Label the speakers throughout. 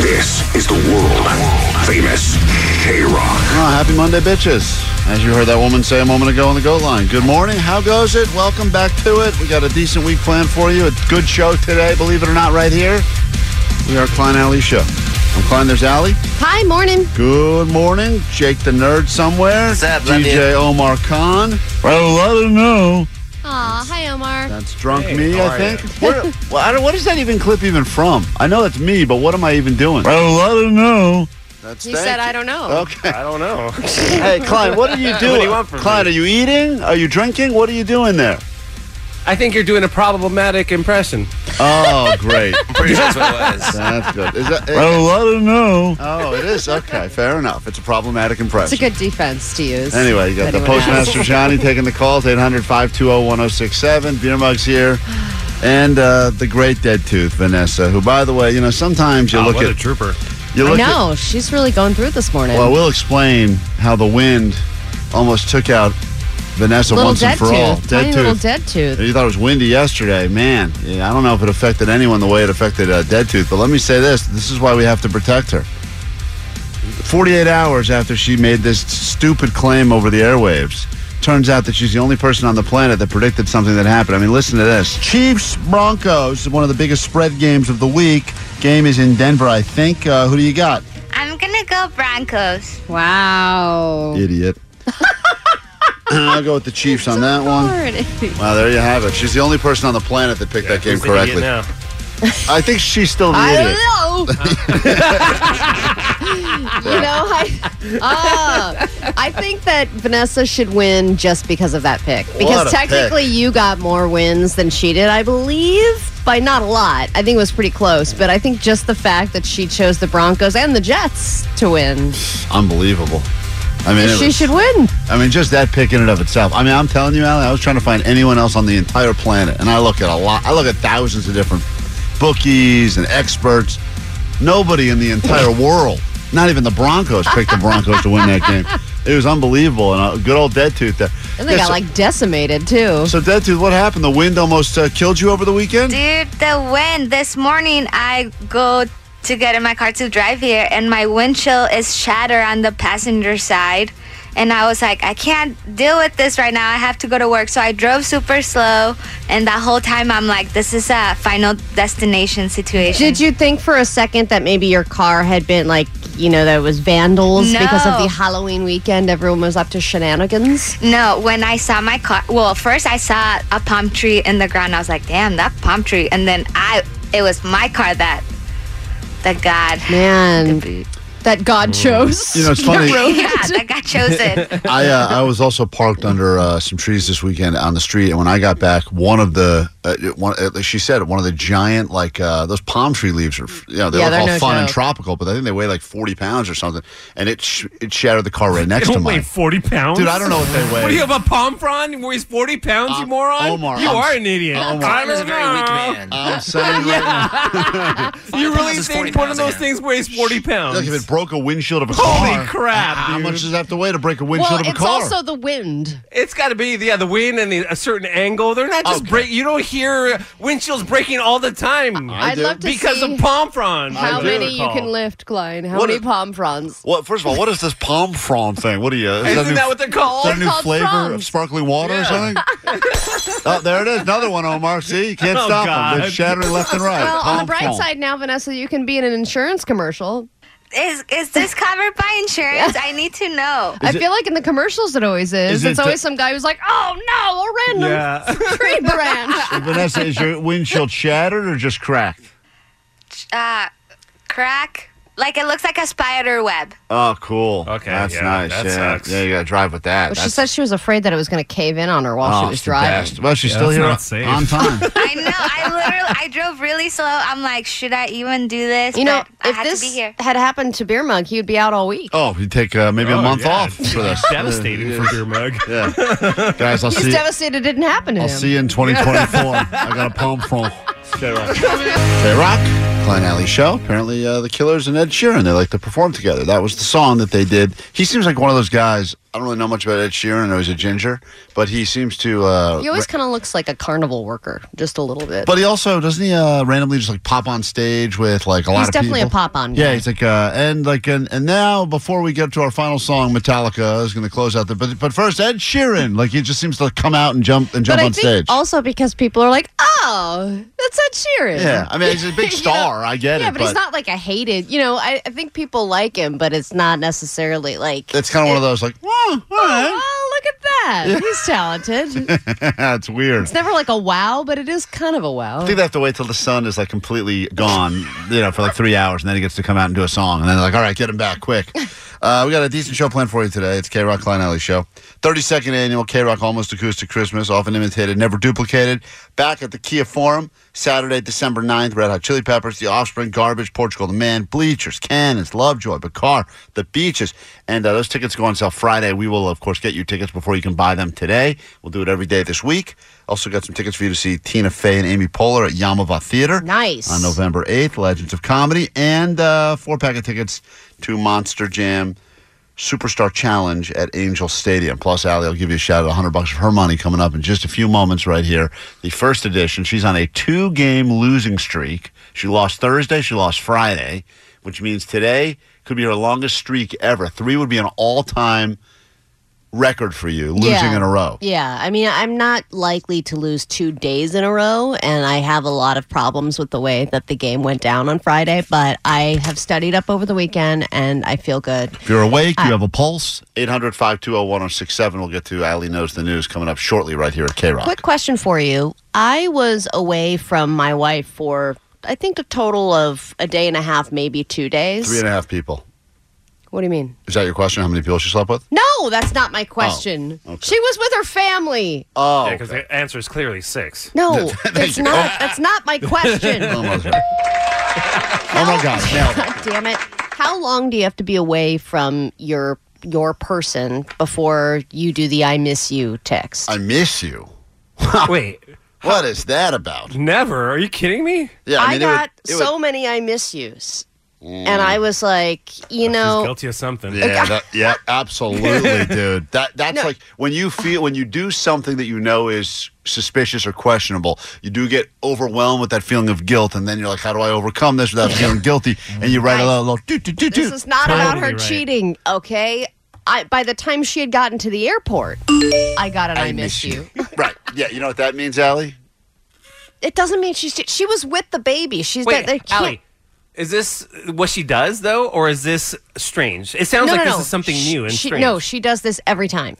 Speaker 1: This is the world famous K Rock.
Speaker 2: Ah, happy Monday, bitches. As you heard that woman say a moment ago on the goat line. Good morning. How goes it? Welcome back to it. We got a decent week planned for you. A good show today, believe it or not, right here. We are Klein Alley Show. I'm Klein, there's Alley.
Speaker 3: Hi, morning.
Speaker 2: Good morning. Jake the Nerd somewhere.
Speaker 4: What's up,
Speaker 2: DJ
Speaker 4: Lindy?
Speaker 2: Omar Khan. Well, let him know.
Speaker 3: Aw, hi, Omar.
Speaker 2: That's drunk me, I think. Where, well, I don't, what is that even clip even from? I know it's me, but what am I even doing? Well, let him know. That's
Speaker 3: He
Speaker 2: thank
Speaker 3: said,
Speaker 2: you.
Speaker 3: I don't know.
Speaker 2: Okay.
Speaker 5: I don't know.
Speaker 2: Hey, Klein, what are you doing?
Speaker 5: you want from
Speaker 2: Klein, are you eating? Are you drinking? What are you doing there?
Speaker 5: I think you're doing a problematic impression.
Speaker 2: Oh, great.
Speaker 4: Pretty sure that's what it was.
Speaker 2: That's good. Is that? Well, let him know. Oh, it is. Okay, fair enough. It's a problematic
Speaker 6: It's
Speaker 2: impression.
Speaker 6: a good defense to use.
Speaker 2: Anyway, you got the
Speaker 6: Anyone else?
Speaker 2: Postmaster Johnny taking the calls, 800 520 1067. Beer Mug's here. And uh, the great dead tooth, Vanessa, who, by the way, you know, sometimes you
Speaker 7: Ah,
Speaker 2: look at.
Speaker 5: trooper.
Speaker 2: You
Speaker 6: I
Speaker 2: look at,
Speaker 6: know she's really going through it this morning.
Speaker 2: Well, we'll explain how the wind almost took out Vanessa
Speaker 6: little
Speaker 2: once
Speaker 6: dead
Speaker 2: and for
Speaker 6: tooth,
Speaker 2: all.
Speaker 6: tiny little dead tooth.
Speaker 2: You thought it was windy yesterday, man. Yeah, I don't know if it affected anyone the way it affected uh, Dead Tooth, but let me say this: this is why we have to protect her. Forty-eight hours after she made this stupid claim over the airwaves, turns out that she's the only person on the planet that predicted something that happened. I mean, listen to this: Chiefs Broncos, one of the biggest spread games of the week. Game is in Denver, I think. Uh, who do you got?
Speaker 8: I'm gonna go Broncos.
Speaker 6: Wow.
Speaker 2: Idiot. I'll go with the Chiefs on that one. Wow, there you have it. She's the only person on the planet that picked that game correctly.
Speaker 5: Now.
Speaker 2: I think she's still the
Speaker 6: I
Speaker 2: idiot.
Speaker 6: don't know.
Speaker 3: You know, I,
Speaker 6: Uh, I think that Vanessa should win just because of that pick.
Speaker 2: What a
Speaker 6: Because technically,
Speaker 2: pick.
Speaker 6: you got more wins than she did, I believe, by not a lot. I think it was pretty close, but I think just the fact that she chose the Broncos and the Jets to win,
Speaker 2: Unbelievable. I mean, it
Speaker 6: she
Speaker 2: was-
Speaker 6: should win.
Speaker 2: I mean, just that pick in and of itself. I mean, I'm telling you, Allie, I was trying to find anyone else on the entire planet, and I look at a lot. I look at thousands of different bookies and experts. Nobody in the entire world, not even the Broncos, picked the Broncos to win that game. It was unbelievable, and a good old dead tooth there.
Speaker 6: And they
Speaker 2: Yeah,
Speaker 6: got
Speaker 2: so,
Speaker 6: like decimated too.
Speaker 2: so dead tooth. What happened? The wind almost uh, killed you over the weekend.
Speaker 8: Dude, the wind. This morning I go to get in my car to drive here and my windshield is shattered on the passenger side. And I was like, I can't deal with this right now. I have to go to work. So I drove super slow. And that whole time I'm like, this is a final destination situation.
Speaker 6: Did you think for a second that maybe your car had been like, you know, that it was vandals
Speaker 8: No.
Speaker 6: because of the Halloween weekend? Everyone was up to shenanigans.
Speaker 8: No, when I saw my car, well, first I saw a palm tree in the ground. I was like, damn, that palm tree. And then I, it was my car that, that God.
Speaker 6: Man,
Speaker 8: Yeah,
Speaker 6: that God chose.
Speaker 2: Mm. You know, it's funny.
Speaker 8: that got chosen.
Speaker 2: I uh, I was also parked under uh, some trees this weekend on the street, and when I got back, one of the uh, one uh, she said one of the giant like uh, those palm tree leaves are you know they
Speaker 6: Yeah,
Speaker 2: look
Speaker 6: they're
Speaker 2: all
Speaker 6: no
Speaker 2: fun and
Speaker 6: joke.
Speaker 2: tropical, but I think they weigh like forty pounds or something, and it sh- it shattered the car right next to
Speaker 5: Don't
Speaker 2: mine.
Speaker 5: weigh 40 pounds?
Speaker 2: Dude, I don't know what they weigh.
Speaker 5: What do you have a palm frond? Weighs 40 pounds, you
Speaker 2: Um,
Speaker 5: moron?
Speaker 2: Omar,
Speaker 5: you
Speaker 2: I'm-
Speaker 5: are an idiot.
Speaker 2: Omar.
Speaker 5: I
Speaker 4: Tom
Speaker 5: don't
Speaker 4: is a very weak
Speaker 5: know.
Speaker 4: man.
Speaker 2: I'm saying right
Speaker 5: You
Speaker 4: pounds
Speaker 5: really
Speaker 4: is 40
Speaker 5: think one of
Speaker 4: pounds,
Speaker 5: those
Speaker 4: man.
Speaker 5: things weighs 40
Speaker 2: now,
Speaker 5: pounds?
Speaker 2: like if it broke a windshield of a
Speaker 5: Holy
Speaker 2: car,
Speaker 5: crap,
Speaker 2: How
Speaker 5: dude.
Speaker 2: much does it have to weigh to break a windshield
Speaker 6: well,
Speaker 2: of a
Speaker 6: it's
Speaker 2: car?
Speaker 6: also the wind.
Speaker 5: It's got to be yeah the wind and the, a certain angle. They're not just
Speaker 2: Okay.
Speaker 5: break. You don't hear windshields breaking all the time
Speaker 2: I
Speaker 6: I'd
Speaker 2: do.
Speaker 6: love to
Speaker 5: because
Speaker 6: see
Speaker 5: of palm fronds.
Speaker 6: how
Speaker 5: I do
Speaker 6: many you
Speaker 5: recall.
Speaker 6: can lift, Klein. How
Speaker 2: What
Speaker 6: many
Speaker 2: is-
Speaker 6: palm fronds?
Speaker 2: well, first of all, what is this palm frond thing? What are you? Is
Speaker 5: Isn't
Speaker 2: a new-
Speaker 5: that what they're called?
Speaker 2: Is that a new
Speaker 6: called
Speaker 2: flavor of
Speaker 6: fronds.
Speaker 2: sparkling water or
Speaker 5: Yeah.
Speaker 2: something? oh, there it is. Another one, Omar. See, you can't
Speaker 5: Oh,
Speaker 2: stop them. They're
Speaker 5: God.
Speaker 2: shattering left and right.
Speaker 6: Well, on the
Speaker 2: Palm
Speaker 6: bright
Speaker 2: frond.
Speaker 6: side now, Vanessa, you can be in an insurance commercial.
Speaker 9: Is is this covered by insurance? I need to know.
Speaker 6: I feel like in the commercials it always is.
Speaker 2: Is
Speaker 6: it's
Speaker 2: it
Speaker 6: always
Speaker 2: the-
Speaker 6: some guy who's like, "Oh no, a random tree branch."
Speaker 2: Vanessa, is your windshield shattered or just cracked?
Speaker 9: Uh, crack. Like it looks like a spider web.
Speaker 2: Oh, cool.
Speaker 7: Okay,
Speaker 2: that's
Speaker 7: yeah,
Speaker 2: nice.
Speaker 7: that
Speaker 2: yeah,
Speaker 7: sucks.
Speaker 2: yeah, you gotta drive with that.
Speaker 6: Well, she
Speaker 2: That's-
Speaker 6: said she was afraid that it was going to cave in on her while
Speaker 2: oh,
Speaker 6: she was
Speaker 2: it's the
Speaker 6: driving.
Speaker 2: best. Well, she's
Speaker 4: Yeah,
Speaker 2: still
Speaker 4: that's
Speaker 2: here
Speaker 4: not
Speaker 2: on-
Speaker 4: safe.
Speaker 2: on time.
Speaker 9: I know. I literally I drove really slow. I'm like, should I even do this?
Speaker 6: You know,
Speaker 9: But I
Speaker 6: if
Speaker 9: had
Speaker 6: this
Speaker 9: to be here.
Speaker 6: had happened to Beer Mug, he would be out all week.
Speaker 2: oh, you take uh, maybe a
Speaker 4: Oh,
Speaker 2: month
Speaker 4: yeah,
Speaker 2: off
Speaker 4: it's
Speaker 2: for this.
Speaker 4: Devastating for your mug.
Speaker 2: Yeah. Guys, I'll
Speaker 6: He's
Speaker 2: see.
Speaker 6: devastated it didn't happen to
Speaker 2: I'll
Speaker 6: him.
Speaker 2: see you in 2024. I got a palm front. K Rock, Klein Alley Show. Apparently, uh, the Killers and Ed Sheeran they like to perform together. That was the song that they did. He seems like one of those guys. I don't really know much about Ed Sheeran. I know he's a ginger, but he seems to. Uh,
Speaker 6: He always kind of looks like a carnival worker, just a little bit.
Speaker 2: but he also doesn't he uh, randomly just like pop on stage with like a lot
Speaker 6: He's
Speaker 2: of
Speaker 6: definitely a
Speaker 2: people?
Speaker 6: pop-on guy.
Speaker 2: Yeah, he's like uh, and like and, and now before we get to our final song, Metallica is going to close out the but but first Ed Sheeran like he just seems to come out and jump and
Speaker 6: But
Speaker 2: jump
Speaker 6: I
Speaker 2: on
Speaker 6: think
Speaker 2: stage.
Speaker 6: also because people are like, "Oh, that's Ed Sheeran."
Speaker 2: yeah, I mean he's a big
Speaker 6: You know?
Speaker 2: star. I get
Speaker 6: yeah,
Speaker 2: it,
Speaker 6: but he's not like a hated. You know, I, I think people like him, but it's not necessarily like,
Speaker 2: it's kind of one of those like whoa, all right.
Speaker 6: "Oh, look at that, he's talented."
Speaker 2: That's weird.
Speaker 6: it's never like a wow, but it is kind of a wow.
Speaker 2: I think they have to wait till the sun is like completely gone, you know, for like three hours, and then he gets to come out and do a song, and then they're like, all right, get him back quick. Uh, we got a decent show planned for you today. It's K Rock Klein Alley Show, 32nd annual K Rock Almost Acoustic Christmas, often imitated, never duplicated. Back at the Kia Forum, Saturday, December 9th. Red Hot Chili Peppers, The Offspring, Garbage, Portugal the Man, Bleachers, Cannons, Lovejoy, Bakar, The Beaches, and uh, those tickets go on sale Friday. We will, of course, get you tickets before you can buy them today. We'll do it every day this week. Also got some tickets for you to see Tina Fey and Amy Poehler at Yamava Theater.
Speaker 6: Nice.
Speaker 2: On November 8th, Legends of Comedy, and uh, four pack of tickets to Monster Jam Superstar Challenge at Angel Stadium. Plus, Allie will give you a shout out 100 bucks of her money coming up in just a few moments right here. The first edition, she's on a two game losing streak. She lost Thursday, she lost Friday, which means today could be her longest streak ever. Three would be an all time record for you, losing
Speaker 6: Yeah.
Speaker 2: in a row.
Speaker 6: Yeah, I mean, I'm not likely to lose two days in a row, and I have a lot of problems with the way that the game went down on Friday, but I have studied up over the weekend and I feel good.
Speaker 2: If you're awake,
Speaker 6: Uh,
Speaker 2: you have a pulse. 800 520 1067. We'll get to Allie Knows the News coming up shortly right here at K Rock.
Speaker 6: Quick question for you. I was away from my wife for, I think, a total of a day and a half, maybe two days.
Speaker 2: Three and a half people.
Speaker 6: what do you mean?
Speaker 2: Is that your question? How many people she slept with?
Speaker 6: No, that's not my question.
Speaker 2: Oh, okay.
Speaker 6: She was with her family.
Speaker 2: Oh.
Speaker 7: because the answer is clearly six.
Speaker 6: No, that's
Speaker 2: you.
Speaker 6: not. That's not my question.
Speaker 2: Oh my God. Oh my God. Nailed it.
Speaker 6: God damn it. How long do you have to be away from your your person before you do the I miss you text?
Speaker 2: I miss you.
Speaker 7: Wait,
Speaker 2: What is that about?
Speaker 7: never? Are you kidding me?
Speaker 2: Yeah,
Speaker 6: I,
Speaker 2: mean, it would-
Speaker 6: got
Speaker 2: it would-
Speaker 6: so many I miss yous.
Speaker 2: Mm.
Speaker 6: And I was like, you
Speaker 7: He's
Speaker 6: know,
Speaker 7: guilty of something.
Speaker 2: Yeah, that, yeah, absolutely, dude. That that's
Speaker 6: No.
Speaker 2: like when you feel when you do something that you know is suspicious or questionable, you do get overwhelmed with that feeling of guilt, and then you're like, "How do I overcome this without feeling guilty?" And you write a
Speaker 6: Guys,
Speaker 2: little, little do do do
Speaker 6: this
Speaker 2: do.
Speaker 6: is not about her
Speaker 4: Totally right.
Speaker 6: cheating, okay? I, by the time she had gotten to the airport, I got an I, miss, you.
Speaker 2: right? Yeah, you know what that means, Allie?
Speaker 6: It doesn't mean she's she was with the baby. She's
Speaker 7: Wait,
Speaker 6: they can't-
Speaker 7: Allie, is this what she does though, or is this strange? It sounds
Speaker 6: No,
Speaker 7: like
Speaker 6: no,
Speaker 7: this
Speaker 6: no.
Speaker 7: is something
Speaker 6: She-
Speaker 7: new and
Speaker 6: she,
Speaker 7: strange.
Speaker 6: No, she does this every time.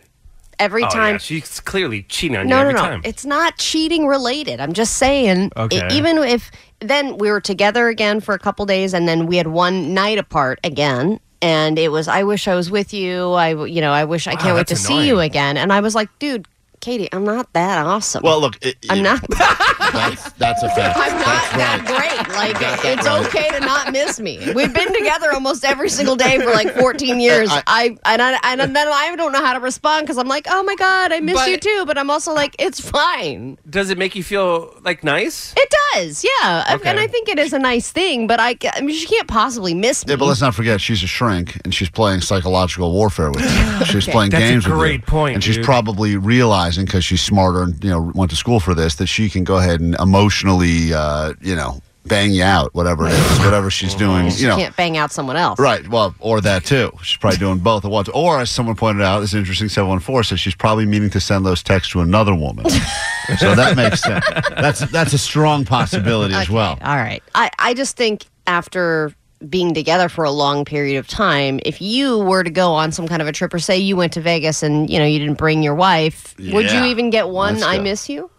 Speaker 6: Every
Speaker 7: oh,
Speaker 6: time
Speaker 7: Yeah, she's clearly cheating on
Speaker 6: No,
Speaker 7: you
Speaker 6: no,
Speaker 7: every
Speaker 6: no.
Speaker 7: time.
Speaker 6: It's not cheating related. I'm just saying, i-
Speaker 4: Okay.
Speaker 6: even if then we were together again for a couple days and then we had one night apart again. And it was, I wish I was with you. I, w- you know, I wish I can't wait to
Speaker 7: that's
Speaker 6: see you
Speaker 7: annoying.
Speaker 6: again. And I was like, dude, Katie, I'm not that awesome.
Speaker 2: Well, look, it,
Speaker 6: I'm
Speaker 2: you-
Speaker 6: not,
Speaker 2: That's that's a fact.
Speaker 6: I'm not
Speaker 2: that's
Speaker 6: that
Speaker 2: right.
Speaker 6: great. Like,
Speaker 2: got that
Speaker 6: it's
Speaker 2: right.
Speaker 6: okay to not miss me. We've been together almost every single day for like 14 years.
Speaker 2: I-
Speaker 6: I, and I, and I, and I don't know how to respond because I'm like, oh my God, I miss
Speaker 7: But-
Speaker 6: you too. But I'm also like, it's fine.
Speaker 7: Does it make you feel like nice?
Speaker 6: It does, yeah. I-
Speaker 7: Okay.
Speaker 6: And I think it is a nice thing, but I, ca- I mean, she can't possibly miss me.
Speaker 2: Yeah, but let's not forget she's a shrink and she's playing psychological warfare with
Speaker 6: Oh,
Speaker 2: you. She's playing
Speaker 7: That's a
Speaker 2: games with you.
Speaker 7: great point,
Speaker 2: And she's
Speaker 7: dude.
Speaker 2: probably realizing because she's smarter and you know went to school for this that she can go ahead and emotionally uh, you know bang you out whatever it is whatever
Speaker 7: Oh.
Speaker 2: she's doing you know
Speaker 6: can't bang out someone else.
Speaker 2: Right. Well, or that too. She's probably doing both at once. Or, as someone pointed out, it's interesting. Seven one four says she's probably meaning to send those texts to another woman. so that makes sense. That's that's a strong possibility as well.
Speaker 6: All right. I, I just think after being together for a long period of time, if you were to go on some kind of a trip or say you went to Vegas and you know you didn't bring your wife, would you
Speaker 2: Yeah.
Speaker 6: even get one
Speaker 2: Let's
Speaker 6: I
Speaker 2: go.
Speaker 6: miss you?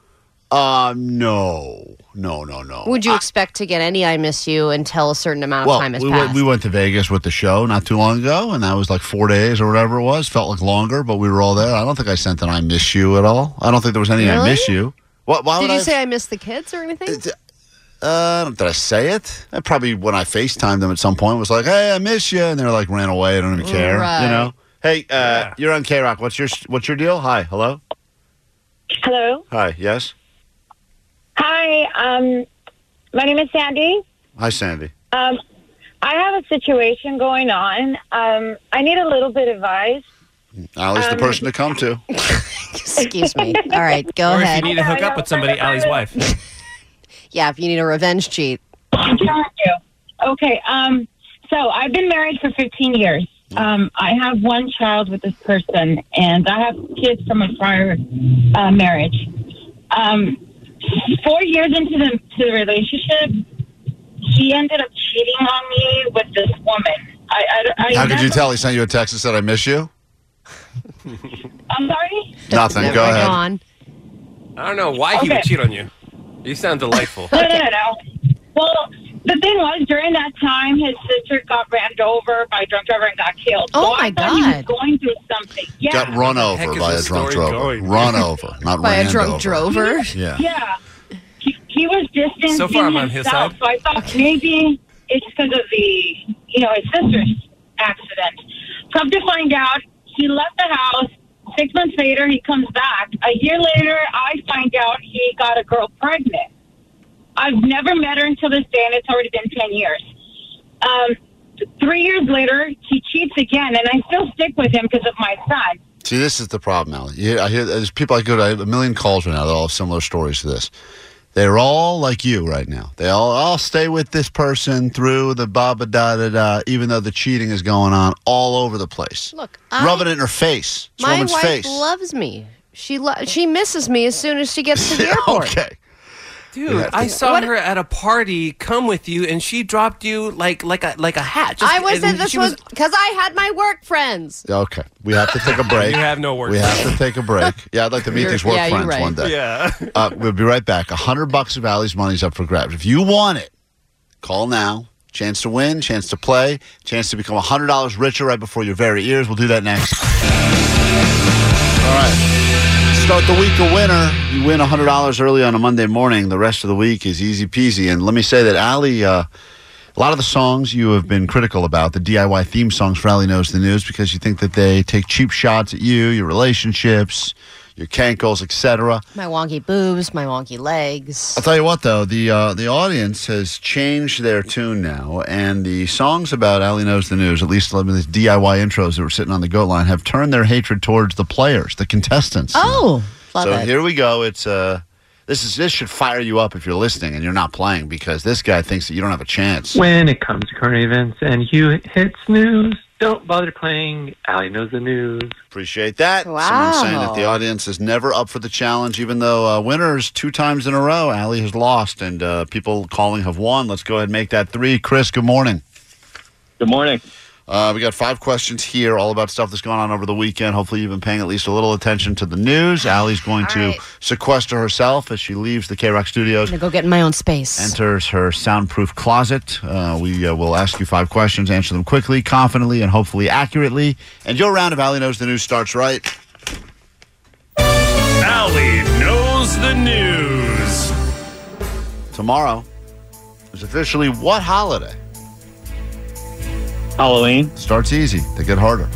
Speaker 2: Uh, no, no, no, no.
Speaker 6: Would you expect to get any I miss you until a certain amount of
Speaker 2: well,
Speaker 6: time has
Speaker 2: we went,
Speaker 6: passed?
Speaker 2: we went to Vegas with the show not too long ago, and that was like four days or whatever it was. Felt like longer, but we were all there. I don't think I sent an "I miss you" at all. I don't think there was any "I
Speaker 6: Really?
Speaker 2: miss you." What? Why
Speaker 6: Did
Speaker 2: would
Speaker 6: you
Speaker 2: I-
Speaker 6: say I miss the kids or anything?
Speaker 2: Uh, did I say it? I probably when I Facetimed them at some point was like, "Hey, I miss you," and they were like, "Ran away. I don't even care."
Speaker 6: Right.
Speaker 2: You know? Hey, uh, you're on K Rock. What's your What's your deal? Hi, hello.
Speaker 4: Hello.
Speaker 2: Hi, yes.
Speaker 4: Hi. Um, my name is Sandy.
Speaker 2: Hi, Sandy.
Speaker 4: Um, I have a situation going on. Um, I need a little bit of advice.
Speaker 2: Allie's
Speaker 6: Um,
Speaker 2: the person to come to.
Speaker 6: Excuse me. All right, go
Speaker 7: Or if you
Speaker 6: ahead.
Speaker 7: need to hook
Speaker 4: I
Speaker 7: up
Speaker 4: know,
Speaker 7: with somebody,
Speaker 4: I know.
Speaker 7: Allie's wife.
Speaker 6: yeah, if you need a revenge cheat.
Speaker 4: Thank you. Okay. Um, so I've been married for 15 years. Um, I have one child with this person, and I have kids from a prior uh, marriage. Um, four years into the, to the relationship, he ended up cheating on me with this woman. I, I, I
Speaker 2: How could you
Speaker 4: never-
Speaker 2: tell? He sent you a text and said, "I miss you."
Speaker 4: I'm sorry.
Speaker 2: Nothing.
Speaker 6: Never
Speaker 2: Go ahead.
Speaker 6: on.
Speaker 7: I don't know why he
Speaker 4: Okay.
Speaker 7: would cheat on you. You sound delightful.
Speaker 4: No, no, no, no. Well, the thing was, during that time, his sister got ran over by a drunk driver and got killed.
Speaker 6: Oh,
Speaker 4: so
Speaker 6: my
Speaker 4: I thought He was
Speaker 6: God.
Speaker 4: going through something. Yeah.
Speaker 2: Got run
Speaker 7: heck
Speaker 2: over
Speaker 7: is
Speaker 2: by a
Speaker 7: this
Speaker 2: drunk
Speaker 7: story
Speaker 2: drover.
Speaker 7: going?
Speaker 2: Run over, not
Speaker 6: By
Speaker 2: ran
Speaker 6: a drunk
Speaker 2: over.
Speaker 6: drover.
Speaker 2: Yeah.
Speaker 4: Yeah. He, he was distancing
Speaker 7: So far, I'm on his
Speaker 4: himself,
Speaker 7: side.
Speaker 4: so I thought maybe it's because of the, you know, his sister's accident. Come to find out, he left the house. Six months later, he comes back. A year later, I find out he got a girl pregnant. I've never met her until this day, and it's already been 10 years. Um, three years later, he cheats again, and I still stick with him because of my son.
Speaker 2: See, this is the problem, Allie. You, I hear there's people I go to I have a million calls right now. They all have similar stories to this. They're all like you right now. They all I'll stay with this person through the baba da da da, even though the cheating is going on all over the place.
Speaker 6: Look, I-
Speaker 2: rubbing it in her face, this
Speaker 6: My
Speaker 2: woman's
Speaker 6: wife
Speaker 2: face.
Speaker 6: loves me. She lo- she misses me as soon as she gets to the airport.
Speaker 2: okay,
Speaker 7: Dude, I saw her at a party come with you, and she dropped you like like a like a hat. Just-
Speaker 6: I was at
Speaker 7: and
Speaker 6: this
Speaker 7: she
Speaker 6: was because I had my work friends.
Speaker 2: okay. We have to take a break.
Speaker 7: You have no work.
Speaker 2: we have to take a break. Yeah, I'd like to meet
Speaker 6: You're-
Speaker 2: these work
Speaker 6: yeah, you're
Speaker 2: friends
Speaker 6: right.
Speaker 2: one day.
Speaker 7: Yeah.
Speaker 2: Uh, we'll be right back. A hundred bucks of Allie's money's up for grabs. If you want it, call now. Chance to win, chance to play, chance to become a hundred dollars richer right before your very ears. We'll do that next. All right. Start the week a winner. You win hundred dollars early on a Monday morning. The rest of the week is easy peasy. And let me say that Allie, uh, a lot of the songs you have been critical about, the DIY theme songs for Allie Knows the News, because you think that they take cheap shots at you, your relationships, your cankles, etc.
Speaker 6: My wonky boobs, my wonky legs.
Speaker 2: I'll tell you what, though the uh, the audience has changed their tune now, and the songs about Ali knows the news, at least some of these DIY intros that were sitting on the goat line, have turned their hatred towards the players, the contestants.
Speaker 6: Oh, love
Speaker 2: so
Speaker 6: it.
Speaker 2: here we go. It's uh, this is this should fire you up if you're listening and you're not playing because this guy thinks that you don't have a chance.
Speaker 8: When it comes to current events and you hit snooze, don't bother playing. Allie knows the news.
Speaker 2: Appreciate that. Someone's saying that the
Speaker 6: Wow.
Speaker 2: audience is never up for the challenge, even though uh, winners two times in a row, Ali has lost, and uh, people calling have won. Let's go ahead and make that three. Chris, good morning.
Speaker 10: Good morning.
Speaker 2: Uh, we got five questions here, all about stuff that's going on over the weekend. Hopefully, you've been paying at least a little attention to the news. Allie's going to
Speaker 6: right.
Speaker 2: sequester herself as she leaves the K Rock studios,
Speaker 6: I'm gonna go get in my own space.
Speaker 2: enters her soundproof closet. Uh, we uh, will ask you five questions, answer them quickly, confidently, and hopefully accurately. And your round of Allie knows the news starts right.
Speaker 7: Allie knows the news.
Speaker 2: Tomorrow is officially what holiday?
Speaker 10: Halloween.
Speaker 2: Starts easy, they get harder.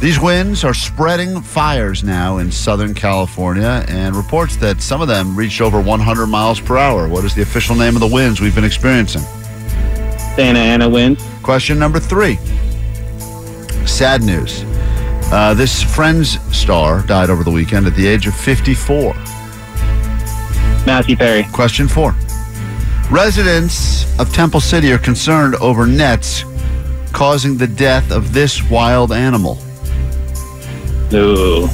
Speaker 2: These winds are spreading fires now in Southern California, and reports that some of them reached over 100 miles per hour. What is the official name of the winds we've been experiencing?
Speaker 10: Santa Ana wins.
Speaker 2: Question number three. Sad news. Uh, this Friends star died over the weekend at the age of 54.
Speaker 10: Matthew Perry.
Speaker 2: Question four. Residents of Temple City are concerned over nets causing the death of this wild animal.
Speaker 10: Ooh.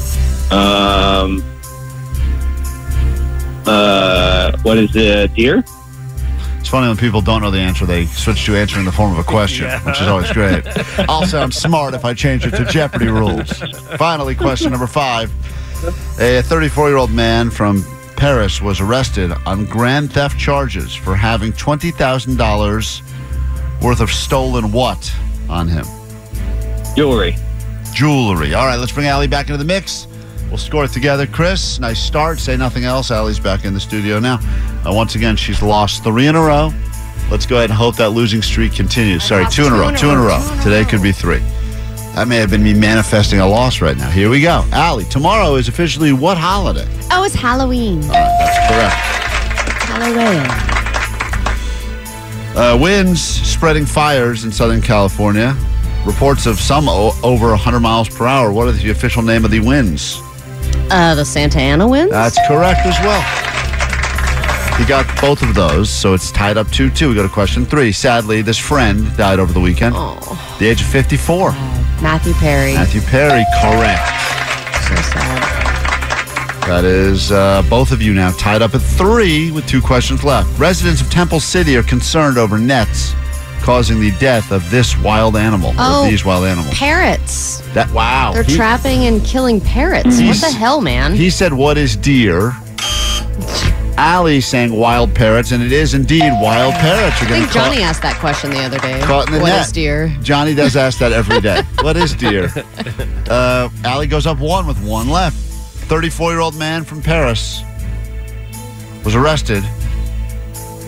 Speaker 10: Um. Uh. What is it? Deer.
Speaker 2: It's funny when people don't know the answer, they switch to answering the form of a question, which is always great. I'll sound smart if I change it to Jeopardy rules. Finally, question number five. A 34 year old man from Paris was arrested on grand theft charges for having $20,000 worth of stolen what on him?
Speaker 10: Jewelry.
Speaker 2: Jewelry. All right, let's bring Allie back into the mix. We'll score it together. Chris, nice start. Say nothing else. Allie's back in the studio now. Uh, once again, she's lost three in a row. Let's go ahead and hope that losing streak continues. Sorry, two in a row. Two in a row. Today could be three. That may have been me manifesting a loss right now. Here we go. Allie, tomorrow is officially what holiday?
Speaker 6: Oh, it's Halloween.
Speaker 2: Correct.
Speaker 6: Halloween.
Speaker 2: Uh, winds spreading fires in Southern California. Reports of some o- over 100 miles per hour. What is the official name of the winds?
Speaker 6: Uh, the Santa Ana wins.
Speaker 2: That's correct as well. He got both of those, so it's tied up 2 2. We go to question three. Sadly, this friend died over the weekend.
Speaker 6: oh,
Speaker 2: The age of 54.
Speaker 6: Matthew Perry.
Speaker 2: Matthew Perry, correct.
Speaker 6: so sad.
Speaker 2: That is uh, both of you now tied up at three with two questions left. Residents of Temple City are concerned over nets causing the death of this wild animal. or
Speaker 6: Oh.
Speaker 2: these wild animals.
Speaker 6: Parrots.
Speaker 2: That wow.
Speaker 6: They're
Speaker 2: He-
Speaker 6: trapping and killing parrots. What
Speaker 2: He's-
Speaker 6: the hell, man?
Speaker 2: He said, "What is deer?" Ali sang "Wild Parrots," and it is indeed wild parrots. You're
Speaker 6: I
Speaker 2: going
Speaker 6: think
Speaker 2: to call
Speaker 6: Johnny asked that question the other day.
Speaker 2: Caught in the
Speaker 6: What
Speaker 2: net.
Speaker 6: is deer?
Speaker 2: Johnny does ask that every day. what is deer? Uh, Ali goes up one with one left. 34 year old man from Paris was arrested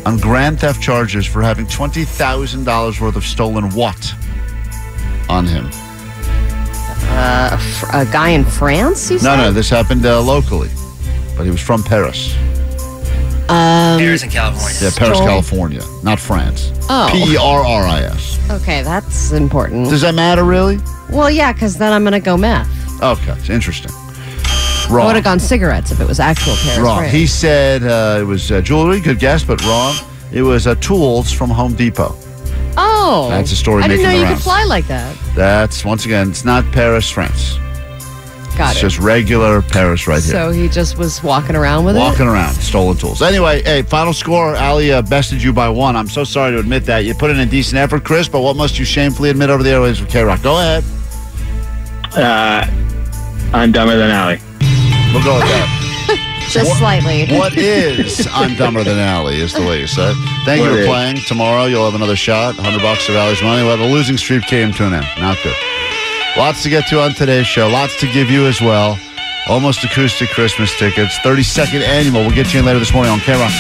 Speaker 2: on grand theft charges for having $20,000 worth of stolen what on him?
Speaker 6: Uh, a, fr- a guy in France? You
Speaker 2: No,
Speaker 6: said?
Speaker 2: no, this happened uh, locally, but he was from Paris.
Speaker 6: Um,
Speaker 11: Bears in California.
Speaker 2: Yeah, Paris,
Speaker 6: Stole-
Speaker 2: California, not France.
Speaker 6: Oh.
Speaker 2: P E R R I S.
Speaker 6: okay, that's important.
Speaker 2: Does that matter, really?
Speaker 6: well, yeah, because then I'm going to go meth.
Speaker 2: Okay, it's interesting.
Speaker 6: I
Speaker 2: Wrong.
Speaker 6: would have gone cigarettes if it was actual Paris.
Speaker 2: Wrong.
Speaker 6: France.
Speaker 2: He said uh, it was uh, jewelry. Good guess, but wrong. It was uh, tools from Home Depot.
Speaker 6: oh.
Speaker 2: That's a story
Speaker 6: I didn't know
Speaker 2: making the
Speaker 6: you
Speaker 2: rounds.
Speaker 6: could fly like that.
Speaker 2: That's once again, it's not Paris, France.
Speaker 6: Got
Speaker 2: it's
Speaker 6: it.
Speaker 2: just regular Paris right here.
Speaker 6: So he just was walking around with
Speaker 2: Walking around, stolen tools. Anyway, hey, final score. Ali uh, bested you by one. I'm so sorry to admit that. You put in a decent effort, Chris, but what must you shamefully admit over the airways with K Rock? Go ahead.
Speaker 10: Uh, I'm dumber than Allie.
Speaker 2: We'll go with that.
Speaker 6: it. Just slightly.
Speaker 2: what is I'm Dumber Than Ali is the way you said. Thank
Speaker 10: What
Speaker 2: you for
Speaker 10: is?
Speaker 2: playing. Tomorrow you'll have another shot. 100 bucks of Ali's money. Well, the losing streak came to an end. Not good. Lots to get to on today's show. Lots to give you as well. Almost acoustic Christmas tickets. 32nd annual. We'll get you in later this morning on K Rock.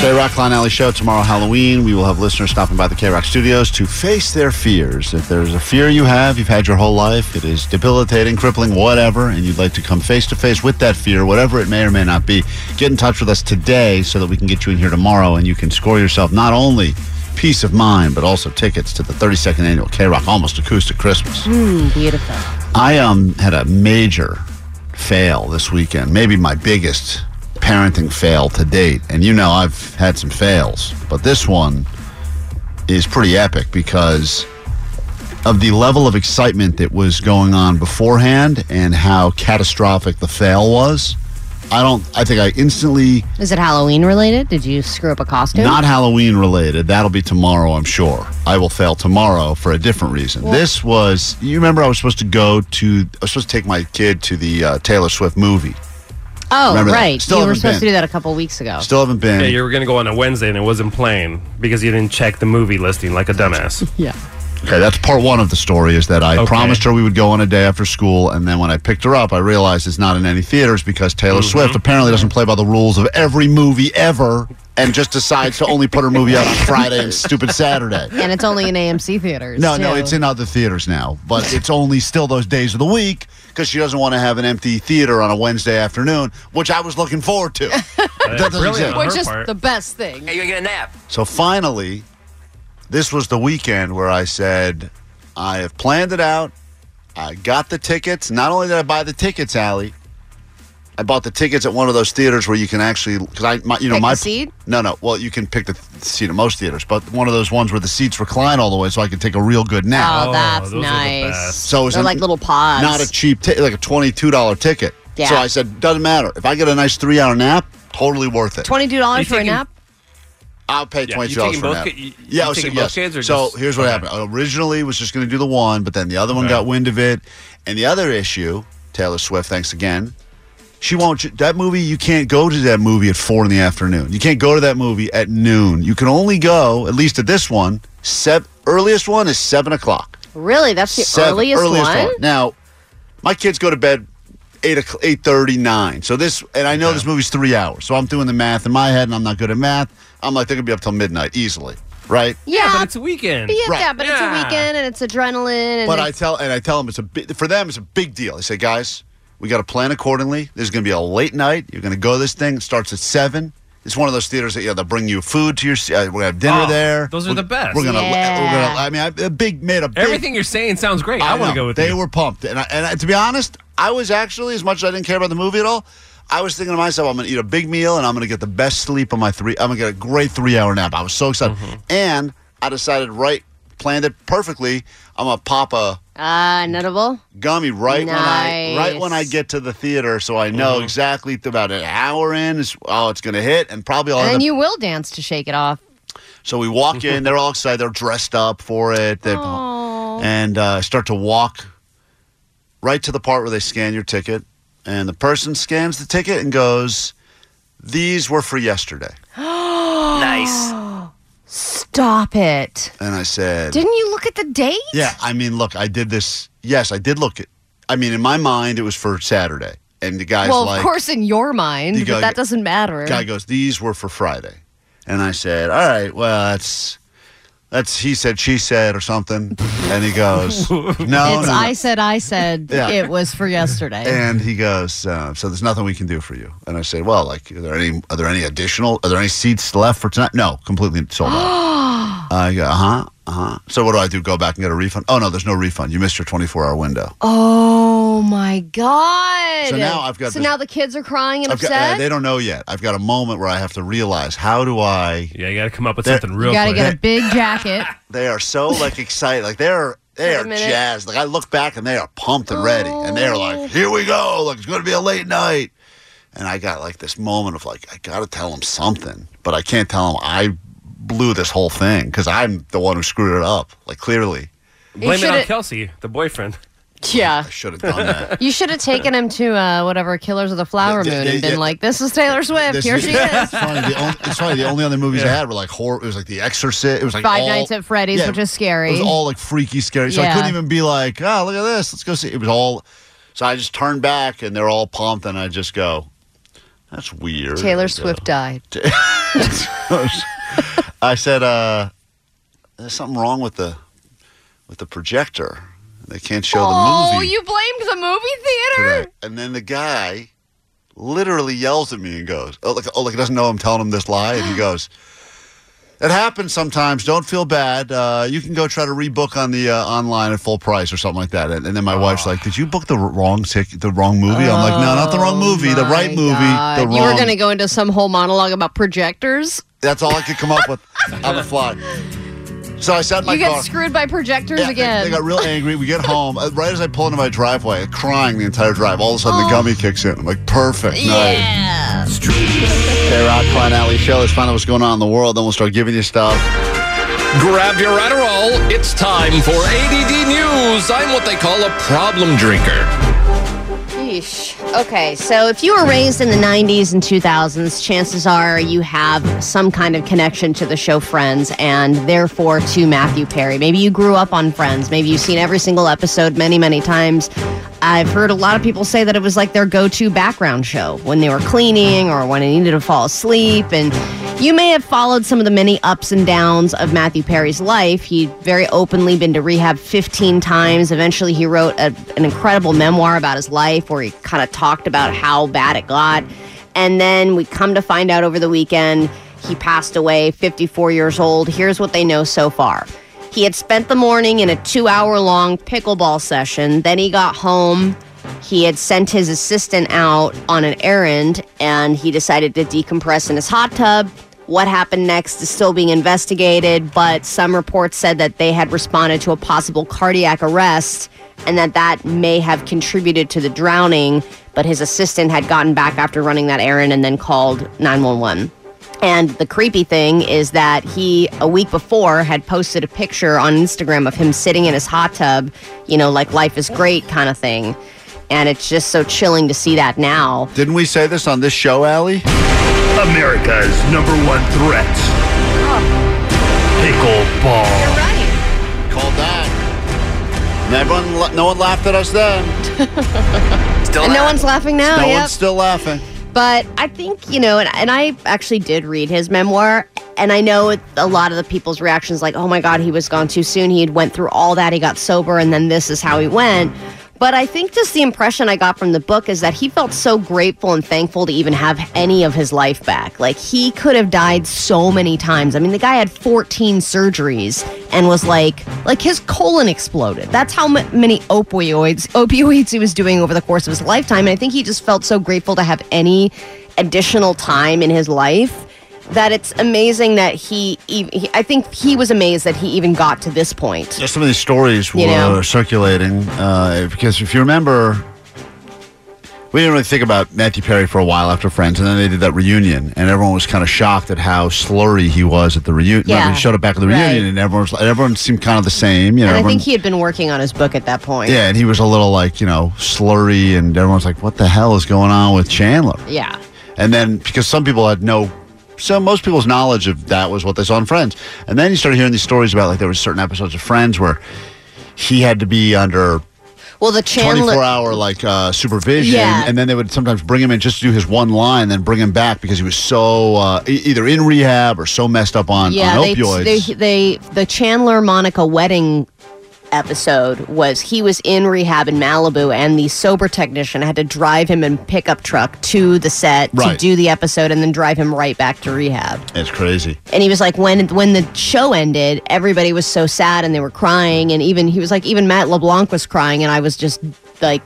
Speaker 2: K Rock Klein Alley Show. Tomorrow, Halloween. We will have listeners stopping by the K Rock studios to face their fears. If there's a fear you have, you've had your whole life, it is debilitating, crippling, whatever, and you'd like to come face to face with that fear, whatever it may or may not be, get in touch with us today so that we can get you in here tomorrow and you can score yourself not only peace of mind, but also tickets to the 32nd annual K Rock Almost Acoustic Christmas.
Speaker 6: Mm, beautiful.
Speaker 2: I um had a major fail this weekend, maybe my biggest parenting fail to date. And you know I've had some fails, but this one is pretty epic because of the level of excitement that was going on beforehand and how catastrophic the fail was. I don't I think I instantly
Speaker 6: Is it Halloween related? Did you screw up a costume?
Speaker 2: not Halloween related. That'll be tomorrow, I'm sure. I will fail tomorrow for a different reason. this was, you remember, I was supposed to go to, I was supposed to take my kid to the uh, Taylor Swift movie.
Speaker 6: oh,
Speaker 2: Remember that.
Speaker 6: right.
Speaker 2: Still
Speaker 6: you were
Speaker 2: haven't
Speaker 6: supposed to
Speaker 2: been.
Speaker 6: do that a couple weeks ago.
Speaker 2: Still haven't been.
Speaker 7: Yeah, you were gonna go on a Wednesday and it wasn't playing because you didn't check the movie listing like a dumbass.
Speaker 6: yeah.
Speaker 2: okay, that's part one of the story is that I
Speaker 7: Okay.
Speaker 2: promised her we would go on a day after school. And then when I picked her up, I realized it's not in any theaters because Taylor Swift apparently doesn't play by the rules of every movie ever and just decides to only put her movie out on Friday and stupid Saturday.
Speaker 6: And it's only in AMC theaters.
Speaker 2: No, no,
Speaker 6: too.
Speaker 2: it's in other theaters now, but it's only still those days of the week because she doesn't want to have an empty theater on a Wednesday afternoon, which I was looking forward to. That doesn't
Speaker 7: Brilliant.
Speaker 2: exist.
Speaker 7: on
Speaker 6: Which
Speaker 7: her
Speaker 6: is
Speaker 7: part.
Speaker 6: the best thing.
Speaker 11: Hey, you're gonna get a nap.
Speaker 2: So finally, this was the weekend where I said, I have planned it out. I got the tickets. Not only did I buy the tickets, Allie, I bought the tickets at one of those theaters where you can actually, because I, my, you know,
Speaker 6: Pick
Speaker 2: my
Speaker 6: the seat?
Speaker 2: No, no. Well, you can pick the th- seat at most theaters, but one of those ones where the seats recline all the way, so I could take a real good nap.
Speaker 6: Oh,
Speaker 7: Oh,
Speaker 6: that's
Speaker 7: those are the
Speaker 6: nice.
Speaker 7: best.
Speaker 2: So it's
Speaker 6: They're
Speaker 2: an-
Speaker 6: like little pods.
Speaker 2: not a cheap ticket, like a twenty-two dollar ticket.
Speaker 6: Yeah.
Speaker 2: So I said, doesn't matter. If I get a nice three-hour nap, totally worth it.
Speaker 6: twenty-two dollars
Speaker 7: You
Speaker 6: for a
Speaker 7: taking-
Speaker 6: nap.
Speaker 2: I'll pay
Speaker 9: Yeah,
Speaker 2: twenty
Speaker 9: you
Speaker 2: two dollars
Speaker 9: taking
Speaker 2: for
Speaker 9: both ki-
Speaker 2: an hour.
Speaker 9: you-
Speaker 2: yeah,
Speaker 9: you
Speaker 2: I'll say
Speaker 9: taking both
Speaker 2: yes.
Speaker 9: kids or
Speaker 2: so
Speaker 9: just-
Speaker 2: here's what
Speaker 9: okay.
Speaker 2: happened. Originally, was just going to do the one, but then the other one
Speaker 9: Okay.
Speaker 2: got wind of it, and the other issue, Taylor Swift. Thanks again. She won't. That movie, you can't go to that movie at four in the afternoon. You can't go to that movie at noon. You can only go, at least at this one, sev- earliest one is seven o'clock.
Speaker 6: Really? That's the
Speaker 2: Seven-
Speaker 6: earliest, one?
Speaker 2: Now, my kids go to bed eight o'clock, eight thirty nine. So this, and I know this movie's three hours. So I'm doing the math in my head, and I'm not good at math. I'm like, they're gonna be up till midnight easily, right?
Speaker 6: Yeah,
Speaker 9: but it's a weekend.
Speaker 6: but yeah,
Speaker 2: Right.
Speaker 6: yeah, but it's a
Speaker 9: Yeah.
Speaker 6: weekend and it's adrenaline. And
Speaker 2: But I
Speaker 6: it's-
Speaker 2: tell and I tell them it's a big, for them it's a big deal. I say, guys, we got to plan accordingly. There's going to be a late night. You're going to go. to This thing It starts at seven. It's one of those theaters that you know, they'll bring you food to your. se- Uh, we have dinner
Speaker 9: Oh,
Speaker 2: there.
Speaker 5: those are
Speaker 2: We're-
Speaker 5: the best.
Speaker 2: We're gonna. We're
Speaker 6: Yeah.
Speaker 2: gonna I mean, I, a big made a big,
Speaker 5: Everything you're saying sounds great. I, want to
Speaker 2: know.
Speaker 5: go with
Speaker 2: They
Speaker 5: you.
Speaker 2: were pumped, and I, and I, to be honest, I was actually as much as I didn't care about the movie at all. I was thinking to myself, I'm going to eat a big meal, and I'm going to get the best sleep on my three. I'm going to get a great three hour nap. I was so excited,
Speaker 5: Mm-hmm.
Speaker 2: and I decided right, planned it perfectly. I'm going to pop a
Speaker 6: Ah, notable.
Speaker 2: gummy right when I right when I
Speaker 6: Nice.
Speaker 2: get to the theater, so I know exactly th- about an hour in. Is, oh, it's going to hit, and probably all.
Speaker 6: And then
Speaker 2: Oh, the,
Speaker 6: you will dance to shake it off.
Speaker 2: so we walk in. They're all excited. They're dressed up for it. They, and uh, start to walk right to the part where they scan your ticket, and the person scans the ticket and goes, "These were for yesterday."
Speaker 9: Nice.
Speaker 6: Stop it.
Speaker 2: And I said,
Speaker 6: Didn't you look at the date?
Speaker 2: Yeah, I mean, look, I did this. Yes, I did look at. I mean, in my mind, it was for Saturday, and the guy's
Speaker 6: Well,
Speaker 2: like,
Speaker 6: of course, in your mind,
Speaker 2: You
Speaker 6: but
Speaker 2: gotta
Speaker 6: that
Speaker 2: get-
Speaker 6: doesn't matter.
Speaker 2: Guy goes, "These were for Friday," and I said, "All right, well, that's that's he said, she said, or something." And he goes, "No, no,
Speaker 12: it's
Speaker 2: no."
Speaker 12: I said, I said
Speaker 2: Yeah.
Speaker 12: it was for yesterday.
Speaker 2: And he goes, uh, "So there's nothing we can do for you." And I said, "Well, like, are there any are there any additional are there any seats left for tonight?" No, completely sold out. I go, "Uh huh, uh huh." So what do I do? Go back and get a refund? Oh no, there's no refund. You missed your 24 hour window.
Speaker 6: Oh my god!
Speaker 2: So now I've got
Speaker 6: So
Speaker 2: this-
Speaker 6: now the kids are crying and
Speaker 2: I've got,
Speaker 6: upset.
Speaker 2: uh, they don't know yet. I've got a moment where I have to realize how do I?
Speaker 5: yeah, you got to come up with
Speaker 2: They're-
Speaker 5: something
Speaker 12: You
Speaker 5: real
Speaker 12: got to
Speaker 5: quick.
Speaker 12: get a big jacket.
Speaker 2: They are so like excited, like they're. They
Speaker 6: Wait a
Speaker 2: are
Speaker 6: minute.
Speaker 2: jazzed. Like I look back and they are pumped and ready, and they are like, "Here we go! Like it's going to be a late night." And I got like this moment of like, I got to tell them something, but I can't tell them I blew this whole thing because I'm the one who screwed it up. Like clearly,
Speaker 9: Blame it on
Speaker 6: should've-
Speaker 9: Kelsey, the boyfriend.
Speaker 6: yeah,
Speaker 2: I should have done that.
Speaker 6: you should have taken him to uh, whatever Killers of the Flower
Speaker 2: Yeah, yeah,
Speaker 6: Moon and been
Speaker 2: yeah.
Speaker 6: like, "This is Taylor Swift.
Speaker 2: This
Speaker 6: Here
Speaker 2: is-
Speaker 6: she is."
Speaker 2: It's funny. The only, it's funny. The only other movies I had were like horror. It was like The Exorcist. It was like
Speaker 6: Five
Speaker 2: all-
Speaker 6: Nights at Freddy's,
Speaker 2: Yeah,
Speaker 6: which is scary.
Speaker 2: It was all like freaky, scary. So I
Speaker 6: Yeah.
Speaker 2: couldn't even be like, oh, look at this. Let's go see. It was all. So I just turned back and they're all pumped, and I just go, that's weird.
Speaker 6: Taylor
Speaker 2: I go-
Speaker 6: Swift died.
Speaker 2: I said, uh, there's something wrong with the with the projector. They can't show the
Speaker 6: Oh,
Speaker 2: movie
Speaker 6: you blamed the movie theater?
Speaker 2: today. And then the guy literally yells at me and goes, "Oh, like, oh, like he doesn't know I'm telling him this lie." And he goes, "It happens sometimes. Don't feel bad. Uh, you can go try to rebook on the uh, online at full price or something like that." And, and then my wife's like, "Did you book the wrong ticket? The wrong movie?" I'm like, "No, not the wrong movie. The
Speaker 6: Oh My
Speaker 2: right movie.
Speaker 6: God.
Speaker 2: The wrong."
Speaker 6: You were gonna go into some whole monologue about projectors.
Speaker 2: That's all I could come up with on the fly. So I sat in Oh my
Speaker 6: you get
Speaker 2: car.
Speaker 6: screwed by projectors
Speaker 2: Yeah, they-
Speaker 6: again.
Speaker 2: They, got real angry. We get home. Uh, right as I pull into my driveway, crying the entire drive, all of a sudden
Speaker 6: Oh.
Speaker 2: the gummy kicks in. I'm like, perfect. Yeah. Hey, Rock Klein Alley Show. Let's find out what's going on in the world. Then we'll start giving you stuff.
Speaker 11: Grab your Adderall. It's time for ADD News. I'm what they call a problem drinker.
Speaker 6: Yeesh. Okay, so if you were raised in the 90s and 2000s, chances are you have some kind of connection to the show Friends and therefore to Matthew Perry. Maybe you grew up on Friends. Maybe you've seen every single episode many, many times. I've heard a lot of people say that it was like their go to background show when they were cleaning or when they needed to fall asleep. And you may have followed some of the many ups and downs of Matthew Perry's life. He'd very openly been to rehab 15 times. Eventually, he wrote a, an incredible memoir about his life where he kind of talked about how bad it got. And then we come to find out over the weekend he passed away, 54 years old. Here's what they know so far. He had spent the morning in a two hour long pickleball session. Then he got home. He had sent his assistant out on an errand and he decided to decompress in his hot tub. What happened next is still being investigated, but some reports said that they had responded to a possible cardiac arrest and that that may have contributed to the drowning. But his assistant had gotten back after running that errand and then called 911. And the creepy thing is that he, a week before, had posted a picture on Instagram of him sitting in his hot tub, you know, like life is great kind of thing. And it's just so chilling to see that now.
Speaker 2: Didn't we say this on this show, Allie?
Speaker 11: America's number one threat. Pickleball. You're
Speaker 2: right. Called that. And everyone, la- no one laughed at us then.
Speaker 6: Still and no one's laughing now.
Speaker 2: no
Speaker 6: yep.
Speaker 2: one's still laughing.
Speaker 6: But I think, you know, and, and I actually did read his memoir. And I know it, a lot of the people's reactions, like, oh my God, he was gone too soon. He had went through all that. He got sober, and then this is how he went. But I think just the impression I got from the book is that he felt so grateful and thankful to even have any of his life back. Like, he could have died so many times. I mean, the guy had 14 surgeries and was like, like his colon exploded. That's how m- many opioids, opioids he was doing over the course of his lifetime. And I think he just felt so grateful to have any additional time in his life that it's amazing that he, ev- he I think he was amazed that he even got to this point.
Speaker 2: Yeah, some of these stories were
Speaker 6: You know?
Speaker 2: circulating uh, because if you remember, we didn't really think about Matthew Perry for a while after Friends, and then they did that reunion, and everyone was kind of shocked at how slurry he was at the reunion.
Speaker 6: Yeah.
Speaker 2: He showed up back at the
Speaker 6: Right.
Speaker 2: reunion, and everyone was, everyone seemed kind of the same. You know,
Speaker 6: and I
Speaker 2: everyone-
Speaker 6: think he had been working on his book at that point.
Speaker 2: yeah, and he was a little like you know slurry, and everyone's like, "What the hell is going on with Chandler?"
Speaker 6: Yeah.
Speaker 2: And then because some people had no, so most people's knowledge of that was what they saw in Friends. And then you started hearing these stories about like there were certain episodes of Friends where he had to be under
Speaker 6: Well, the Chandler.
Speaker 2: 24 hour like uh, supervision.
Speaker 6: Yeah.
Speaker 2: And then they would sometimes bring him in just to do his one line, then bring him back because he was so uh, e- either in rehab or so messed up on,
Speaker 6: yeah,
Speaker 2: on
Speaker 6: they,
Speaker 2: opioids.
Speaker 6: they they the Chandler Monica wedding episode was he was in rehab in Malibu and the sober technician had to drive him in pickup truck to the set to
Speaker 2: Right.
Speaker 6: do the episode and then drive him right back to rehab.
Speaker 2: it's crazy.
Speaker 6: And he was like, when when the show ended, everybody was so sad and they were crying, and even he was like, even Matt LeBlanc was crying, and I was just like,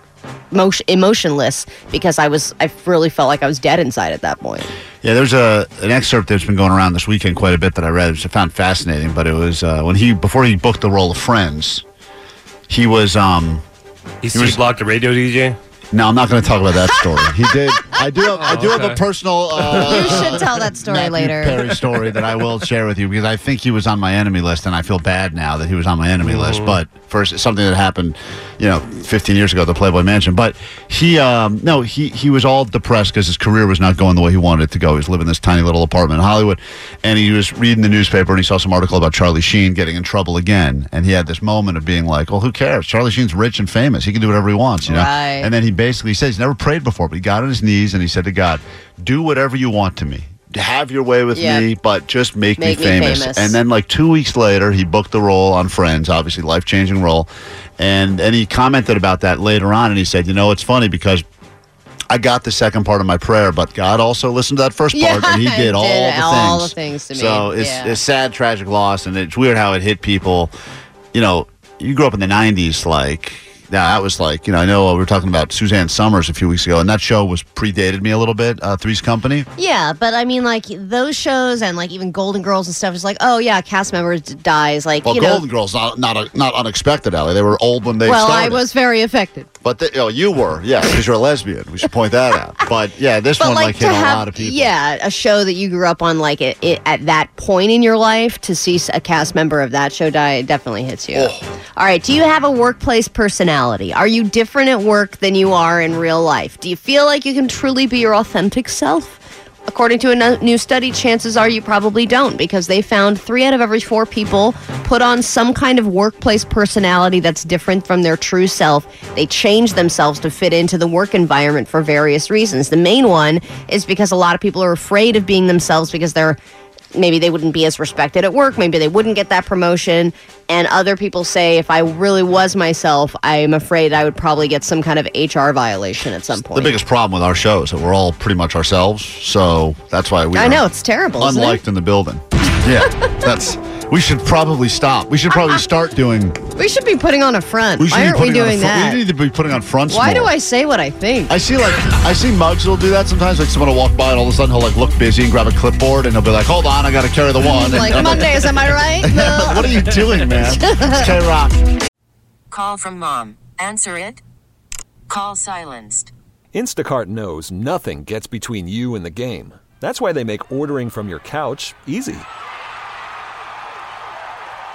Speaker 6: motion, emotionless because I was I really felt like I was dead inside at that point.
Speaker 2: Yeah, there's a an excerpt that's been going around this weekend quite a bit that I read, which I found fascinating. But it was uh, when he before he booked the role of Friends, he was um
Speaker 7: He's
Speaker 2: he was
Speaker 7: blocked a radio DJ.
Speaker 2: No, I'm not going to talk about that story. he did. I do. Have, I do have a
Speaker 7: okay.
Speaker 2: personal. Uh,
Speaker 6: You should tell that story
Speaker 2: Matthew
Speaker 6: later.
Speaker 2: Perry story that I will share with you because I think he was on my enemy list, and I feel bad now that he was on my enemy list. But first, something that happened, you know, 15 years ago at the Playboy Mansion. But he, um, no, he he was all depressed because his career was not going the way he wanted it to go. He was living in this tiny little apartment in Hollywood, and he was reading the newspaper and he saw some article about Charlie Sheen getting in trouble again, and he had this moment of being like, "Well, who cares? Charlie Sheen's rich and famous. He can do whatever he wants." You know.
Speaker 6: Right.
Speaker 2: And then he basically says he's never prayed before, but he got on his knees and he said to God, "Do whatever you want to me." Have your way with
Speaker 6: Yeah.
Speaker 2: me, but just make,
Speaker 6: Make me
Speaker 2: me, famous.
Speaker 6: famous.
Speaker 2: And then, like two weeks later, he booked the role on Friends, obviously life changing role, and and he commented about that later on, and he said, you know, it's funny because I got the second part of my prayer, but God also listened to that first part, and He
Speaker 6: Yeah,
Speaker 2: did,
Speaker 6: did
Speaker 2: all the things.
Speaker 6: all the things to me,
Speaker 2: So it's
Speaker 6: yeah.
Speaker 2: it's sad, tragic loss, and it's weird how it hit people. You know, you grew up in the '90s, like. Now that was like you know I know we were talking about Suzanne Summers a few weeks ago, and that show was predated me a little bit. Uh, Three's Company,
Speaker 6: Yeah, but I mean, like those shows and like even Golden Girls and stuff is like, oh yeah, cast member d- dies. Like
Speaker 2: Well,
Speaker 6: you
Speaker 2: Golden
Speaker 6: know,
Speaker 2: Girls not not not unexpected, Allie. They were old when they
Speaker 6: well,
Speaker 2: started.
Speaker 6: I was very affected.
Speaker 2: but they, oh, you were, yeah, because you're a lesbian. We should point that out. But yeah, this
Speaker 6: But
Speaker 2: one
Speaker 6: like,
Speaker 2: like,
Speaker 6: to
Speaker 2: hit
Speaker 6: have
Speaker 2: a lot of people.
Speaker 6: yeah, a show that you grew up on, like it, it, at that point in your life, to see s- a cast member of that show die, it definitely hits you.
Speaker 2: Oh.
Speaker 6: All right, do you have a workplace personality? Are you different at work than you are in real life? Do you feel like you can truly be your authentic self? According to a no- new study, chances are you probably don't because they found three out of every four people put on some kind of workplace personality that's different from their true self. They change themselves to fit into the work environment for various reasons. The main one is because a lot of people are afraid of being themselves because they're maybe they wouldn't be as respected at work maybe they wouldn't get that promotion and other people say if i really was myself i'm afraid i would probably get some kind of hr violation at some
Speaker 2: The
Speaker 6: point
Speaker 2: biggest problem with our show is that we're all pretty much ourselves, so that's why we.
Speaker 6: i
Speaker 2: are
Speaker 6: know it's terrible isn't it?
Speaker 2: Unliked in the building. Yeah, that's. We should probably stop. We should probably start doing.
Speaker 6: We should be putting on a front.
Speaker 2: We should
Speaker 6: Why
Speaker 2: be
Speaker 6: aren't we
Speaker 2: putting on a
Speaker 6: doing
Speaker 2: fr-
Speaker 6: that?
Speaker 2: We need to be putting on fronts.
Speaker 6: Why do
Speaker 2: more.
Speaker 6: I say what I think?
Speaker 2: I see like I see mugs will do that sometimes. Like someone will walk by and all of a sudden he'll like look busy and grab a clipboard and he'll be like, "Hold on, I got to carry the one." And
Speaker 6: Like
Speaker 2: I'm
Speaker 6: Mondays, am I right?
Speaker 2: what are you doing, man? It's K Rock.
Speaker 13: Call from mom. Answer it. Call silenced.
Speaker 14: Instacart knows nothing gets between you and the game. That's why they make ordering from your couch easy.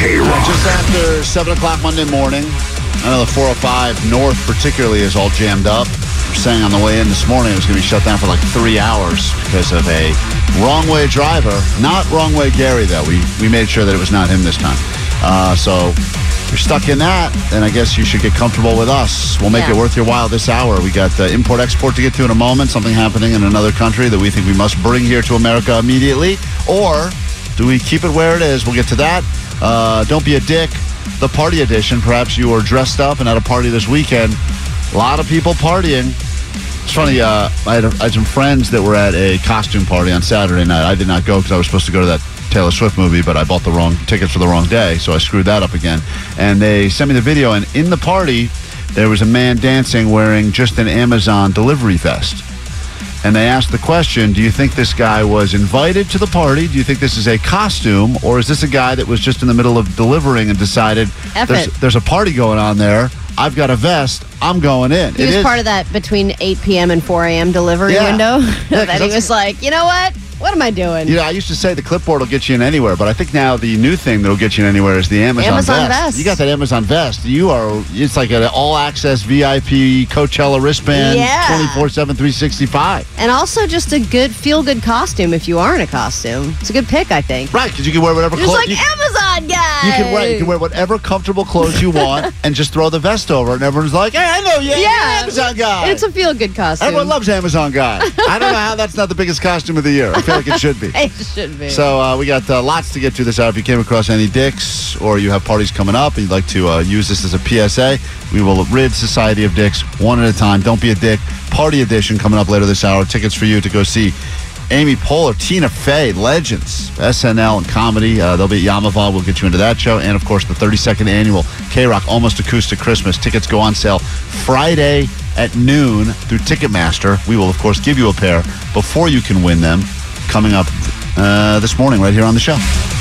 Speaker 1: K Rock.
Speaker 2: Just after 7 o'clock Monday morning, I know the 405 North particularly is all jammed up. We're saying on the way in this morning it was going to be shut down for like three hours because of a wrong way driver. Not wrong way Gary, though. We, we made sure that it was not him this time. Uh, so if you're stuck in that, then I guess you should get comfortable with us. We'll make
Speaker 15: Yeah.
Speaker 2: it worth your while this hour. We got uh, import export to get to in a moment, something happening in another country that we think we must bring here to America immediately. Or do we keep it where it is? We'll get to that. Uh, don't be a dick. The party edition. Perhaps you are dressed up and at a party this weekend. A lot of people partying. It's funny. Uh, I, had I had some friends that were at a costume party on Saturday night. I did not go because I was supposed to go to that Taylor Swift movie, but I bought the wrong tickets for the wrong day, so I screwed that up again. And they sent me the video, and in the party, there was a man dancing wearing just an Amazon delivery vest. And they asked the question Do you think this guy was invited to the party? Do you think this is a costume? Or is this a guy that was just in the middle of delivering and decided
Speaker 6: F
Speaker 2: there's,
Speaker 6: it."
Speaker 2: there's a party going on there? I've got a vest. I'm going in.
Speaker 6: He
Speaker 2: It
Speaker 6: was
Speaker 2: is-
Speaker 6: part of that between 8 p.m. and 4 a.m. delivery
Speaker 2: Yeah.
Speaker 6: window.
Speaker 2: Yeah, 'cause
Speaker 6: that he
Speaker 2: that's-
Speaker 6: was like, you know what? What am I doing?
Speaker 2: You know, I used to say the clipboard will get you in anywhere, but I think now the new thing that'll get you in anywhere is the Amazon,
Speaker 6: Amazon vest.
Speaker 2: You got that Amazon vest. You are, it's like an all access VIP Coachella wristband
Speaker 6: Yeah.
Speaker 2: 24 7, 365.
Speaker 6: And also just a good feel good costume if you are in a costume. It's a good pick, I think.
Speaker 2: Right, because you can wear whatever
Speaker 6: Just
Speaker 2: clo-
Speaker 6: like
Speaker 2: you-
Speaker 6: Amazon guy.
Speaker 2: You can wear you can wear whatever comfortable clothes you want and just throw the vest over, and everyone's like, "Hey, I know you, you're an Amazon guy."
Speaker 6: It's a feel good costume.
Speaker 2: Everyone loves Amazon guy. I don't know how that's not the biggest costume of the year. I feel like it should be.
Speaker 6: it should be.
Speaker 2: So uh, we got uh, lots to get to this hour. If you came across any dicks or you have parties coming up and you'd like to uh, use this as a PSA, we will rid society of dicks one at a time. Don't be a dick. Party edition coming up later this hour. Tickets for you to go see Amy Poehler, Tina Fey, legends, SNL and comedy. Uh, they'll be at Yamava. We'll get you into that show. And of course, the 32nd annual K Rock Almost Acoustic Christmas. Tickets go on sale Friday at noon through Ticketmaster. We will, of course, give you a pair before you can win them coming up uh, this morning right here on the show.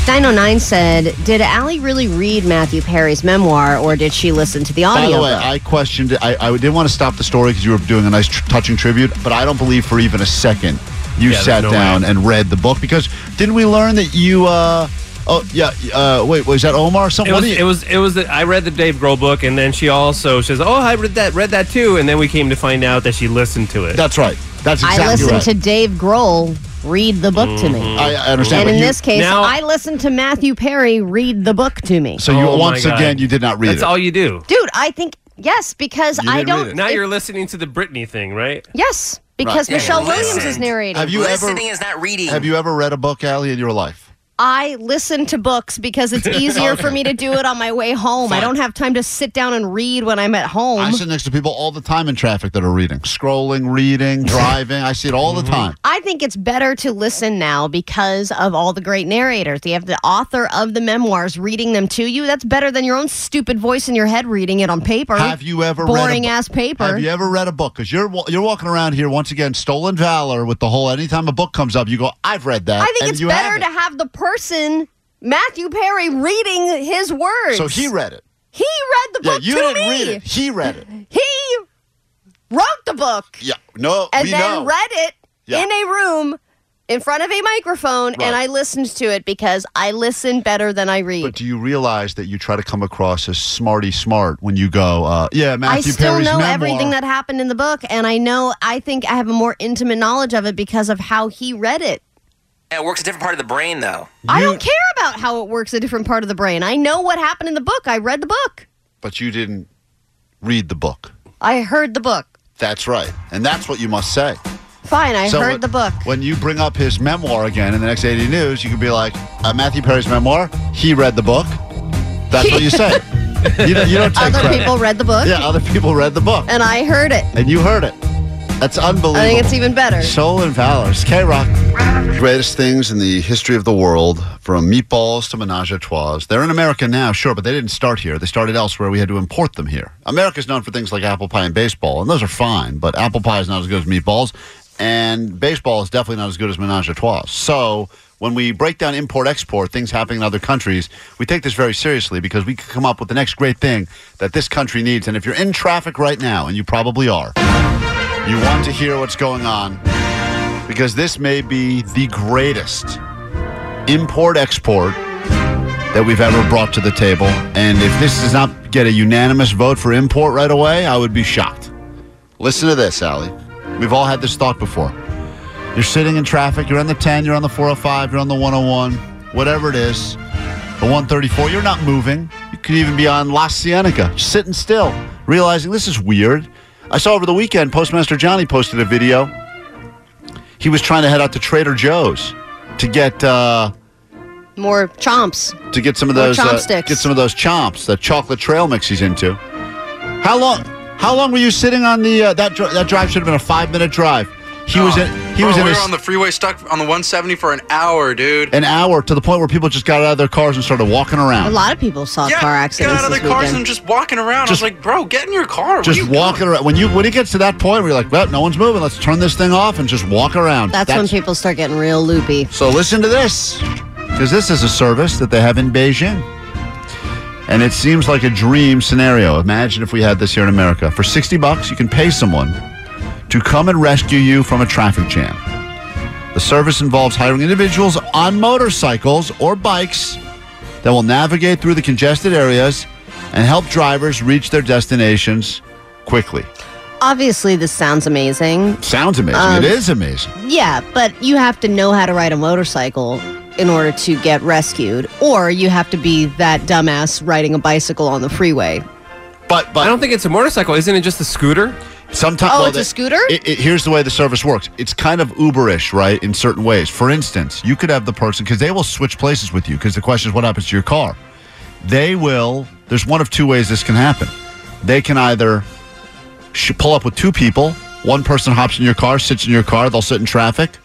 Speaker 6: 909 said, Did Allie really read Matthew Perry's memoir or did she listen to the
Speaker 2: By
Speaker 6: audio?
Speaker 2: the way, I questioned it. I, I didn't want to stop the story because you were doing a nice, tr- touching tribute, but I don't believe for even a second you
Speaker 5: Yeah,
Speaker 2: sat
Speaker 5: there's no
Speaker 2: down and read the book because didn't we learn that you? Uh, oh yeah. Uh, wait, was that Omar? Something?
Speaker 5: It
Speaker 2: what
Speaker 5: was,
Speaker 2: do you-
Speaker 5: it was. It was. The, I read the Dave Grohl book, and then she also says, "Oh, I read that. Read that too." And then we came to find out that she listened to it.
Speaker 2: That's right. That's
Speaker 6: I listened to Dave Grohl read the book to me.
Speaker 2: I- I understand,
Speaker 6: And
Speaker 2: but
Speaker 6: in
Speaker 2: you-
Speaker 6: this case,
Speaker 2: Now-
Speaker 6: I listened to Matthew Perry read the book to me.
Speaker 2: so you once again you did not read
Speaker 5: Oh That's
Speaker 2: it.
Speaker 5: all you do.
Speaker 6: Dude, I think, yes, because I don't.
Speaker 5: Now
Speaker 6: if-
Speaker 5: you're listening to the Britney thing, right?
Speaker 6: Yes, because
Speaker 5: Yeah,
Speaker 6: Michelle
Speaker 5: listen.
Speaker 6: Williams is narrating.
Speaker 2: Have you ever? Have you ever read a book, Allie, in your life?
Speaker 6: I listen to books because it's easier for me to do it on my way home. I don't have time to sit down and read when I'm at home.
Speaker 2: I sit next to people all the time in traffic that are reading, scrolling, reading, driving. I see it all
Speaker 6: Mm-hmm.
Speaker 2: the time.
Speaker 6: I think it's better to listen now because of all the great narrators. You have the author of the memoirs reading them to you. That's better than your own stupid voice in your head reading it on paper.
Speaker 2: Have you ever read a
Speaker 6: boring
Speaker 2: bu-
Speaker 6: ass paper?
Speaker 2: Have you ever read a book? Because you're wa- you're walking around here once again, stolen valor with the whole. Anytime a book comes up, you go, "I've read that."
Speaker 6: I think
Speaker 2: and
Speaker 6: it's
Speaker 2: you
Speaker 6: better
Speaker 2: haven't.
Speaker 6: to have the person Matthew Perry reading his words.
Speaker 2: So he read it.
Speaker 6: He read the
Speaker 2: Yeah,
Speaker 6: book
Speaker 2: you
Speaker 6: to
Speaker 2: didn't
Speaker 6: me.
Speaker 2: read it. He read it.
Speaker 6: He wrote the book
Speaker 2: Yeah. No,
Speaker 6: and
Speaker 2: Oh, we
Speaker 6: then
Speaker 2: know.
Speaker 6: read it
Speaker 2: Yeah.
Speaker 6: in a room in front of a microphone,
Speaker 2: Right.
Speaker 6: and I listened to it because I listen better than I read.
Speaker 2: But do you realize that you try to come across as smarty smart when you go, uh, yeah,
Speaker 6: I
Speaker 2: Matthew
Speaker 6: still
Speaker 2: Perry's
Speaker 6: know
Speaker 2: memoir.
Speaker 6: everything that happened in the book, and I know I think I have a more intimate knowledge of it because of how he read it.
Speaker 15: Yeah, it works a different part of the brain, though.
Speaker 6: I don't care about how it works a different part of the brain. I know what happened in the book. I read the book.
Speaker 2: but you didn't read the book.
Speaker 6: I heard the book.
Speaker 2: That's right. And that's what you must say.
Speaker 6: Fine, I
Speaker 2: So
Speaker 6: heard
Speaker 2: when-
Speaker 6: the book.
Speaker 2: When you bring up his memoir again in the next 80 News, you could be like, uh, Matthew Perry's memoir, he read the book. That's what you say. you, don't, you don't take
Speaker 6: Other
Speaker 2: credit.
Speaker 6: people read the book,
Speaker 2: Yeah, other people read the book.
Speaker 6: and I heard it.
Speaker 2: And you heard it. That's unbelievable.
Speaker 6: I think it's even better.
Speaker 2: Soul and Valor. It's K Rock. Greatest things in the history of the world, from meatballs to menage a trois. They're in America now, sure, but they didn't start here. They started elsewhere. We had to import them here. America's known for things like apple pie and baseball, and those are fine, but apple pie is not as good as meatballs, and baseball is definitely not as good as menage a trois. So when we break down import export, things happening in other countries, we take this very seriously because we could come up with the next great thing that this country needs. And if you're in traffic right now, and you probably are, you want to hear what's going on because this may be the greatest import export that we've ever brought to the table. And if this does not get a unanimous vote for import right away, I would be shocked. Listen to this, Allie. We've all had this thought before. You're sitting in traffic, you're on the 10, you're on the 405, you're on the 101, whatever it is, the 134, you're not moving. You could even be on La Cienega, just sitting still, realizing this is weird. I saw over the weekend, Postmaster Johnny posted a video he was trying to head out to Trader Joe's to get uh,
Speaker 6: More chomps.
Speaker 2: to get some of
Speaker 6: More
Speaker 2: those uh,
Speaker 6: chopsticks.
Speaker 2: get some of those chomps, that chocolate trail mix he's into. How long? How long were you sitting on the uh, that dri- that drive? Should have been a five minute drive. He was in. He
Speaker 16: Bro,
Speaker 2: was in
Speaker 16: we
Speaker 2: his,
Speaker 16: were on the freeway stuck on the 170 for an hour, dude.
Speaker 2: an hour to the point where people just got out of their cars and started walking
Speaker 6: A
Speaker 2: around.
Speaker 6: lot of people saw
Speaker 16: Yeah,
Speaker 6: car accidents.
Speaker 16: Got out of
Speaker 6: this
Speaker 16: the cars
Speaker 6: weekend.
Speaker 16: and just walking around.
Speaker 2: Just-
Speaker 16: I was like, bro, get in your car. What
Speaker 2: Just
Speaker 16: are you
Speaker 2: walking around. When you when it gets to that point where you're like, well, no one's moving. Let's turn this thing off and just walk around.
Speaker 6: That's, when people start getting real loopy.
Speaker 2: So listen to this, because this is a service that they have in Beijing. And it seems like a dream scenario. Imagine if we had this here in America. For 60 bucks, you can pay someone to come and rescue you from a traffic jam. The service involves hiring individuals on motorcycles or bikes that will navigate through the congested areas and help drivers reach their destinations quickly.
Speaker 6: Obviously, this sounds amazing.
Speaker 2: Sounds amazing.
Speaker 6: Um,
Speaker 2: it is amazing.
Speaker 6: Yeah, but you have to know how to ride a motorcycle in order to get rescued, or you have to be that dumbass riding a bicycle on the freeway.
Speaker 2: But, but
Speaker 5: I don't think it's a motorcycle. Isn't it just a scooter?
Speaker 2: Sometimes.
Speaker 6: Oh, it's a scooter?
Speaker 2: It, it, here's the way the service works. It's kind of Uberish, right? In certain ways. For instance, you could have the person because they will switch places with you. Because the question is, what happens to your car? They will. There's one of two ways this can happen. They can either sh- pull up with two people. One person hops in your car, sits in your car. They'll sit in traffic,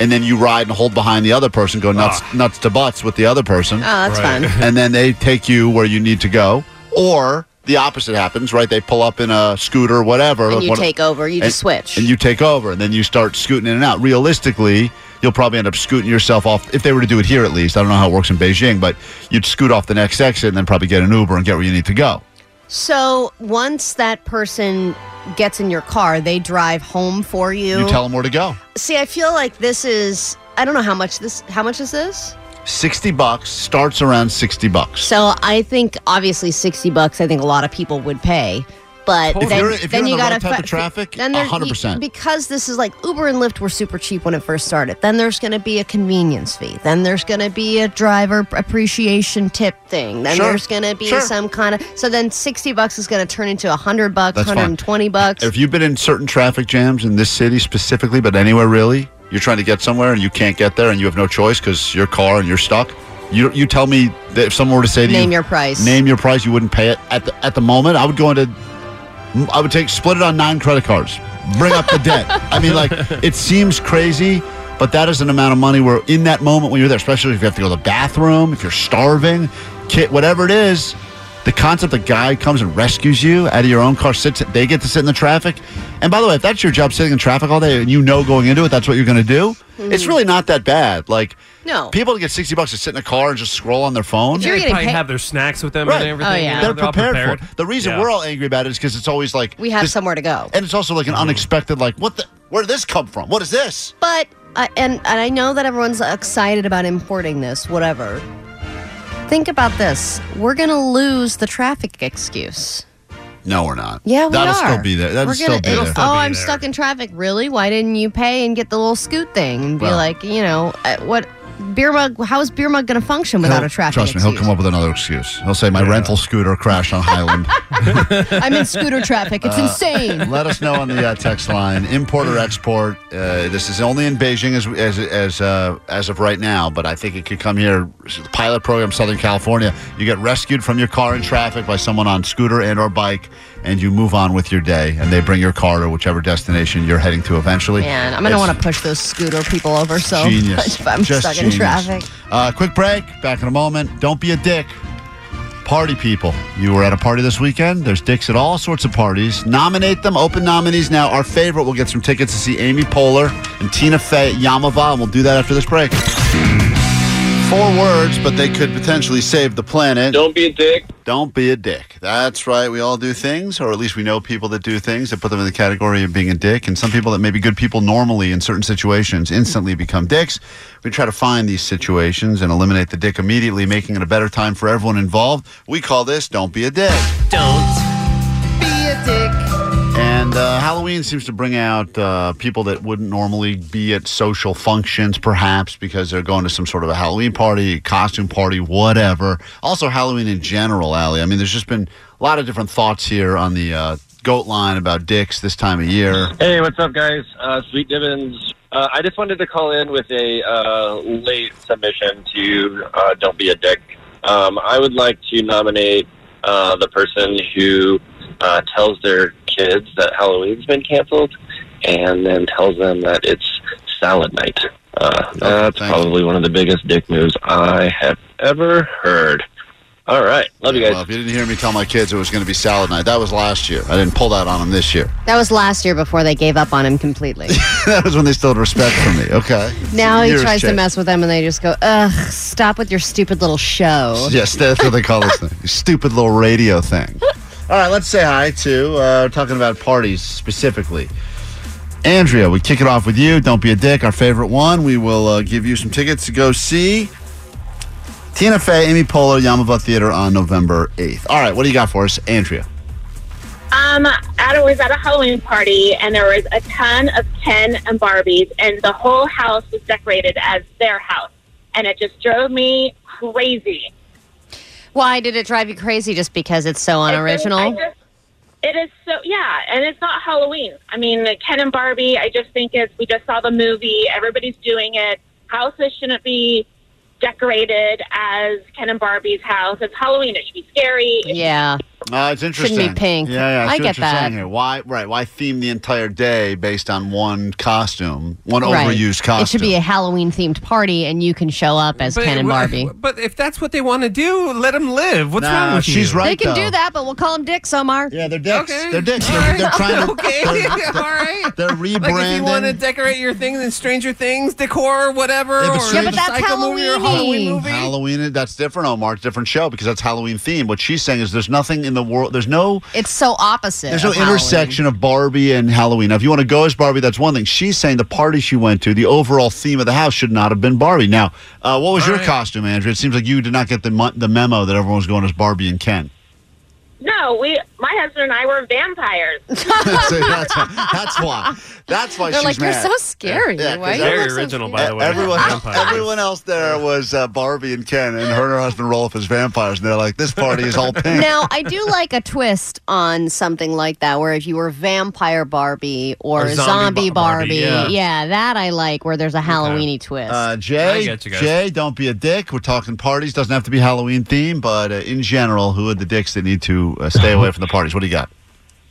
Speaker 2: and then you ride and hold behind the other person, go nuts, nuts to butts with the other person.
Speaker 6: Oh, that's Right. fun.
Speaker 2: and then they take you where you need to go, or the opposite happens, right? They pull up in a scooter, or whatever.
Speaker 6: And you
Speaker 2: One-
Speaker 6: take over, you just switch.
Speaker 2: and you take over, and then you start scooting in and out. Realistically, you'll probably end up scooting yourself off if they were to do it here, at least. I don't know how it works in Beijing, but you'd scoot off the next exit and then probably get an Uber and get where you need to go.
Speaker 6: So once that person gets in your car, they drive home for you.
Speaker 2: You tell them where to go.
Speaker 6: See, I feel like this is. I don't know how much this. How much is this?
Speaker 2: Sixty bucks starts around sixty bucks.
Speaker 6: So I think obviously sixty bucks. I think a lot of people would pay, but
Speaker 2: Totally.
Speaker 6: then,
Speaker 2: If you're- if you're
Speaker 6: then
Speaker 2: in
Speaker 6: you
Speaker 2: the
Speaker 6: got
Speaker 2: right type of traffic,
Speaker 6: Then there's-
Speaker 2: 100%.
Speaker 6: you- because this is like Uber and Lyft were super cheap when it first started. Then there's going to be a convenience fee. Then there's going to be a driver appreciation tip thing. Then
Speaker 2: Sure.
Speaker 6: there's going to be
Speaker 2: Sure.
Speaker 6: some kind of. So then sixty bucks is going to turn into hundred bucks,
Speaker 2: That's fine.
Speaker 6: hundred and twenty bucks.
Speaker 2: If you've been in certain traffic jams in this city specifically, but anywhere really, you're trying to get somewhere and you can't get there, and you have no choice because your car and you're stuck. You you tell me that if someone were to say to you,
Speaker 6: Name your price.
Speaker 2: name your price, you wouldn't pay it at the at the moment. I would go into, I would take split it on nine credit cards, bring up the debt. I mean, like it seems crazy. But that is an amount of money where, in that moment when you're there, especially if you have to go to the bathroom, if you're starving, kid, whatever it is, The concept a guy comes and rescues you out of your own car, sits, they get to sit in the traffic. And by the way, if that's your job, sitting in traffic all day, and you know going into it, that's what you're going to do, it's
Speaker 6: Mm.
Speaker 2: really not that bad. Like,
Speaker 6: No.
Speaker 2: people that get 60 bucks to sit in a car and just scroll on their phone.
Speaker 5: They probably have their snacks with them
Speaker 2: Right.
Speaker 5: and
Speaker 6: Oh,
Speaker 5: everything. you know,
Speaker 2: They're,
Speaker 5: all
Speaker 2: prepared, for it. The reason
Speaker 5: Yeah.
Speaker 2: we're all angry about it is because it's always like
Speaker 6: We have somewhere to go.
Speaker 2: and it's also like an
Speaker 5: Mm-hmm.
Speaker 2: unexpected, like, what the? Where did this come from? What is this?
Speaker 6: But I and and I know that everyone's excited about importing this, whatever. Think about this: we're going to lose the traffic excuse.
Speaker 2: No, we're not.
Speaker 6: Yeah, we
Speaker 2: that'll
Speaker 6: are.
Speaker 2: still be there. That'll
Speaker 6: We're
Speaker 2: still
Speaker 6: gonna-
Speaker 2: be
Speaker 6: it'll-
Speaker 2: there.
Speaker 6: Oh, I'm stuck in traffic. Really? Why didn't you pay and get the little scoot thing and be
Speaker 2: Well.
Speaker 6: like, you know, uh, what beer mug? How is beer mug going to function without
Speaker 2: He'll-
Speaker 6: a traffic?
Speaker 2: Trust me,
Speaker 6: excuse?
Speaker 2: he'll come up with another excuse. He'll say my rental scooter crashed on Highland.
Speaker 6: I'm in scooter traffic. It's
Speaker 2: Uh,
Speaker 6: insane.
Speaker 2: Let us know on the uh, text line, import or export. Uh, this is only in Beijing as as as uh, as of right now, but I think it could come here. Pilot program, Southern California. You get rescued from your car in traffic by someone on scooter and or bike, and you move on with your day. And they bring your car to whichever destination you're heading to eventually.
Speaker 6: Man, I'm going to
Speaker 2: It's
Speaker 6: want to push those scooter people over. So
Speaker 2: genius.
Speaker 6: if I'm
Speaker 2: Just
Speaker 6: stuck
Speaker 2: genius.
Speaker 6: in traffic.
Speaker 2: Uh, quick break. Back in a moment. Don't be a dick. Party people. You were at a party this weekend. There's dicks at all sorts of parties. Nominate them. Open nominees now. Our favorite will get some tickets to see Amy Poehler and Tina Fey at Yamava, and we'll do that after this break. Four words, but they could potentially save the planet. Don't be a dick. Don't be a dick. That's right. We all do things, or at least we know people that do things that put them in the category of being a dick. And some people that may be good people normally in certain situations instantly become dicks. We try to find these situations and eliminate the dick immediately, making it a better time for everyone involved. We call this Don't Be a Dick. Don't
Speaker 6: Be a dick.
Speaker 2: and uh, Halloween seems to bring out uh, people that wouldn't normally be at social functions, perhaps because they're going to some sort of a Halloween party, costume party, whatever. Also, Halloween in general, Allie. I mean, there's just been a lot of different thoughts here on the uh, goat line about dicks this time of year.
Speaker 11: Hey, what's up, guys? Uh, Sweet Divins. Uh, I just wanted to call in with a uh, late submission to uh, Don't Be a Dick. Um, I would like to nominate uh, the person who uh, tells their kids that Halloween's been canceled and then tells them that it's salad night. Uh, that's probably one of the biggest dick moves Uh, I have ever heard. All right. Love you guys.
Speaker 2: Well, if you didn't hear me tell my kids it was going to be salad night, that was last year. I didn't pull that on them this year.
Speaker 6: That was last year before they gave up on him completely.
Speaker 2: that was when they still had respect for me. Okay.
Speaker 6: Now he
Speaker 2: Years
Speaker 6: tries to
Speaker 2: changed.
Speaker 6: mess with them, and they just go, "Ugh, stop with your stupid little show."
Speaker 2: Yes, that's what they call this thing. Stupid little radio thing. All right, let's say hi to, uh, talking about parties specifically. Andrea, we kick it off with you. Don't be a dick, our favorite one. We will uh, give you some tickets to go see Tina Fey, Amy Poehler, Yamava Theater on November 8th. All right, what do you got for us, Andrea?
Speaker 17: Um, I was at a Halloween party, and there was a ton of Ken and Barbies, and the whole house was decorated as their house, and it just drove me crazy.
Speaker 6: Why did it drive you crazy? Just because it's so
Speaker 17: I
Speaker 6: unoriginal?
Speaker 17: just- It is so yeah, and it's not Halloween. I mean, like, Ken and Barbie. I just think it's we just saw the movie. Everybody's doing it. Houses shouldn't be decorated as Ken and Barbie's house. It's Halloween. It should be scary.
Speaker 6: Yeah.
Speaker 2: Uh, it's interesting.
Speaker 6: pink.
Speaker 2: Yeah, yeah.
Speaker 6: I
Speaker 2: see
Speaker 6: get
Speaker 2: what you're
Speaker 6: that.
Speaker 2: Saying here. Why? Right. Why theme the entire day based on one costume, one
Speaker 6: Right.
Speaker 2: overused costume?
Speaker 6: It should be a Halloween themed party, and you can show up as
Speaker 2: But
Speaker 6: Ken and
Speaker 2: it-
Speaker 6: Barbie.
Speaker 5: But if that's what they want to do, let them live. What's
Speaker 2: Nah,
Speaker 5: wrong with you?
Speaker 2: she's right,
Speaker 6: they can do that, but we'll call them dicks, Omar.
Speaker 2: Yeah, they're dicks. They're dicks. They're, they're trying to.
Speaker 5: Okay,
Speaker 2: They're,
Speaker 5: all
Speaker 2: they're-
Speaker 5: right.
Speaker 2: they're
Speaker 5: Like if you
Speaker 2: rebranding.
Speaker 5: want to decorate your things in Stranger Things decor, whatever,
Speaker 2: Yeah, but
Speaker 5: or
Speaker 2: Stranger- Yeah, but
Speaker 6: that's
Speaker 5: Psycho movie or Halloween movie.
Speaker 2: Halloween, that's different, Omar. It's a different show because that's Halloween theme. What she's saying is there's nothing in the world. There's no.
Speaker 6: It's so opposite.
Speaker 2: There's no
Speaker 6: of Halloween.
Speaker 2: intersection of Barbie and Halloween. Now, if you want to go as Barbie, that's one thing. She's saying the party she went to, the overall theme of the house should not have been Barbie. Now, uh, what was your costume, Andrew? It seems like you did not get the mo- the memo that everyone was going as Barbie and Ken.
Speaker 17: No, we. My husband and I were vampires.
Speaker 2: See, that's, that's why. That's why
Speaker 17: They're
Speaker 2: she's
Speaker 17: like, "You're
Speaker 2: mad."
Speaker 17: so scary. Why
Speaker 2: 'cause
Speaker 17: you
Speaker 5: Very look so original, by the way.
Speaker 2: Everyone,
Speaker 5: Vampires.
Speaker 2: everyone else there was uh, Barbie and Ken, and her and her husband Rolf as vampires, and they're like, "This party is all pink."
Speaker 6: now, I do like a twist on something like that, where if you were vampire Barbie or,
Speaker 2: Or
Speaker 6: zombie,
Speaker 2: zombie Ba-
Speaker 6: Barbie,
Speaker 2: Barbie, yeah.
Speaker 6: yeah. that I like, where there's a Halloweeny twist.
Speaker 2: Uh, Jay, Jay, don't be a dick. We're talking parties. Doesn't have to be Halloween themed, but uh, in general, who are the dicks that need to uh, stay away from the parties? What do you got?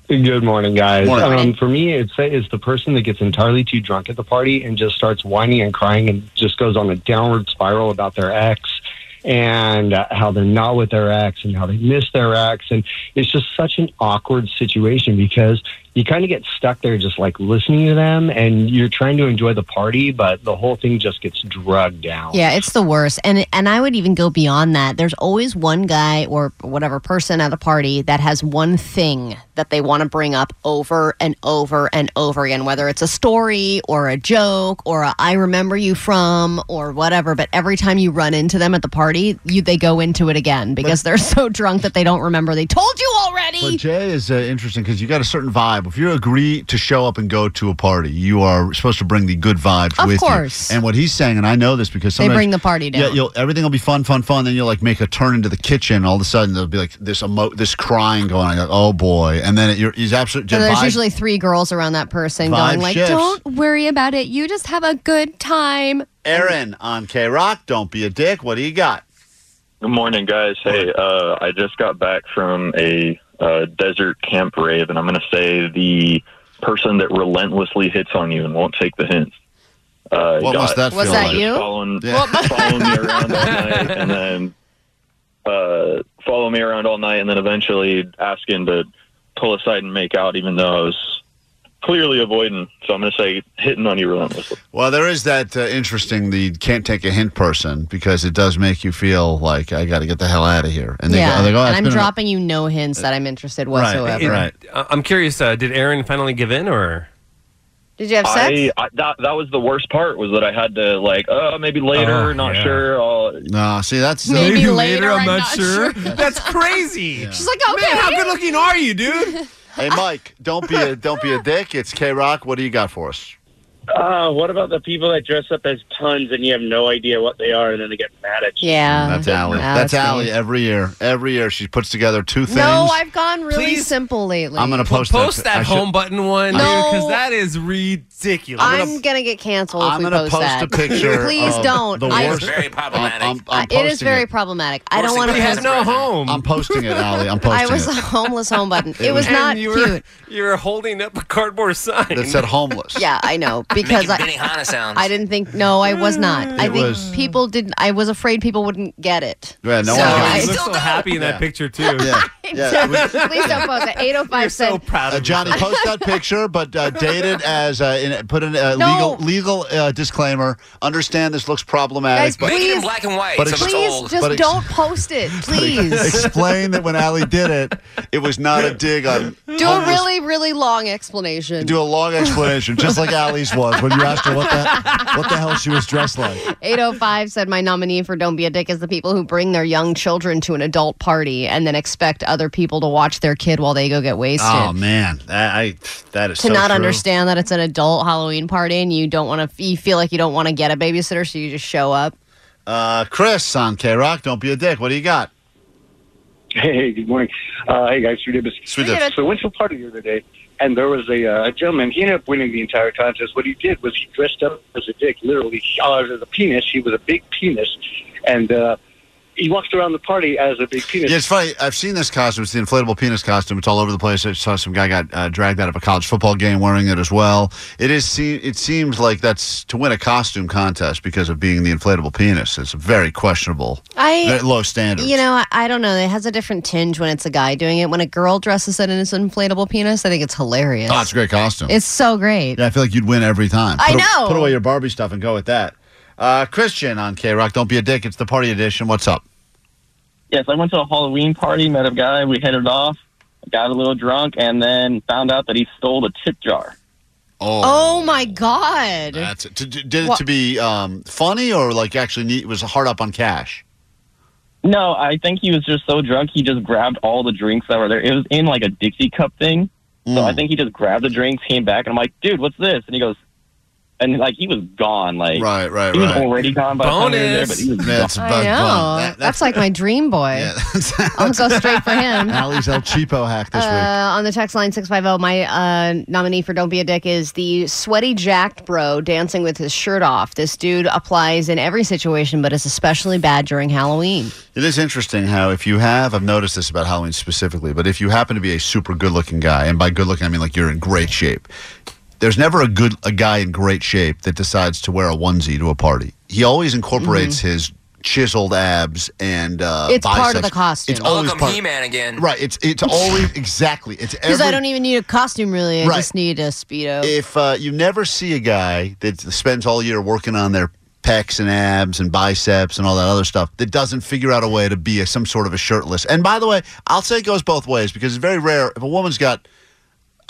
Speaker 7: Good morning, guys.
Speaker 2: Morning.
Speaker 7: Um, for me, it's it's the person that gets entirely too drunk at the party and just starts whining and crying and just goes on a downward spiral about their ex
Speaker 18: and uh, how they're not with their ex and how they miss their ex. And it's just such an awkward situation because you kind of get stuck there just like listening to them and you're trying to enjoy the party, but the whole thing just gets drugged down.
Speaker 6: Yeah, it's the worst. And and I would even go beyond that. There's always one guy or whatever person at a party that has one thing that they want to bring up over and over and over again, whether it's a story or a joke or a I remember you from or whatever, but every time you run into them at the party, you they go into it again because they're so drunk that they don't remember they told you already.
Speaker 2: But Jay is uh, interesting because you got a certain vibe. If you agree to show up and go to a party, you are supposed to bring the good vibes
Speaker 6: Of
Speaker 2: with
Speaker 6: course.
Speaker 2: you. And what he's saying, and I know this because
Speaker 6: They
Speaker 2: sometimes
Speaker 6: bring the party down.
Speaker 2: Yeah, you'll, everything will be fun, fun, fun. Then you'll like make a turn into the kitchen. All of a sudden, there'll be like this emo- this crying going. on. Like, oh boy! And then it, you're, he's absolutely.
Speaker 6: So there's
Speaker 2: vibe-
Speaker 6: usually three girls around that person going
Speaker 2: Vibe
Speaker 6: like,
Speaker 2: shifts.
Speaker 6: "Don't worry about it. You just have a good time."
Speaker 2: Aaron on K Rock. Don't be a dick. What do you got?
Speaker 19: Good morning, guys. Hey, uh, I just got back from a uh, desert camp rave, and I'm going to say the person that relentlessly hits on you and won't take the hint. Uh,
Speaker 2: What must that Was feel that like? you?
Speaker 19: Just Following, following me around all night, and then uh, follow me around all night, and then eventually asking to pull aside and make out, even though I was clearly avoiding. So I'm going to say hitting on you relentlessly.
Speaker 2: Well, there is that uh, interesting the can't take a hint person because it does make you feel like I got to get the hell out of here. And they go, they go, "Oh,
Speaker 6: and
Speaker 2: it's
Speaker 6: I'm
Speaker 2: been an-
Speaker 6: dropping you no hints that I'm interested whatsoever.
Speaker 5: I- I'm curious. Uh, did Aaron finally give in, or
Speaker 6: Did you have sex?
Speaker 19: I, I that that was the worst part was that I had to like uh maybe later not sure uh, I'll
Speaker 2: No, see that's
Speaker 19: Maybe Maybe uh, later, later, I'm I'm not not
Speaker 5: sure. That's crazy.
Speaker 6: She's like,
Speaker 5: Man, how good looking are you, dude?
Speaker 2: hey, Mike, don't be a don't be a dick. It's K Rock. What do you got for us?
Speaker 20: Uh, what about the people that dress up as puns and you have no idea what they are and then they get mad at you?
Speaker 2: that's Allie. That's Allie every year. Every year she puts together two things.
Speaker 6: No, I've gone really
Speaker 2: Please.
Speaker 6: simple lately.
Speaker 2: I'm gonna post that-
Speaker 5: Post that
Speaker 2: I should-
Speaker 5: home button one,
Speaker 2: No.
Speaker 5: because that is ridiculous.
Speaker 6: I'm gonna, get canceled. if
Speaker 2: I'm
Speaker 6: we
Speaker 2: gonna
Speaker 6: post,
Speaker 2: post
Speaker 6: that.
Speaker 2: a picture
Speaker 6: Please
Speaker 2: of
Speaker 6: don't.
Speaker 2: the
Speaker 6: I-
Speaker 2: worst-
Speaker 6: It's very
Speaker 2: problematic. I'm, I'm,
Speaker 6: Uh, it is
Speaker 2: posting
Speaker 6: very problematic. I don't want to.
Speaker 2: He
Speaker 6: post
Speaker 2: has no home. I'm posting it, Allie. I'm posting
Speaker 6: I was
Speaker 2: it.
Speaker 6: a homeless home button. It was
Speaker 5: And
Speaker 6: not
Speaker 5: you
Speaker 6: cute.
Speaker 5: Were, you were holding up a cardboard sign
Speaker 2: that said homeless.
Speaker 6: Yeah, I know because I,
Speaker 15: Benihana sounds.
Speaker 6: I didn't think. No, I was not. I
Speaker 2: Mm. It
Speaker 6: think
Speaker 2: was-
Speaker 6: people didn't. I was afraid people wouldn't get it.
Speaker 2: Yeah, no
Speaker 6: So
Speaker 2: one
Speaker 5: I
Speaker 2: got it.
Speaker 5: you look so happy in that picture too.
Speaker 2: Yeah. Yeah, it was-
Speaker 6: Please don't post it. 805 You're so
Speaker 2: Uh, Johnny, post that picture, but uh, date it as uh, in, put in a
Speaker 6: No.
Speaker 2: legal legal uh, disclaimer. Understand this looks problematic.
Speaker 6: Guys, please, please just
Speaker 2: but ex-
Speaker 6: don't post it.
Speaker 2: but ex-
Speaker 6: Please.
Speaker 2: explain that when Ali did it, it was not a dig on.
Speaker 6: Do a
Speaker 2: homeless-
Speaker 6: really, really long explanation.
Speaker 2: do a long explanation, just like Ali's was when you asked her what the what the hell she was dressed like.
Speaker 6: 805 said my nominee for Don't Be a Dick is the people who bring their young children to an adult party and then expect other people to watch their kid while they go get wasted.
Speaker 2: Oh man, that I that is
Speaker 6: to
Speaker 2: so
Speaker 6: not
Speaker 2: true.
Speaker 6: understand that it's an adult Halloween party and you don't want to, you feel like you don't want to get a babysitter, so you just show up.
Speaker 2: Uh, Chris on K Rock, don't be a dick. What do you got?
Speaker 21: Hey, good morning. Uh, hey, guys, Sweet Ibis.
Speaker 2: Sweet
Speaker 21: Ibis. So I went to a party the other day, and there was a uh, gentleman. He ended up winning the entire contest. What he did was he dressed up as a dick, literally, uh, as a penis. He was a big penis, and uh, he walked around the party as a big penis.
Speaker 2: Yeah, it's funny. I've seen this costume. It's the inflatable penis costume. It's all over the place. I saw some guy got uh, dragged out of a college football game wearing it as well. It is. se- It seems like that's to win a costume contest because of being the inflatable penis. It's very questionable.
Speaker 6: I-
Speaker 2: very low standards.
Speaker 6: You know, I, I don't know. It has a different tinge when it's a guy doing it. When a girl dresses it in its inflatable penis, I think it's hilarious.
Speaker 2: oh, it's a great costume.
Speaker 6: It's so great.
Speaker 2: yeah, I feel like you'd win every time.
Speaker 6: I
Speaker 2: Put a-
Speaker 6: know.
Speaker 2: put away your Barbie stuff and go with that. Uh, Christian on K Rock, don't be a dick. It's the party edition. What's up?
Speaker 3: Yes, I went to a Halloween party, met a guy, we hit it off, got a little drunk, and then found out that he stole a tip jar.
Speaker 6: Oh, my God.
Speaker 2: That's it. To, to- did it
Speaker 6: What-
Speaker 2: to be um, funny or like actually neat? It was hard up on cash.
Speaker 3: No, I think he was just so drunk, he just grabbed all the drinks that were there. It was in like a Dixie cup thing. So
Speaker 2: Mm.
Speaker 3: I think he just grabbed the drinks, came back, and I'm like, dude, what's this? And he goes, and like he was gone. Like, right,
Speaker 2: right,
Speaker 3: he was
Speaker 2: right.
Speaker 3: already gone by the time we were there,
Speaker 2: Bonus.
Speaker 3: but he was
Speaker 2: That's
Speaker 3: gone.
Speaker 2: a bug
Speaker 6: I know. that's, like my dream boy. I'll go straight for him.
Speaker 2: Allie's El Cheapo hack this week.
Speaker 6: Uh, on the text line 650, my uh, nominee for Don't Be a Dick is the sweaty jacked bro dancing with his shirt off. This dude applies in every situation, but is especially bad during Halloween.
Speaker 2: It is interesting how if you have, I've noticed this about Halloween specifically, but if you happen to be a super good-looking guy, and by good-looking I mean like you're in great shape, there's never a good a guy in great shape that decides to wear a onesie to a party. He always incorporates his chiseled abs and uh,
Speaker 6: Mm-hmm. It's part of
Speaker 2: biceps.
Speaker 6: the costume.
Speaker 2: It's always
Speaker 6: Welcome
Speaker 2: part.
Speaker 6: He-Man
Speaker 2: again. Right. It's it's always exactly. It's
Speaker 6: Because
Speaker 2: every
Speaker 6: I don't even need a costume, really. I
Speaker 2: Right.
Speaker 6: just need a speedo.
Speaker 2: if uh, you never see a guy that spends all year working on their pecs and abs and biceps and all that other stuff that doesn't figure out a way to be a, some sort of a shirtless. And by the way, I'll say it goes both ways because it's very rare if a woman's got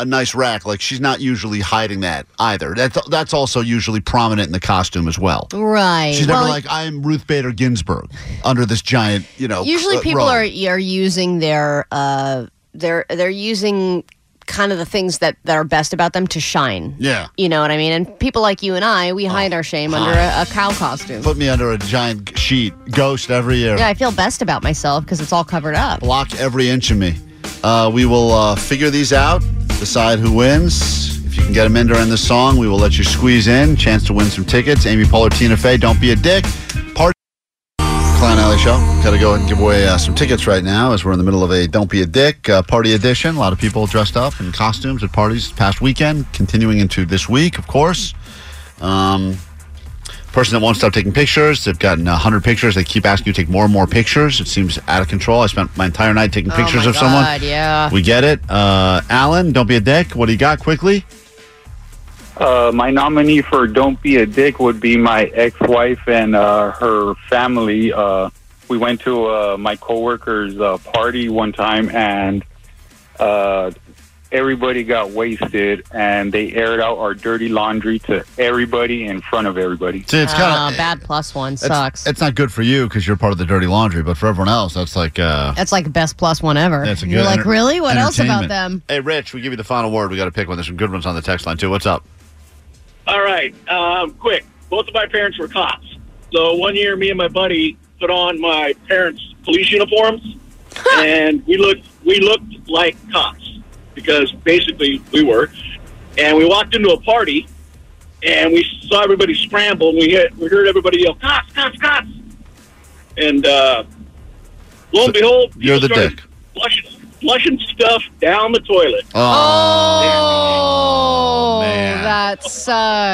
Speaker 2: a nice rack like she's not usually hiding that either. That's that's also usually prominent in the costume as well.
Speaker 6: right.
Speaker 2: She's never
Speaker 6: Well,
Speaker 2: like "Oh, I'm Ruth Bader Ginsburg under this giant, you know.
Speaker 6: usually
Speaker 2: uh,
Speaker 6: people
Speaker 2: robe."
Speaker 6: are are using their uh they're they're using kind of the things that that are best about them to shine.
Speaker 2: Yeah.
Speaker 6: You know what I mean? And people like you and I, we hide our shame under a, a cow costume.
Speaker 2: Put Oh. me under a giant sheet, ghost every year.
Speaker 6: Yeah, I feel best about myself because it's all covered up.
Speaker 2: block every inch of me. Uh, we will uh, figure these out, decide who wins. If you can get them in during the song, we will let you squeeze in. Chance to win some tickets. Amy Poehler, Tina Fey, Don't Be a Dick. Party. Klein Alley Show. Got to go and give away uh, some tickets right now as we're in the middle of a Don't Be a Dick uh, party edition. A lot of people dressed up in costumes at parties this past weekend, continuing into this week, of course. Um, person that won't stop taking pictures. They've gotten 100 pictures. They keep asking you to take more and more pictures. It seems out of control. I spent my entire night taking
Speaker 6: Oh
Speaker 2: pictures
Speaker 6: my
Speaker 2: of someone.
Speaker 6: God, yeah.
Speaker 2: We get it. Uh, Alan, don't be a dick. What do you got quickly?
Speaker 22: Uh, my nominee for Don't Be a Dick would be my ex-wife and uh, her family. Uh, we went to uh, my coworker's uh, party one time, and uh, everybody got wasted, and they aired out our dirty laundry to everybody in front of everybody.
Speaker 2: See, it's kinda-
Speaker 6: Uh, bad plus one
Speaker 2: eh, That's-
Speaker 6: sucks.
Speaker 2: It's not good for you because you're part of the dirty laundry, but for everyone else, that's like. Uh,
Speaker 6: That's like best plus one ever.
Speaker 2: that's a good
Speaker 6: You're like,
Speaker 2: enter-
Speaker 6: really? What else about them?
Speaker 2: entertainment. Hey, Rich, we give you the final word. We got to pick one. There's some good ones on the text line, too. What's up?
Speaker 9: All right, um, quick. Both of my parents were cops. So one year, me and my buddy put on my parents' police uniforms, and we looked we looked like cops because basically we were. And we walked into a party, and we saw everybody scramble. And we hit, we heard everybody yell, "Cops! Cops! Cops!" And uh, lo and behold,
Speaker 2: You're the
Speaker 9: people started
Speaker 2: dick.
Speaker 9: Flushing, flushing stuff down the toilet.
Speaker 6: Oh,
Speaker 2: man.
Speaker 6: that sucks.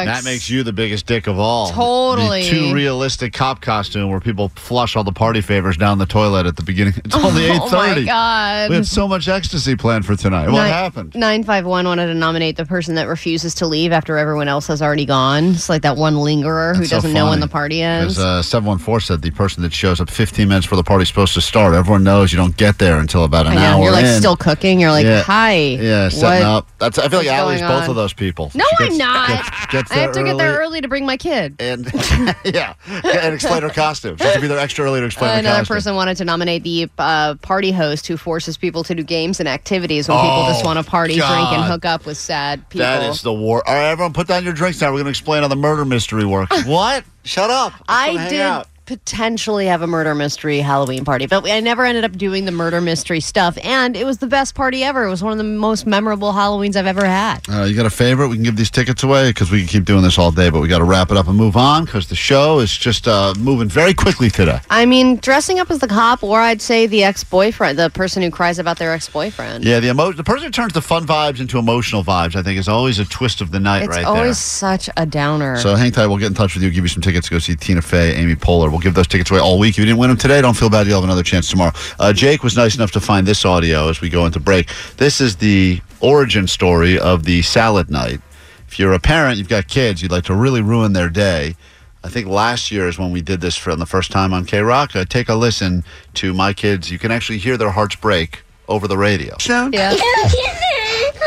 Speaker 2: That makes you the biggest dick of all.
Speaker 6: Totally.
Speaker 2: The too realistic cop costume where people flush all the party favors down the toilet at the beginning. It's only
Speaker 6: Oh,
Speaker 2: 8.30.
Speaker 6: my God.
Speaker 2: We had so much ecstasy planned for tonight. What
Speaker 6: Nine-
Speaker 2: happened?
Speaker 6: 951 wanted to nominate the person that refuses to leave after everyone else has already gone. It's like that one lingerer who
Speaker 2: That's so
Speaker 6: doesn't know when
Speaker 2: funny.
Speaker 6: the party
Speaker 2: As
Speaker 6: ends.
Speaker 2: uh, 714 said, the person that shows up 15 minutes before the party's supposed to start, everyone knows you don't get there until about an
Speaker 6: I know.
Speaker 2: hour
Speaker 6: You're like
Speaker 2: in.
Speaker 6: still cooking. You're like,
Speaker 2: Yeah.
Speaker 6: hi.
Speaker 2: Yeah, setting
Speaker 6: what-
Speaker 2: up. That's, I feel like
Speaker 6: what's
Speaker 2: Allie's
Speaker 6: going
Speaker 2: both
Speaker 6: on?"
Speaker 2: of those people.
Speaker 6: No,
Speaker 2: She
Speaker 6: I'm
Speaker 2: gets-
Speaker 6: not.
Speaker 2: gets- gets
Speaker 6: I have to
Speaker 2: there
Speaker 6: get there early to bring my kid.
Speaker 2: And yeah, and explain her costume. She has to be there extra early to explain her
Speaker 6: Another
Speaker 2: costume.
Speaker 6: person wanted to nominate the uh, party host who forces people to do games and activities when people
Speaker 2: Oh,
Speaker 6: just want to party, drink, and
Speaker 2: God.
Speaker 6: hook up with sad people.
Speaker 2: That is the war. All right, everyone, put down your drinks now. We're going to explain how the murder mystery
Speaker 6: Ah.
Speaker 2: works. what? Shut up. Let's go
Speaker 6: I
Speaker 2: hang
Speaker 6: did
Speaker 2: out.
Speaker 6: potentially have a murder mystery Halloween party, but I never ended up doing the murder mystery stuff. And it was the best party ever. It was one of the most memorable Halloweens I've ever had.
Speaker 2: Uh, you got a favorite? We can give these tickets away because we can keep doing this all day, but we got to wrap it up and move on because the show is just uh, moving very quickly today.
Speaker 6: I mean, dressing up as the cop, or I'd say the ex boyfriend, the person who cries about their ex boyfriend.
Speaker 2: Yeah, the emo- the person who turns the fun vibes into emotional vibes, I think, is always a twist of the night
Speaker 6: It's
Speaker 2: right
Speaker 6: always
Speaker 2: there.
Speaker 6: such a downer.
Speaker 2: So hang tight. We'll get in touch with you. Give you some tickets to go see Tina Fey, Amy Poehler. We'll give those tickets away all week. If you didn't win them today, don't feel bad. You'll have another chance tomorrow. Uh, Jake was nice enough to find this audio as we go into break. This is the origin story of the salad night. If you're a parent, you've got kids, you'd like to really ruin their day. I think last year is when we did this for the first time on K Rock. Uh, take a listen to my kids. You can actually hear their hearts break over the radio.
Speaker 6: Yeah.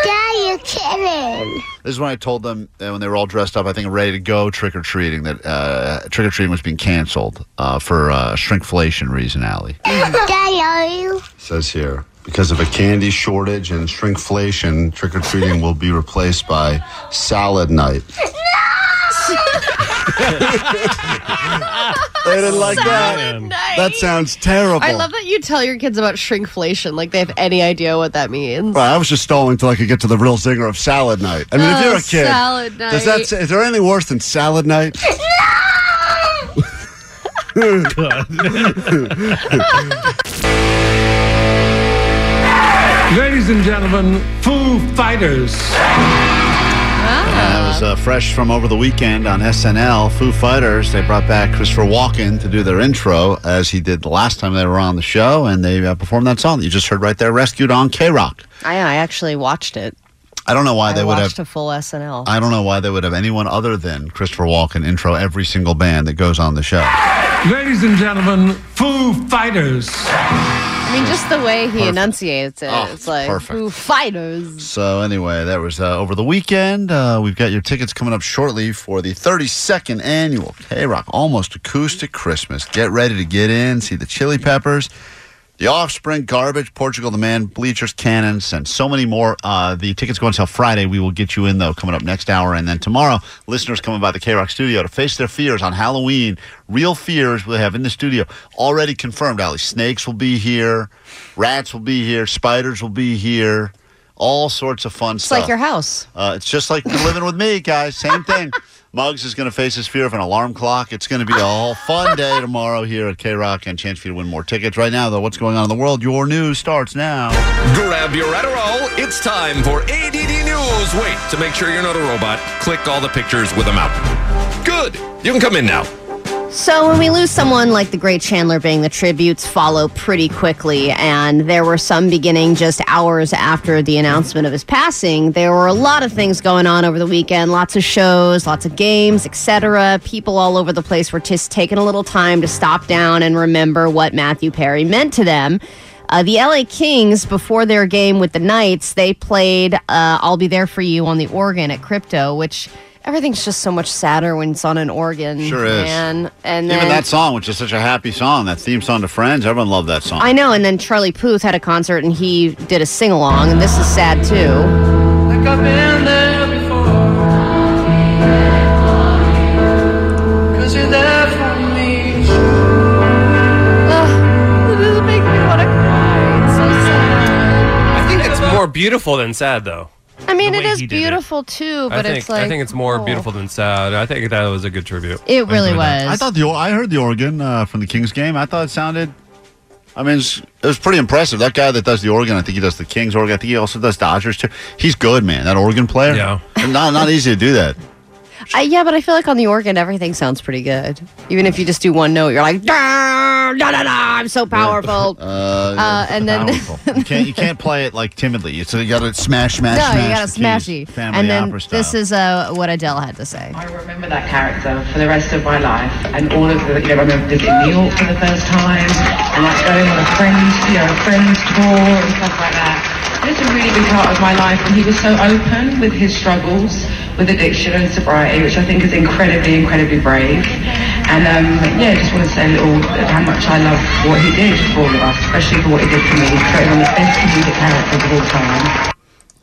Speaker 8: Dad, you kidding?
Speaker 2: This is when I told them uh, when they were all dressed up, I think ready to go trick or treating, that uh, trick or treating was being canceled uh, for uh, shrinkflation reason, Allie.
Speaker 8: Daddy, are you?
Speaker 2: Says here, because of a candy shortage and shrinkflation, trick or treating will be replaced by salad night. They didn't like that. That sounds terrible.
Speaker 6: I love that you tell your kids about shrinkflation, like they have any idea what that means.
Speaker 2: Right, I was just stalling till I could get to the real zinger of salad night. I mean,
Speaker 6: Oh,
Speaker 2: if you're a kid,
Speaker 6: salad
Speaker 2: does that
Speaker 6: night.
Speaker 2: say- is there anything worse than salad night?
Speaker 23: Ladies and gentlemen, Foo Fighters.
Speaker 6: Wow.
Speaker 2: That was uh, fresh from over the weekend on SNL. Foo Fighters. They brought back Christopher Walken to do their intro, as he did the last time they were on the show, and they uh, performed that song that you just heard right there, "Rescued on K Rock."
Speaker 6: I, I actually watched it.
Speaker 2: I don't know why
Speaker 6: I
Speaker 2: they would
Speaker 6: watched
Speaker 2: have.
Speaker 6: a full SNL.
Speaker 2: I don't know why they would have anyone other than Christopher Walken intro every single band that goes on the show.
Speaker 7: Ladies and gentlemen, Foo Fighters.
Speaker 6: I mean, just the way he enunciates it, it's like
Speaker 2: Oh, perfect.
Speaker 6: "Foo Fighters."
Speaker 2: So anyway, that was uh, over the weekend. Uh, we've got your tickets coming up shortly for the 32nd annual K Rock Almost Acoustic Christmas. Get ready to get in, see the Chili Peppers, the Offspring, Garbage, Portugal the Man, Bleachers, Cannons, and so many more. Uh, the tickets go until Friday. We will get you in though coming up next hour, and then tomorrow, listeners coming by the K Rock Studio to face their fears on Halloween. Real fears we have in the studio already confirmed. Ali, snakes will be here, rats will be here, spiders will be here. All sorts of fun
Speaker 6: It's
Speaker 2: stuff.
Speaker 6: like your house.
Speaker 2: Uh, it's just like you're living with me, guys. Same thing. Muggs is going to face his fear of an alarm clock. It's going to be a whole fun day tomorrow here at K Rock and chance for you to win more tickets. Right now, though, what's going on in the world? Your news starts now.
Speaker 11: Grab your Adderall. It's time for ADD News. Wait, to make sure you're not a robot, click all the pictures with them out. Good. You can come in now.
Speaker 6: So when we lose someone like the great Chandler Bing, the tributes follow pretty quickly, and there were some beginning just hours after the announcement of his passing. There were a lot of things going on over the weekend, lots of shows, lots of games, etc. People all over the place were just taking a little time to stop down and remember what Matthew Perry meant to them. Uh, the LA Kings, before their game with the Knights, they played uh, I'll Be There For You on the organ at Crypto, which everything's just so much sadder when it's on an organ.
Speaker 2: Sure is.
Speaker 6: man. And then,
Speaker 2: Even that song, which is such a happy song, that theme song to Friends, everyone loved that song.
Speaker 6: I know. And then Charlie Puth had a concert and he did a sing along, and this is sad too.
Speaker 5: I think it's more beautiful than sad, though.
Speaker 6: I mean,
Speaker 5: The
Speaker 6: it
Speaker 5: way
Speaker 6: is
Speaker 5: he did it.
Speaker 6: beautiful too,
Speaker 5: I
Speaker 6: but
Speaker 5: think
Speaker 6: it's like
Speaker 5: I think it's more
Speaker 6: oh.
Speaker 5: beautiful than sad. I think that was a good tribute.
Speaker 6: It really was.
Speaker 2: I thought the or- I heard the organ uh, from the Kings game. I thought it sounded. I mean, it's, it was pretty impressive. That guy that does the organ, I think he does the Kings organ. I think he also does Dodgers too. He's good, man. That organ player. Yeah. Not not easy to do that.
Speaker 6: I, yeah, but I feel like on the organ, everything sounds pretty good. Even if you just do one note, you're like, da da da, da I'm so powerful.
Speaker 2: Uh,
Speaker 6: Uh, and then-
Speaker 2: powerful. you can't you can't play it like timidly. It's you got to smash, smash,
Speaker 6: no,
Speaker 2: smash.
Speaker 6: you gotta
Speaker 2: the keys,
Speaker 6: smashy.
Speaker 2: Family
Speaker 6: and then
Speaker 2: opera style.
Speaker 6: this is uh, what Adele had to say.
Speaker 23: remember that character for the rest of my life and all of the, you know, I remember visiting New York for the first time and like going on a friends, you know, a friends tour and stuff like that. It was a really big part of my life and he was so open with his struggles with addiction and sobriety, which I think is incredibly, incredibly brave. And um, yeah, just want to say a little of how much I love what he did for all of us, especially for what he did for me, creating one of the best music characters of all time.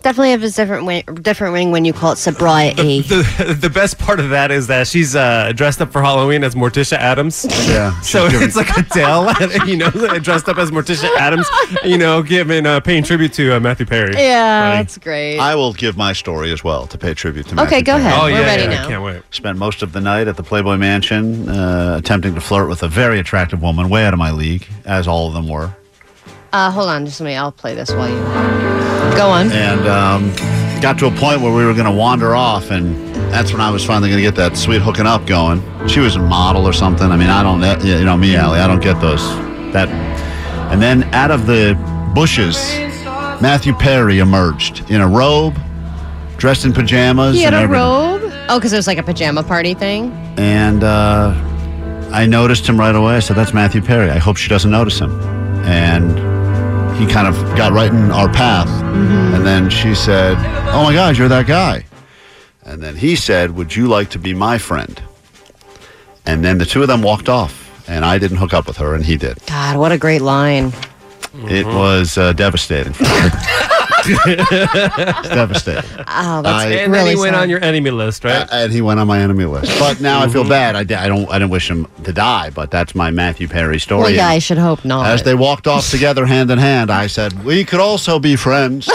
Speaker 6: Definitely have a different wing, different ring when you call it sobriety.
Speaker 5: The, the best part of that is that she's uh, dressed up for Halloween as Morticia Adams.
Speaker 2: Yeah.
Speaker 5: So it's like Adele, you know, dressed up as Morticia Adams, you know, giving uh, paying tribute to uh, Matthew Perry.
Speaker 6: yeah, that's great. Oh,
Speaker 2: I will give my story as well to pay tribute to.
Speaker 6: Okay,
Speaker 2: Matthew
Speaker 6: go
Speaker 2: Perry.
Speaker 6: ahead. Oh, We're yeah, ready yeah, I now.
Speaker 2: can't wait. Spent most of the night at the Playboy Mansion, uh, attempting to flirt with a very attractive woman, way out of my league, as all of them were.
Speaker 6: Uh, hold on, just a minute. I'll play this while you go on.
Speaker 2: And um, got to a point where we were going to wander off, and that's when I was finally going to get that sweet hooking up going. She was a model or something. I mean, I don't, that- you know, me, Allie, I don't get those. That, and then out of the bushes, Matthew Perry emerged in a robe, dressed in pajamas.
Speaker 6: He had
Speaker 2: and
Speaker 6: a
Speaker 2: everything.
Speaker 6: robe. Oh, because it was like a pajama party thing.
Speaker 2: And uh, I noticed him right away. I said, That's Matthew Perry. I hope she doesn't notice him. And he kind of got right in our path. And then she said, Oh my God, you're that guy. And then he said, Would you like to be my friend? And then the two of them walked off. And I didn't hook up with her, and he did.
Speaker 6: God, what a great line.
Speaker 2: It was uh, devastating. for me. it's devastating.
Speaker 6: Oh, that's
Speaker 2: I-
Speaker 6: really
Speaker 2: And then he went
Speaker 6: sad.
Speaker 2: on
Speaker 5: Your enemy list, right?
Speaker 2: Uh, and he went on my enemy list. But now I feel bad. I, di- I don't. I didn't wish him to die. But that's my Matthew Perry story.
Speaker 6: Well, yeah,
Speaker 2: And
Speaker 6: I should hope not.
Speaker 2: As they walked off together, hand in hand, I said, "We could also be friends."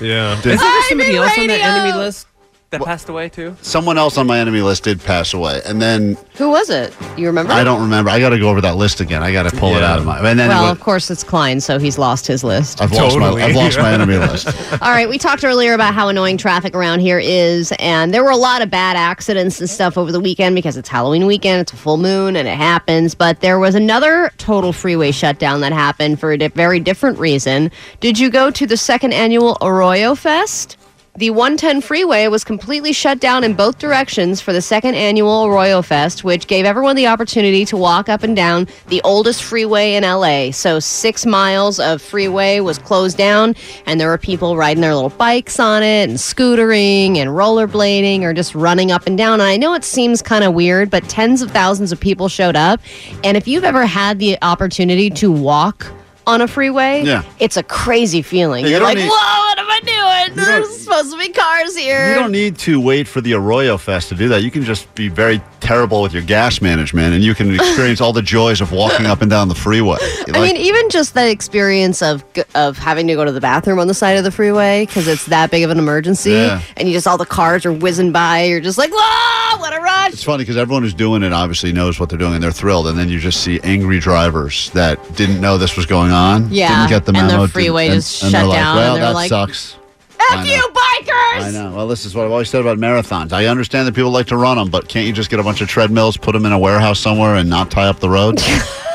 Speaker 2: yeah.
Speaker 5: Isn't there somebody else on that enemy list? that passed away too?
Speaker 2: Someone else on my enemy list did pass away, and then
Speaker 6: Who was it? You remember?
Speaker 2: I don't remember. I got to go over that list again. I got to pull it out of my. And then it
Speaker 6: well,
Speaker 2: was-
Speaker 6: of course, it's Klein, so he's lost his list.
Speaker 2: I've lost my I've lost my enemy list.
Speaker 6: All right, we talked earlier about how annoying traffic around here is, and there were a lot of bad accidents and stuff over the weekend because it's Halloween weekend, it's a full moon, and it happens. But there was another total freeway shutdown that happened for a di- very different reason. Did you go to the second annual Arroyo Fest? The 110 freeway was completely shut down in both directions for the second annual Arroyo Fest, which gave everyone the opportunity to walk up and down the oldest freeway in LA. So, six miles of freeway was closed down, and there were people riding their little bikes on it, and scootering, and rollerblading, or just running up and down. And I know it seems kind of weird, but tens of thousands of people showed up. And if you've ever had the opportunity to walk on a freeway,
Speaker 2: Yeah.
Speaker 6: it's a crazy feeling.
Speaker 2: Yeah, you
Speaker 6: You're
Speaker 2: don't
Speaker 6: like,
Speaker 2: need-
Speaker 6: whoa, what am I doing? There's supposed to be cars here.
Speaker 2: You don't need to wait for the Arroyo Fest to do that. You can just be very terrible with your gas management, and you can experience all the joys of walking up and down the freeway.
Speaker 6: I
Speaker 2: Like-
Speaker 6: mean, even just the experience of g- of having to go to the bathroom on the side of the freeway because it's that big of an emergency,
Speaker 2: Yeah.
Speaker 6: and you just all the cars are whizzing by. You're just like, whoa, what a rush!
Speaker 2: It's funny because everyone who's doing it obviously knows what they're doing and they're thrilled, and then you just see angry drivers that didn't know this was going on.
Speaker 6: Yeah,
Speaker 2: didn't get the
Speaker 6: and the
Speaker 2: memo, didn't-
Speaker 6: freeway just
Speaker 2: they're
Speaker 6: shut
Speaker 2: like,
Speaker 6: down, and
Speaker 2: Well,
Speaker 6: they're
Speaker 2: that
Speaker 6: like-
Speaker 2: sucks. I
Speaker 6: F
Speaker 2: know.
Speaker 6: you, bikers!
Speaker 2: I know. Well, this is what I've always said about marathons. I understand that people like to run them, but can't you just get a bunch of treadmills, put them in a warehouse somewhere, and not tie up the roads?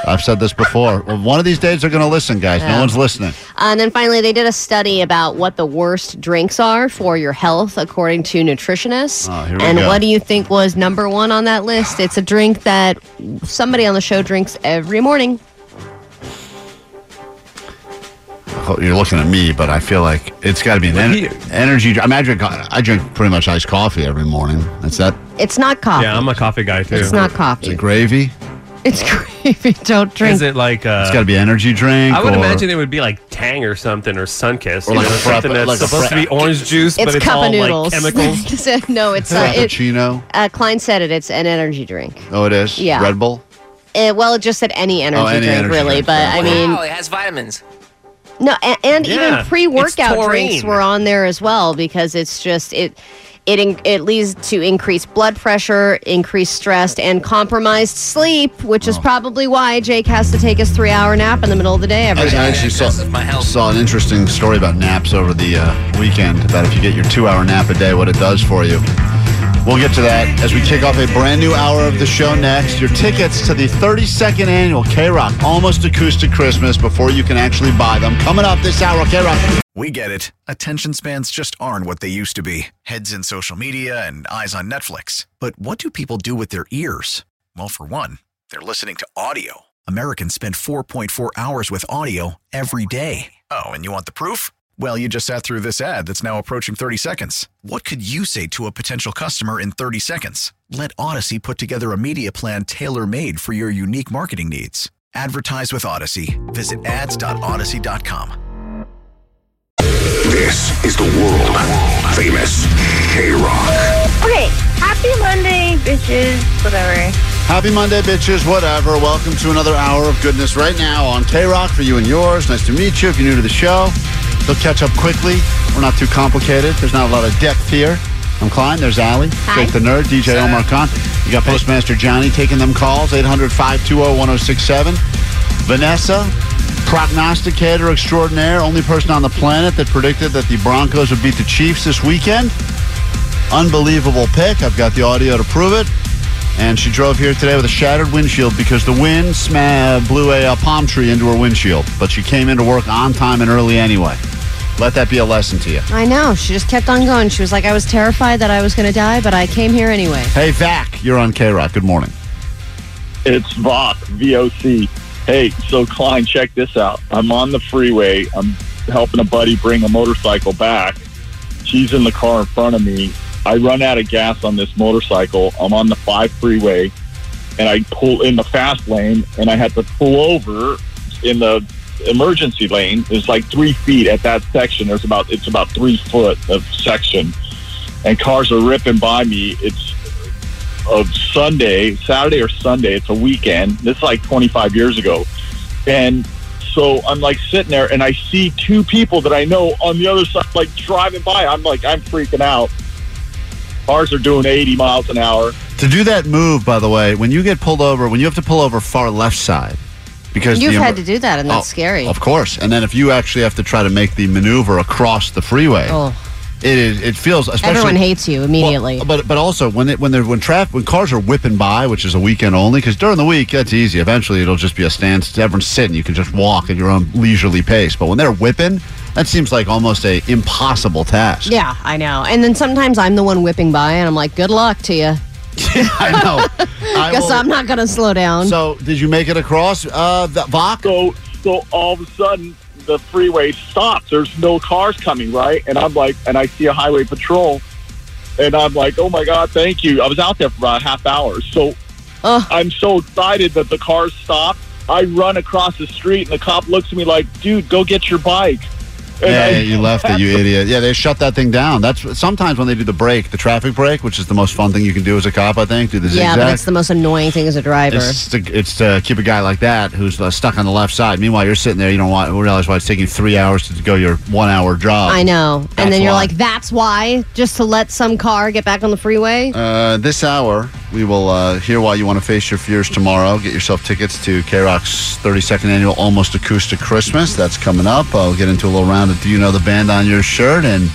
Speaker 2: I've said this before. Well, one of these days they're going to listen, guys.
Speaker 6: Yeah.
Speaker 2: No one's listening.
Speaker 6: Uh, And then finally, they did a study about what the worst drinks are for your health, according to nutritionists.
Speaker 2: Oh, here we
Speaker 6: and
Speaker 2: go.
Speaker 6: what do you think was number one on that list? It's a drink that somebody on the show drinks every morning.
Speaker 2: Oh, You're looking at me, but I feel like it's got to be an en- energy. dr- I mean, I drink, I drink pretty much iced coffee every morning. That's that.
Speaker 6: It's not coffee.
Speaker 2: I'm a coffee guy
Speaker 6: too. It's not coffee.
Speaker 2: Is it gravy?
Speaker 6: It's gravy. Don't drink.
Speaker 5: Is it like uh,
Speaker 2: it's got to be energy drink.
Speaker 5: I would
Speaker 2: or-
Speaker 5: imagine it would be like Tang or something or Sunkist.
Speaker 2: Or
Speaker 5: you
Speaker 2: like
Speaker 5: know,
Speaker 2: a frappa-
Speaker 5: something that's
Speaker 2: like a
Speaker 5: supposed to
Speaker 2: fra-
Speaker 5: be orange juice, but it's
Speaker 6: cup
Speaker 5: all
Speaker 6: of noodles.
Speaker 5: like chemicals.
Speaker 6: no, it's uh, it,
Speaker 2: Frappuccino.
Speaker 6: uh, Klein said it. It's an energy drink.
Speaker 2: Oh, it is.
Speaker 6: Yeah.
Speaker 2: Red Bull.
Speaker 6: Uh, well, it just said any energy
Speaker 2: Oh, any
Speaker 6: drink,
Speaker 2: energy
Speaker 6: really.
Speaker 2: drink,
Speaker 6: But
Speaker 2: yeah.
Speaker 6: I mean,
Speaker 15: it has vitamins.
Speaker 6: No, and, and
Speaker 15: Yeah,
Speaker 6: even pre-workout
Speaker 15: it's
Speaker 6: drinks
Speaker 15: taurine.
Speaker 6: were on there as well because it's just it it in, it leads to increased blood pressure, increased stress, and compromised sleep, which
Speaker 2: Oh.
Speaker 6: is probably why Jake has to take his three-hour nap in the middle of the day
Speaker 2: I
Speaker 6: every
Speaker 2: I
Speaker 6: day.
Speaker 2: actually saw, saw an interesting story about naps over the uh, weekend about if you get your two hour nap a day, what it does for you. We'll get to that as we kick off a brand new hour of the show next. Your tickets to the 32nd annual K Rock Almost Acoustic Christmas before you can actually buy them. Coming up this hour, K Rock.
Speaker 13: We get it. Attention spans just aren't what they used to be heads in social media and eyes on Netflix. But what do people do with their ears? Well, for one, they're listening to audio. Americans spend 4.4 hours with audio every day. Oh, and you want the proof? Well, you just sat through this ad that's now approaching 30 seconds. What could you say to a potential customer in 30 seconds? Let Odyssey put together a media plan tailor made for your unique marketing needs. Advertise with Odyssey. Visit ads.odyssey.com.
Speaker 1: This is the world famous K Rock.
Speaker 14: Okay, happy Monday, bitches. Whatever.
Speaker 2: Happy Monday, bitches, whatever. Welcome to another hour of goodness right now on K Rock for you and yours. Nice to meet you. If you're new to the show, they'll catch up quickly. We're not too complicated. There's not a lot of depth here. I'm Klein. There's Allie. Jake the Nerd, DJ Omar Khan. You got Postmaster Johnny taking them calls, 800 520 1067. Vanessa, prognosticator extraordinaire, only person on the planet that predicted that the Broncos would beat the Chiefs this weekend. Unbelievable pick. I've got the audio to prove it. And she drove here today with a shattered windshield because the wind sma- blew a, uh palm tree into her windshield. But she came into work on time and early anyway. Let that be a lesson to you.
Speaker 6: I know. She just kept on going. She was like, "I was terrified that I was going to die, but I came here anyway."
Speaker 2: Hey, Vac, you're on K Rock. Good morning.
Speaker 24: It's VOC, V-O-C. Hey, so Klein, check this out. I'm on the freeway. I'm helping a buddy bring a motorcycle back. She's in the car in front of me. I run out of gas on this motorcycle. I'm on the five freeway, and I pull in the fast lane, and I had to pull over in the emergency lane. It's like three feet at that section. There's about it's about three foot of section, and cars are ripping by me. It's of Sunday, Saturday or Sunday. It's a weekend. This is like 25 years ago. And so I'm like sitting there and I see two people that I know on the other side, like driving by. I'm like, I'm freaking out. Cars are doing 80 miles an hour.
Speaker 2: To do that move, by the way, when you get pulled over, when you have to pull over far left side, because
Speaker 6: You've
Speaker 2: the-
Speaker 6: had to do that, and that's
Speaker 2: Oh,
Speaker 6: scary.
Speaker 2: Of course. And then if you actually have to try to make the maneuver across the freeway,
Speaker 6: Oh.
Speaker 2: it is. It feels especially.
Speaker 6: Everyone hates you immediately.
Speaker 2: but but also when it, when they're when traffic when cars are whipping by, which is a weekend only, because during the week that's easy. Eventually it'll just be a standstill. Everyone's sitting. You can just walk at your own leisurely pace. But when they're whipping, that seems like almost a impossible task.
Speaker 6: yeah, I know. And then sometimes I'm the one whipping by, and I'm like, "Good luck to you."
Speaker 2: I know. I
Speaker 6: Guess
Speaker 2: will-
Speaker 6: I'm not gonna slow down.
Speaker 2: So did you make it across, uh, the Voc?
Speaker 24: So, so all of a sudden, the freeway stops. There's no cars coming, right? And I'm like, and I see a highway patrol, and I'm like, oh my god, thank you. I was out there for about a half hour, so I'm so excited that the cars stopped. I run across the street, and the cop looks at me like, dude, go get your bike. And
Speaker 2: Yeah,
Speaker 24: I-
Speaker 2: yeah, you left it, you idiot. Yeah, they shut that thing down. That's sometimes when they do the break, the traffic break, which is the most fun thing you can do as a cop, I think. Do the
Speaker 6: yeah,
Speaker 2: zigzag.
Speaker 6: but it's the most annoying thing as a driver.
Speaker 2: It's to, it's to keep a guy like that who's uh, stuck on the left side. Meanwhile, you're sitting there, you don't want, realize why it's taking you three hours to go your one hour job.
Speaker 6: I know. And
Speaker 2: uh, That's
Speaker 6: then you're
Speaker 2: why.
Speaker 6: like, "That's why," just to let some car get back on the freeway.
Speaker 2: Uh, this hour, we will uh, hear why you want to face your fears tomorrow. Get yourself tickets to K Rock's 32nd annual Almost Acoustic Christmas. That's coming up. Uh, we'll get into a little round of Do You Know the Band on Your Shirt and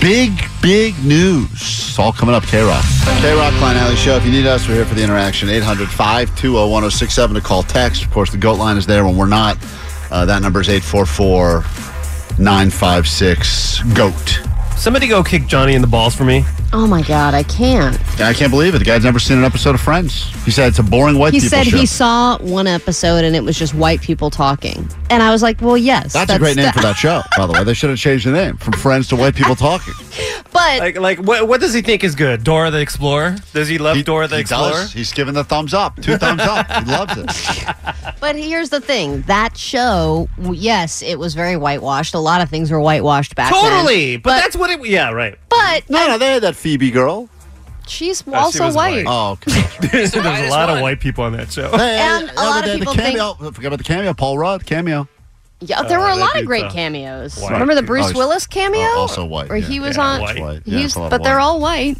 Speaker 2: big, big news. It's all coming up, K Rock. K Rock Klein Alley Show. If you need us, we're here for the interaction. 800 520 1067 to call text. Of course, the GOAT line is there when we're not. Uh, that number is 844 956 GOAT.
Speaker 5: Somebody go kick Johnny in the balls for me.
Speaker 6: Oh my god, I can't.
Speaker 2: I can't believe it. The guy's never seen an episode of Friends. He said it's a boring white
Speaker 6: he
Speaker 2: people
Speaker 6: said
Speaker 2: show.
Speaker 6: he saw one episode and it was just white people talking, and I was like, "Well, yes,
Speaker 2: that's, a great name for that show, by the way. They should have changed the name from Friends to White People Talking.
Speaker 6: But
Speaker 5: like, like what, what does he think is good? Dora the Explorer? Does he love Dora the
Speaker 2: he
Speaker 5: Explorer?
Speaker 2: does. He's giving the thumbs up, two thumbs up. He loves it.
Speaker 6: But here's the thing: that show, w- yes, it was very whitewashed. A lot of things were whitewashed back then.
Speaker 5: Totally, but, that's what it. Yeah, right.
Speaker 6: But
Speaker 2: no, no, they had that Phoebe girl.
Speaker 6: She's
Speaker 2: Uh,
Speaker 5: Uh, she
Speaker 6: also
Speaker 5: was
Speaker 6: white.
Speaker 5: white.
Speaker 2: Oh, okay.
Speaker 5: There's a lot of white people on that show.
Speaker 2: Oh.
Speaker 6: And a lot of people
Speaker 2: the
Speaker 6: think-
Speaker 2: cameo. I forgot about the cameo. Paul Rudd cameo.
Speaker 6: Yeah, there
Speaker 2: Uh,
Speaker 6: were a
Speaker 2: they
Speaker 6: lot
Speaker 2: do
Speaker 6: of great
Speaker 2: the
Speaker 6: cameos.
Speaker 2: white
Speaker 6: Remember the
Speaker 2: people.
Speaker 6: Bruce
Speaker 2: Oh,
Speaker 6: Willis cameo?
Speaker 2: also white,
Speaker 6: Or
Speaker 2: yeah.
Speaker 6: he was
Speaker 2: Yeah,
Speaker 6: on.
Speaker 2: white. White. Yeah,
Speaker 6: He's,
Speaker 2: it's a lot of
Speaker 6: but they're
Speaker 2: white.
Speaker 6: all white.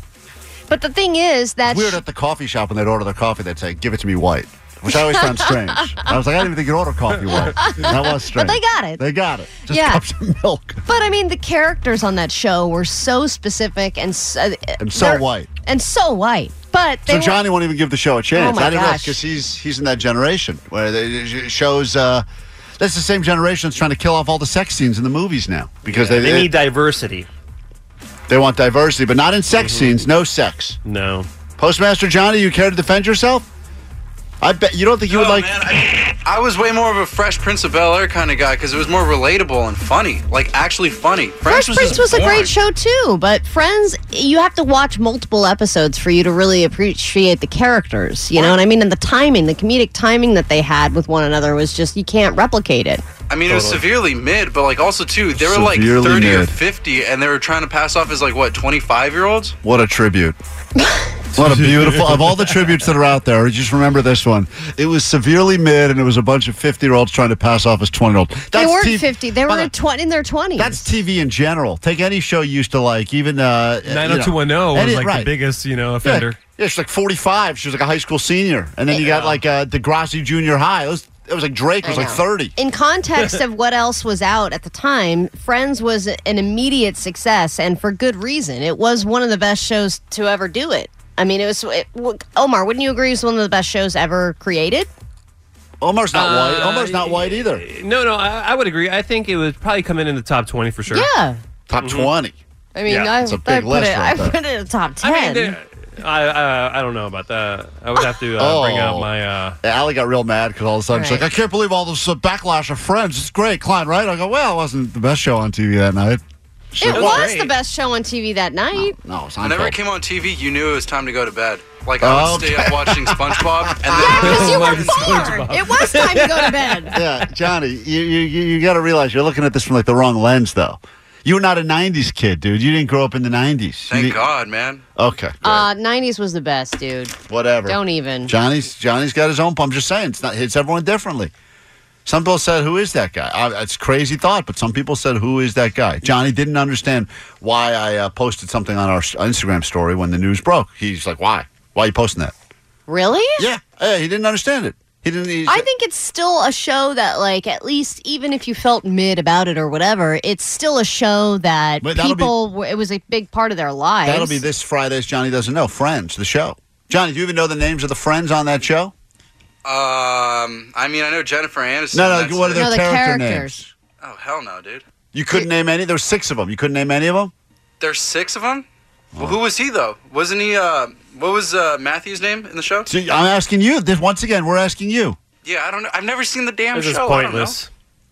Speaker 6: But the thing is that
Speaker 2: Weird uh, at the coffee shop when they'd order their coffee, they'd say, "Give it to me white," which I always found strange. I was like, I didn't even think you'd order coffee white. That was
Speaker 6: But
Speaker 2: strange.
Speaker 6: they got it.
Speaker 2: They got it. Just
Speaker 6: Yeah.
Speaker 2: cups of milk
Speaker 6: But I mean, the characters on that show were so specific and so,
Speaker 2: and so
Speaker 6: they're-
Speaker 2: white.
Speaker 6: and so white. But they
Speaker 2: So
Speaker 6: were-
Speaker 2: Johnny won't even give the show a chance.
Speaker 6: Oh my
Speaker 2: I didn't know
Speaker 6: gosh.
Speaker 2: because he's he's in that generation where the it shows. Uh, that's the same generation that's trying to kill off all the sex scenes in the movies now because
Speaker 5: Yeah,
Speaker 2: they,
Speaker 5: need diversity.
Speaker 2: they want diversity, but not in sex
Speaker 6: Mm-hmm.
Speaker 2: scenes. No sex.
Speaker 5: No.
Speaker 2: Postmaster Johnny, you care to defend yourself? I bet you don't think you would like.
Speaker 10: I was way more of a Fresh Prince of Bel Air kind of guy because it was more relatable and funny, like actually funny.
Speaker 6: Fresh
Speaker 10: was
Speaker 6: Prince
Speaker 10: just
Speaker 6: was a
Speaker 10: boring.
Speaker 6: great show too, but Friends, you have to watch multiple episodes for you to really appreciate the characters. You know what I mean? And the timing, the comedic timing that they had with one another was just you can't replicate it.
Speaker 10: I mean, it was severely mid, but like also too, they were
Speaker 2: Severely
Speaker 10: like thirty or
Speaker 2: mid.
Speaker 10: fifty, and they were trying to pass off as like what twenty five year olds.
Speaker 2: What a tribute. What a beautiful of all the tributes that are out there. Just remember this one. It was severely mid, and it was a bunch of fifty-year-olds trying to pass off as twenty-year-olds.
Speaker 6: they
Speaker 2: That's
Speaker 6: weren't
Speaker 2: TV
Speaker 6: fifty; they were twenty in their twenties.
Speaker 2: That's TV in general. Take any show you used to like, even uh, you know,
Speaker 5: 90210 was
Speaker 2: any-
Speaker 5: like the
Speaker 2: right.
Speaker 5: biggest, you know,
Speaker 2: Yeah.
Speaker 5: offender.
Speaker 2: Yeah, she's like 45. She was like a high school senior, and then you got like uh, DeGrassi Junior High. It was, it was like Drake was
Speaker 6: I
Speaker 2: like
Speaker 6: know.
Speaker 2: 30.
Speaker 6: In context of what else was out at the time, Friends was an immediate success, and for good reason. It was one of the best shows to ever do it. I mean, it was it, Omar. Wouldn't you agree? It was one of the best shows ever created.
Speaker 2: Omar's not white.
Speaker 5: Uh,
Speaker 2: Omar's not white either.
Speaker 5: No, no, I, I would agree. I think it would probably come in in the top 20 for sure. Mm-hmm.
Speaker 6: Yeah.
Speaker 2: Top 20.
Speaker 6: I mean,
Speaker 5: Yeah,
Speaker 6: I,
Speaker 5: it's a
Speaker 6: I
Speaker 5: big
Speaker 6: put
Speaker 5: list
Speaker 6: it.
Speaker 5: right
Speaker 6: I
Speaker 5: there.
Speaker 6: put it in the top ten.
Speaker 5: I mean, there- I, I, I don't know about that. I would have to uh, bring out my. Uh,
Speaker 2: Oh. Yeah, Allie got real mad because all of a sudden she's
Speaker 5: Right.
Speaker 2: like, I can't believe all this uh, backlash of friends. It's great, Klein, right? I go, well, it wasn't the best show on TV that night. She's
Speaker 6: it
Speaker 2: like,
Speaker 6: was
Speaker 2: "Great."
Speaker 6: the best show on TV that night.
Speaker 2: No, it's
Speaker 10: Whenever it came on TV, you knew it was time to go to bed. Like I
Speaker 2: Oh,
Speaker 10: would stay up watching SpongeBob, and then
Speaker 6: It was time to go to bed.
Speaker 2: yeah, Johnny, you, you, you you gotta realize you're looking at this from like the wrong lens, though. You're not a 90s kid, dude. You didn't grow up in the 90s.
Speaker 10: thank
Speaker 2: You didn't-
Speaker 10: God, man.
Speaker 2: Okay.
Speaker 6: Uh, 90s was the best, dude.
Speaker 2: Whatever.
Speaker 6: Don't even.
Speaker 2: Johnny's Johnny's got his own. I'm just saying, it's not hits everyone differently. Some people said, "Who is that guy?" I, it's a crazy thought, but some people said, "Who is that guy?" Johnny didn't understand why I uh, posted something on our s- Instagram story when the news broke. He's like, "Why? Why are you posting that?"
Speaker 6: Really?
Speaker 2: Yeah, yeah he didn't understand it. He didn't. He,
Speaker 6: I think it's still a show that, like, at least even if you felt mid about it or whatever, it's still a show that
Speaker 2: But that'll be-
Speaker 6: people, w it was a big part of their lives.
Speaker 2: That'll be this Friday's Johnny Doesn't Know. Friends, the show. Johnny, do you even know the names of the friends on that show?
Speaker 10: Um, I mean, I know Jennifer Aniston.
Speaker 2: No, no,
Speaker 10: that's
Speaker 2: what are
Speaker 10: it.
Speaker 2: their No, the character characters.
Speaker 10: Oh hell no, dude.
Speaker 2: You couldn't name any? There were six of them. You couldn't name any of them?
Speaker 10: There's six of them. Well, who was he though? Wasn't he? Uh, what was uh, Matthew's name in the show?
Speaker 2: See, I'm asking you. This, once again, we're asking you.
Speaker 10: Yeah, I don't know. I've never seen the damn
Speaker 2: This is
Speaker 10: show.
Speaker 2: pointless.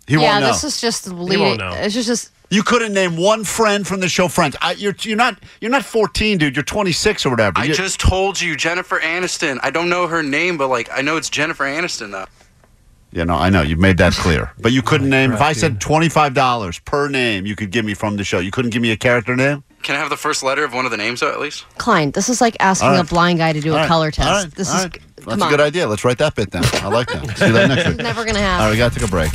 Speaker 2: He
Speaker 6: yeah,
Speaker 2: won't know.
Speaker 6: this is just leading.
Speaker 2: know.
Speaker 6: It's just, just
Speaker 2: You couldn't name one friend from the show Friends. I, you're, you're not you're not 14, dude. You're 26 or whatever.
Speaker 10: I, don't know.
Speaker 2: You-
Speaker 10: I just told you Jennifer Aniston. I don't know her name, but like I know it's Jennifer Aniston though.
Speaker 2: you know, I know you've made that clear, but you couldn't name. if I said twenty-five dollars per name, you could give me from the show. You couldn't give me a character name.
Speaker 10: Can I have the first letter of one of the names though, at least?
Speaker 6: Klein, this is like asking
Speaker 2: All right.
Speaker 6: a blind guy to do
Speaker 2: All
Speaker 6: a
Speaker 2: right.
Speaker 6: color test.
Speaker 2: All right.
Speaker 6: This
Speaker 2: All
Speaker 6: is
Speaker 2: right.
Speaker 6: come
Speaker 2: That's
Speaker 6: on.
Speaker 2: a good idea. Let's write that bit down. I like that. See that next
Speaker 6: This
Speaker 2: week.
Speaker 6: is never gonna happen.
Speaker 2: All right, we got to take a break.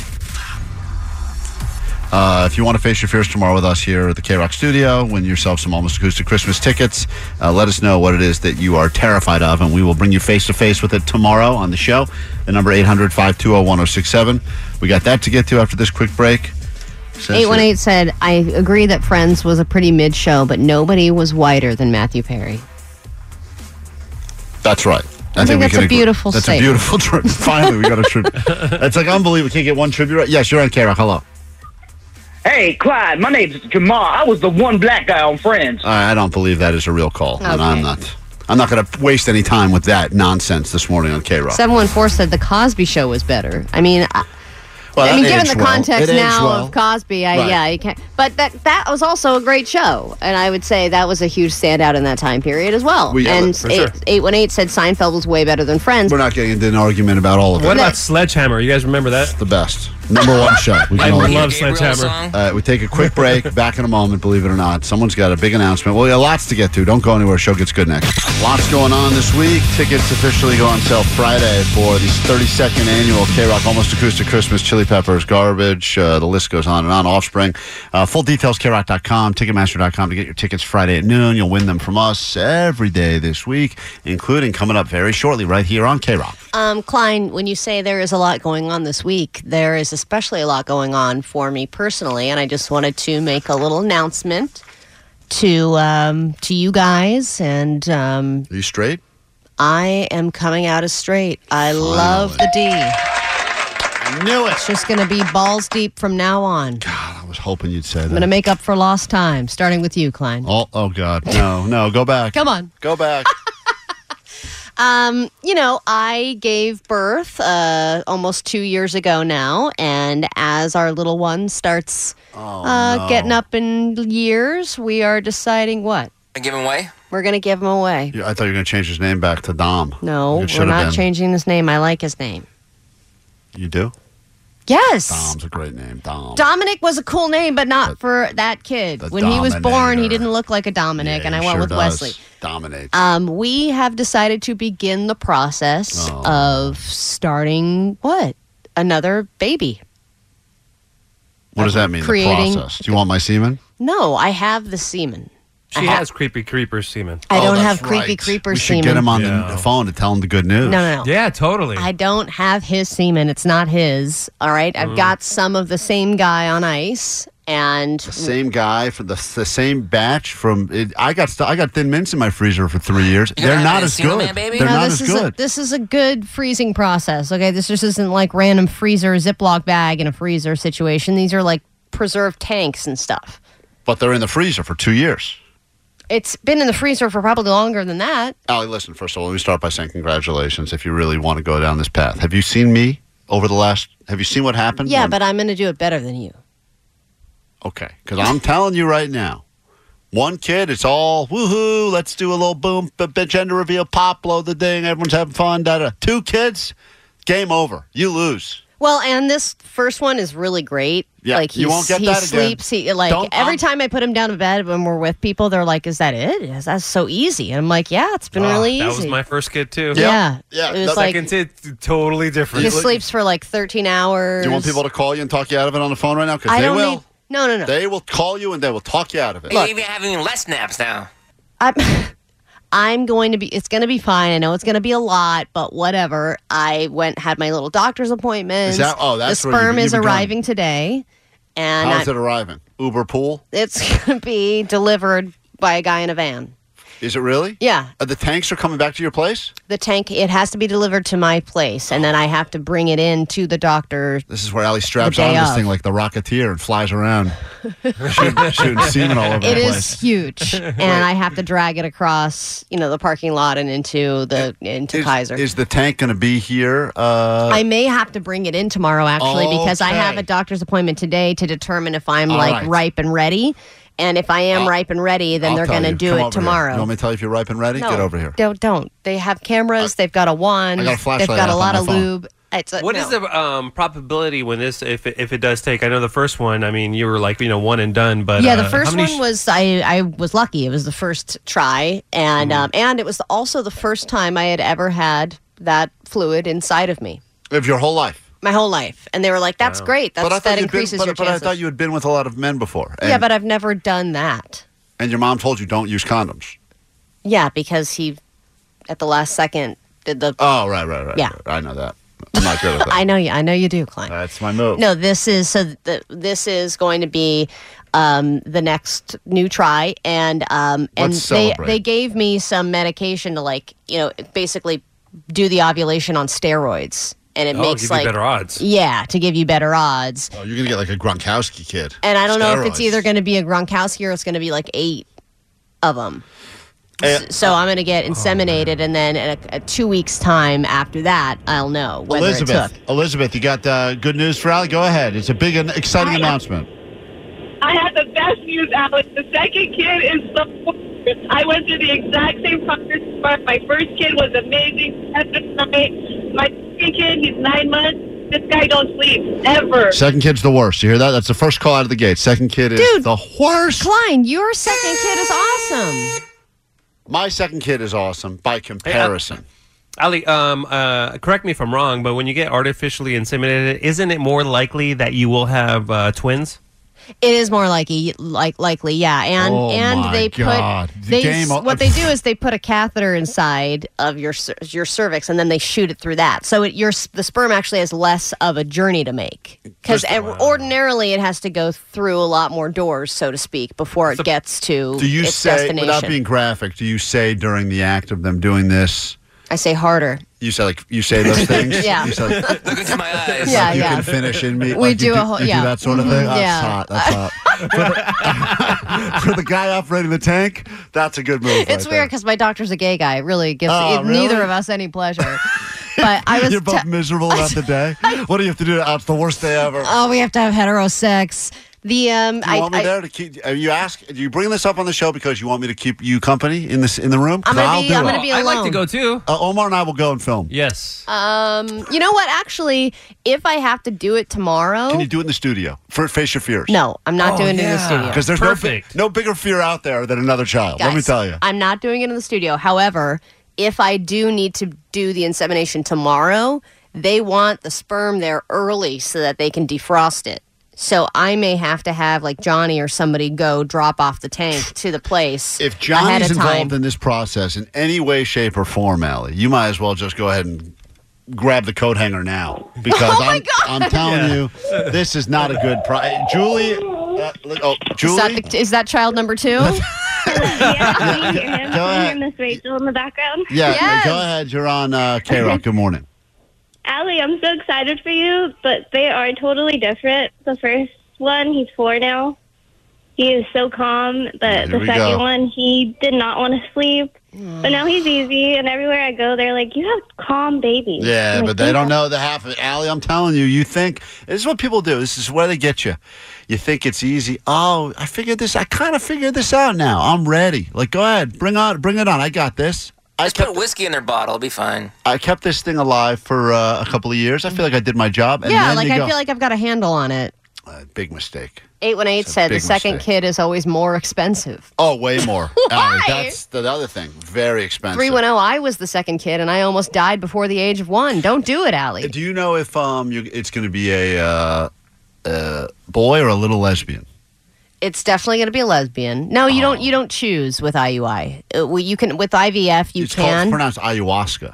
Speaker 2: Uh, if you want to face your fears tomorrow with us here at the K Rock Studio, win yourself some Almost Acoustic Christmas tickets. Uh, let us know what it is that you are terrified of, and we will bring you face to face with it tomorrow on the show. The number 800 520 1067. We got that to get to after this quick break. Says
Speaker 6: Eight one eight said, "I agree that Friends was a pretty mid show, but nobody was whiter than Matthew Perry."
Speaker 2: that- That's right.
Speaker 6: I think that's a beautiful
Speaker 2: That's
Speaker 6: statement.
Speaker 2: a beautiful trip. Finally, we got a trip. That's like unbelievable. We can't get one tribute right. Yes, you're on K Rock. Hello.
Speaker 4: Hey, Clyde, my name's Jamal. I was the one black guy on Friends.
Speaker 2: I I don't believe that is a real call, and I'm
Speaker 6: Okay.
Speaker 2: not. I'm not going to waste any time with that nonsense this morning on K Rock.
Speaker 6: Seven one four said the Cosby Show was better. I mean, I,
Speaker 2: Well,
Speaker 6: I
Speaker 2: that
Speaker 6: mean, given
Speaker 2: aged
Speaker 6: the
Speaker 2: well.
Speaker 6: context
Speaker 2: It aged
Speaker 6: now
Speaker 2: well.
Speaker 6: of Cosby, I,
Speaker 2: Right.
Speaker 6: yeah, you can't. But that that was also a great show, and I would say that was a huge standout in that time period as well.
Speaker 2: We- yeah,
Speaker 6: and
Speaker 2: for sure.
Speaker 6: eight one eight said Seinfeld was way better than Friends.
Speaker 2: We're not getting into an argument about all of it.
Speaker 6: What about
Speaker 2: Sledgehammer? You guys remember that? The best. Number one show.
Speaker 5: I
Speaker 2: all agree.
Speaker 5: love Sledgehammer.
Speaker 2: All right, we take a quick break. Back in a moment, believe it or not. Someone's got a big announcement. Well, we got lots to get to. Don't go anywhere. Show gets good next. Lots going on this week. Tickets officially go on sale Friday for the 32nd annual K Rock Almost Acoustic Christmas, Chili Peppers, Garbage. Uh, the list goes on and on. Offspring. Uh, full details, krock.com, ticketmaster.com to get your tickets Friday at noon. You'll win them from us every day this week, including coming up very shortly right here on K Rock.
Speaker 6: Um, Klein, when you say there is a lot going on this week, there is especially a lot going on for me personally, and I just wanted to make a little announcement to um, to you guys. And um,
Speaker 2: Are you straight?
Speaker 6: I am coming out as straight. I love the D. I
Speaker 2: knew it.
Speaker 6: It's just going to be balls deep from now on.
Speaker 2: I was hoping you'd say
Speaker 6: I'm going to
Speaker 2: that. uh,
Speaker 6: make up for lost time, starting with you, Klein.
Speaker 2: Oh, oh God. No, no, go back.
Speaker 6: Come on.
Speaker 2: Go back.
Speaker 6: Um, you know, I gave birth uh, almost two years ago now, and as our little one starts
Speaker 2: Oh,
Speaker 6: uh,
Speaker 15: no.
Speaker 6: getting up in years, we are deciding what
Speaker 15: And give him away?
Speaker 6: we're going to give him away.
Speaker 2: Yeah, I thought you were going to change his name back to Dom.
Speaker 6: No,
Speaker 2: It
Speaker 6: we're
Speaker 2: should've
Speaker 6: not
Speaker 2: been.
Speaker 6: changing his name. I like his name.
Speaker 2: You do?
Speaker 6: Yes,
Speaker 2: Dom's a great name. Dom.
Speaker 6: Dominic was a cool name, but not for that kid.
Speaker 2: the uh,
Speaker 6: When he was born, he didn't look like a Dominic, and I
Speaker 2: He
Speaker 6: went
Speaker 2: sure
Speaker 6: with
Speaker 2: does.
Speaker 6: Wesley.
Speaker 2: Dominate.
Speaker 6: Um, we have decided to begin the process
Speaker 2: Oh.
Speaker 6: of starting what another baby.
Speaker 2: What does that mean?
Speaker 6: creating-
Speaker 2: the process. Do you want my semen?
Speaker 6: No, I have the semen.
Speaker 5: She
Speaker 6: Uh-huh.
Speaker 5: has creepy creeper semen.
Speaker 6: I don't have creepy creeper
Speaker 2: Oh, We should
Speaker 6: semen.
Speaker 2: get him on the the phone to tell him the good news.
Speaker 6: No, no, no.
Speaker 5: Yeah, totally.
Speaker 6: I don't have his semen. It's not his. All right. I've
Speaker 2: Mm.
Speaker 6: got some of the same guy on ice, and
Speaker 2: The same guy for the, the same batch from it, I got st- I got thin mints in my freezer for three years.
Speaker 6: You
Speaker 2: They're
Speaker 6: don't have
Speaker 2: not
Speaker 6: any
Speaker 2: as
Speaker 6: semen,
Speaker 2: good.
Speaker 6: man,
Speaker 2: They're
Speaker 6: No,
Speaker 2: not
Speaker 6: this
Speaker 2: as
Speaker 6: is a-
Speaker 2: good.
Speaker 6: this is a good freezing process. Okay, this just isn't like random freezer Ziploc bag in a freezer situation. These are like preserved tanks and stuff.
Speaker 2: but they're in the freezer for two years.
Speaker 6: It's been in the freezer for probably longer than that.
Speaker 2: Allie, listen, first of all, let me start by saying congratulations if you really want to go down this path. Have you seen me over the last have you seen what happened?
Speaker 6: Yeah,
Speaker 2: when-
Speaker 6: but I'm going to do it better than you.
Speaker 2: Okay, because I'm telling you right now, one kid, it's all woohoo, let's do a little boom, b- b- gender reveal, pop, blow the thing, everyone's having fun. Da, da. Two kids, game over. You lose.
Speaker 6: Well, and this first one is really great.
Speaker 2: Yeah,
Speaker 6: like
Speaker 2: you won't get
Speaker 6: he
Speaker 2: that again.
Speaker 6: sleeps. He like
Speaker 2: Don't- um,
Speaker 6: every
Speaker 2: I'm-
Speaker 6: time I put him down to bed when we're with people, they're like, "Is that it? Is that so easy?" And I'm like, "Yeah, it's been
Speaker 5: Ah,
Speaker 6: really
Speaker 5: that
Speaker 6: easy."
Speaker 5: was my first kid too.
Speaker 6: Yeah. Yeah, It was that- like-
Speaker 5: second kid, t- totally different.
Speaker 6: he sleeps for like 13 hours.
Speaker 2: Do you want people to call you and talk you out of it on the phone right now? Because
Speaker 6: I
Speaker 2: they
Speaker 6: don't
Speaker 2: will.
Speaker 6: need- no, no, no.
Speaker 2: They will call you and they will talk you out of it.
Speaker 15: You're even having less naps now.
Speaker 6: I'm, I'm going to be, it's going to be fine. I know it's going to be a lot, but whatever. I went, had my little doctor's appointment.
Speaker 2: Is that- oh, that's
Speaker 6: The
Speaker 2: what you-
Speaker 6: sperm
Speaker 2: you've
Speaker 6: is
Speaker 2: done.
Speaker 6: arriving today. And
Speaker 2: How's
Speaker 6: I-
Speaker 2: it arriving? Uber pool?
Speaker 6: it's going to be delivered by a guy in a van.
Speaker 2: Is it really?
Speaker 6: Yeah.
Speaker 2: Uh, the tanks are coming back to your place?
Speaker 6: The tank, it has to be delivered to my place. And then I have to bring it in to the doctor.
Speaker 2: This is where Ali straps
Speaker 6: The day
Speaker 2: on this
Speaker 6: of.
Speaker 2: thing like the Rocketeer and flies around, shooting, shooting semen all over
Speaker 6: It
Speaker 2: the
Speaker 6: is
Speaker 2: place.
Speaker 6: huge, and I have to drag it across, you know, the parking lot and into the into Kaiser.
Speaker 2: Is the tank going to be here? Uh,
Speaker 6: I may have to bring it in tomorrow actually because I have
Speaker 2: Okay.
Speaker 6: a doctor's appointment today to determine if I'm
Speaker 2: All
Speaker 6: like
Speaker 2: right.
Speaker 6: ripe and ready. And if I am ripe and ready, then
Speaker 2: I'll
Speaker 6: they're
Speaker 2: tell
Speaker 6: going to
Speaker 2: you.
Speaker 6: do
Speaker 2: Come over
Speaker 6: it
Speaker 2: here.
Speaker 6: tomorrow.
Speaker 2: You want me to tell you if you're ripe and ready? Get
Speaker 6: No,
Speaker 2: over here.
Speaker 6: Don't don't. They have cameras. they've got a wand.
Speaker 2: I got a flashlight
Speaker 6: they've got a
Speaker 2: app on
Speaker 6: lot
Speaker 2: my
Speaker 6: of
Speaker 2: phone.
Speaker 6: lube. It's a,
Speaker 5: What is the um, probability when this, if it, if it does take? I know the first one. I mean, you were like, you know, one and done. But
Speaker 6: yeah,
Speaker 5: uh,
Speaker 6: the
Speaker 5: how
Speaker 6: first
Speaker 5: many
Speaker 6: one
Speaker 5: sh-
Speaker 6: was I, I was lucky. It was the first try, and
Speaker 2: Mm-hmm.
Speaker 6: um, and it was also the first time I had ever had that fluid inside of me
Speaker 2: Of your whole life.
Speaker 6: my whole life. And they were like, "That's
Speaker 2: Wow.
Speaker 6: great. That's,
Speaker 2: But I thought
Speaker 6: that
Speaker 2: you'd been-
Speaker 6: increases
Speaker 2: but-
Speaker 6: your
Speaker 2: But I
Speaker 6: chances."
Speaker 2: thought you had been with a lot of men before. And,
Speaker 6: yeah, but I've never done that.
Speaker 2: and your mom told you don't use condoms.
Speaker 6: Yeah, because he, at the last second, did the.
Speaker 2: Oh, right, right, right.
Speaker 6: Yeah.
Speaker 2: right. I know that. I'm not good at that. Oh.
Speaker 6: I know you. I know you do, Klein.
Speaker 2: That's my move.
Speaker 6: No, this is so. Th- this is going to be um, the next new try, and um, and
Speaker 25: Let's
Speaker 6: they
Speaker 25: celebrate.
Speaker 6: they gave me some medication to like you know basically do the ovulation on steroids, and it
Speaker 2: Oh,
Speaker 6: makes
Speaker 2: give you
Speaker 6: like
Speaker 2: better odds.
Speaker 6: Yeah, to give you better odds.
Speaker 2: Oh, you're going to get like a Gronkowski kid.
Speaker 6: And I don't know if it's
Speaker 2: Steroids.
Speaker 6: either going to be a Gronkowski or it's going to be like eight of them. So I'm going to get inseminated, and then in a, a two weeks' time after that, I'll know whether it took.
Speaker 2: Elizabeth, Elizabeth, you got uh, good news for Ali? Go ahead. It's a big and
Speaker 6: uh,
Speaker 2: exciting announcement.
Speaker 26: I have the best news, Alex. The second kid is the worst. I went through the exact same process. as Mark. My first kid was amazing. Second night. My second kid, he's nine months. This guy don't sleep ever.
Speaker 2: Second kid's the worst. You hear that? That's the first call out of the gate. Second kid is
Speaker 6: Dude,
Speaker 2: the worst.
Speaker 6: Klein, your second kid is awesome.
Speaker 2: My second kid is awesome by comparison.
Speaker 5: Ali, um, uh, correct me if I'm wrong, but when you get artificially inseminated, isn't it more likely that you will have uh, twins?
Speaker 6: It is more likely, like likely, yeah. And
Speaker 5: Oh,
Speaker 6: and
Speaker 5: my
Speaker 6: they
Speaker 5: God.
Speaker 6: put
Speaker 5: The
Speaker 6: they
Speaker 5: game o-
Speaker 6: what they do is they put a catheter inside of your cer- your cervix, and then they shoot it through that. So it, your s- the sperm actually has less of a journey to make because ordinarily it has to go through a lot more doors, so to speak, before it gets to
Speaker 2: do you
Speaker 6: its
Speaker 2: say,
Speaker 6: destination.
Speaker 2: without being graphic, do you say during the act of them doing this,
Speaker 6: I say harder.
Speaker 2: you say like you say those things?
Speaker 6: Yeah.
Speaker 2: You say, like,
Speaker 15: Look into my eyes.
Speaker 2: like,
Speaker 6: Yeah,
Speaker 2: you
Speaker 6: yeah.
Speaker 2: can finish in me.
Speaker 6: We
Speaker 2: like,
Speaker 6: do
Speaker 2: you
Speaker 6: a whole-
Speaker 2: you
Speaker 6: yeah.
Speaker 2: do that sort of thing.
Speaker 6: Mhm,
Speaker 2: Oh,
Speaker 6: yeah.
Speaker 2: That's hot. That's hot. for, the, for the guy operating the tank, that's a good move.
Speaker 6: It's
Speaker 2: right
Speaker 6: weird because my doctor's a gay guy. It really gives
Speaker 2: Oh,
Speaker 6: it- neither
Speaker 2: really?
Speaker 6: of us any pleasure. but I was
Speaker 2: You're both miserable about the day. What do you have to do? Oh, it's the worst day ever.
Speaker 6: oh, we have to have heterosex. The um,
Speaker 2: Do you
Speaker 6: I,
Speaker 2: want me
Speaker 6: I-
Speaker 2: there to keep? uh, You ask. Do you bring this up on the show because you want me to keep you company in this in the room? 'Cause
Speaker 6: I'm gonna
Speaker 2: I'll
Speaker 6: be-
Speaker 2: do
Speaker 6: I'm
Speaker 2: it.
Speaker 6: gonna be I'd like to alone. go,
Speaker 5: too.
Speaker 2: Uh, Omar and I will go and film.
Speaker 5: Yes.
Speaker 6: Um, you know what? Actually, if I have to do it tomorrow,
Speaker 2: Can you do it in the studio for Face Your Fears?
Speaker 6: No, I'm not Oh, doing it in the yeah. studio.
Speaker 2: Because there's no, bi- no bigger fear out there than another child. Let me
Speaker 6: guys,
Speaker 2: tell you.
Speaker 6: I'm not doing it in the studio. However, if I do need to do the insemination tomorrow, they want the sperm there early so that they can defrost it. So I may have to have like Johnny or somebody go drop off the tank to the place
Speaker 2: if
Speaker 6: ahead
Speaker 2: Johnny's
Speaker 6: of time.
Speaker 2: involved in this process in any way, shape, or form, Allie, you might as well just go ahead and grab the coat hanger now because
Speaker 6: Oh my
Speaker 2: I'm,
Speaker 6: God.
Speaker 2: I'm telling
Speaker 6: Yeah.
Speaker 2: you, this is not a good pri Julie, uh, look- oh, Julie,
Speaker 6: Is that, the, is that child number two?
Speaker 2: Yeah,
Speaker 26: Can you hear him? Can
Speaker 2: Go
Speaker 26: you
Speaker 2: ahead.
Speaker 26: hear Miss Rachel in the background?
Speaker 2: Yeah, go ahead. You're on uh, K Rock. Good morning.
Speaker 26: Allie, I'm so excited for you, but they are totally different. The first one, he's four now. He is so calm,
Speaker 2: but
Speaker 26: the
Speaker 2: we
Speaker 26: second
Speaker 2: go.
Speaker 26: one, he did not want to sleep. But now he's easy, and everywhere I go, they're like, "You have calm babies."
Speaker 2: Yeah,
Speaker 26: I'm
Speaker 2: but
Speaker 26: like,
Speaker 2: they
Speaker 26: "You
Speaker 2: don't know the half of it. Allie, I'm telling you, you think this is what people do. This is where they get you. You think it's easy. Oh, I figured this. I kind of figured this out now. I'm ready. Like, go ahead, bring on, bring it on. I got this.
Speaker 15: Just put whiskey in their bottle. It'll be fine.
Speaker 2: I kept this thing alive for uh, a couple of years. I feel like I did my job. And
Speaker 6: yeah,
Speaker 2: then
Speaker 6: like
Speaker 2: you
Speaker 6: I
Speaker 2: go, "Uh,
Speaker 6: feel like I've got a handle on it.
Speaker 2: big mistake.
Speaker 6: 818 said the
Speaker 2: big
Speaker 6: second
Speaker 2: mistake.
Speaker 6: kid is always more expensive.
Speaker 2: Oh, way more.
Speaker 6: Why?
Speaker 2: Allie, that's the other thing. Very expensive.
Speaker 6: 310, oh, I was the second kid and I almost died before the age of one. Don't do it, Allie.
Speaker 2: Do you know if um you, it's going to be a uh, uh, boy or a little lesbian?
Speaker 6: It's definitely going to be a lesbian. No, you don't.
Speaker 2: Oh.
Speaker 6: You don't choose with IUI. Uh, well, you can with IVF. You
Speaker 2: It's called,
Speaker 6: can.
Speaker 2: it's pronounced ayahuasca.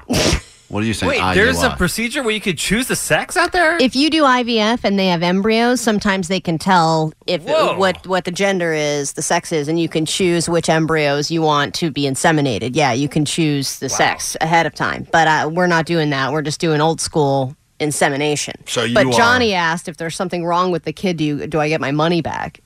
Speaker 2: what are you saying? IUI?
Speaker 5: procedure where you could choose the sex out there.
Speaker 6: If you do IVF and they have embryos, sometimes they can tell if uh,
Speaker 5: Whoa.
Speaker 6: what what the gender is, the sex is, and you can choose which embryos you want to be inseminated. Yeah, you can choose the sex ahead of time. But uh, we're not doing that. We're just doing old school insemination.
Speaker 2: So you
Speaker 6: but
Speaker 2: are-
Speaker 6: Johnny asked if there's something wrong with the kid. Do you, do I get my money back?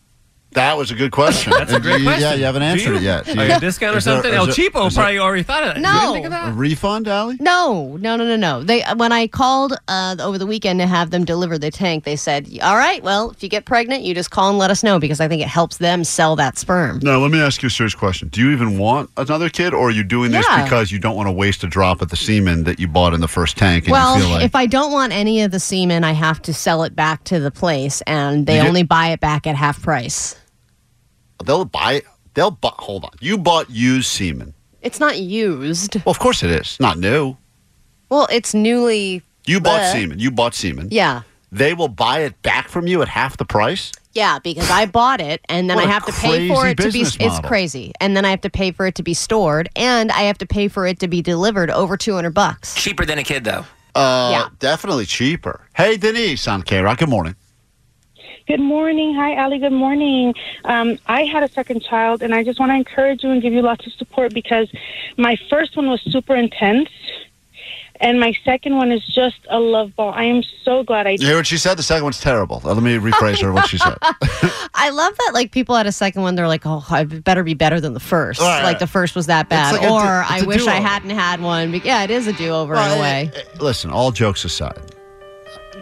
Speaker 2: That was a good question.
Speaker 5: That's a
Speaker 2: And do
Speaker 5: great
Speaker 2: you- Yeah,
Speaker 5: question.
Speaker 2: you haven't
Speaker 5: Do
Speaker 2: answered
Speaker 5: you?
Speaker 2: it yet. Do
Speaker 5: Like
Speaker 2: you-
Speaker 5: a discount or
Speaker 2: is there-
Speaker 5: something?
Speaker 2: is
Speaker 5: El
Speaker 2: there-
Speaker 5: Cheapo
Speaker 2: is there-
Speaker 5: probably already thought of that.
Speaker 6: No.
Speaker 5: You didn't think of that?
Speaker 2: A refund, Allie?
Speaker 6: No, no, no, no, no. They when I called uh, over the weekend to have them deliver the tank, they said, "All right, well, if you get pregnant, you just call and let us know because I think it helps them sell that sperm."
Speaker 2: No, let me ask you a serious question. Do you even want another kid, or are you doing this
Speaker 6: Yeah.
Speaker 2: because you don't want to waste a drop of the semen that you bought in the first tank and
Speaker 6: Well,
Speaker 2: you feel like
Speaker 6: if I don't want any of the semen, I have to sell it back to the place, and they
Speaker 2: You did-
Speaker 6: only buy it back at half price.
Speaker 2: they'll buy, they'll buy, hold on. You bought used semen.
Speaker 6: It's not used.
Speaker 2: Well, of course it is. It's not new.
Speaker 6: Well, it's newly.
Speaker 2: You bought
Speaker 6: Bleh.
Speaker 2: semen. You bought semen.
Speaker 6: Yeah,
Speaker 2: They will buy it back from you at half the price.
Speaker 6: yeah, because I bought it, and then
Speaker 2: What
Speaker 6: I
Speaker 2: a
Speaker 6: have to pay for
Speaker 2: crazy
Speaker 6: it to be.
Speaker 2: business
Speaker 6: It's
Speaker 2: model.
Speaker 6: crazy, and then I have to pay for it to be stored, and I have to pay for it to be delivered over two hundred bucks.
Speaker 15: Cheaper than a kid, though.
Speaker 2: Uh, Definitely cheaper. Hey, Denise on K Rock. Good morning.
Speaker 25: Good morning. Hi, Ali. Good morning. Um, I had a second child, and I just want to encourage you and give you lots of support because my first one was super intense, and my second one is just a love ball. I am so glad I
Speaker 2: You hear what she said? The second one's terrible. Uh, Let me rephrase her what she said.
Speaker 6: I love that. Like people at a second one, they're like, "Oh, I better be better than the first.
Speaker 2: Right.
Speaker 6: Like the first was that bad,
Speaker 2: like a du-
Speaker 6: or
Speaker 2: it's
Speaker 6: I
Speaker 2: a
Speaker 6: wish I
Speaker 2: do-over.
Speaker 6: hadn't had one." But yeah, it is a do over in a way.
Speaker 2: Listen, all jokes aside,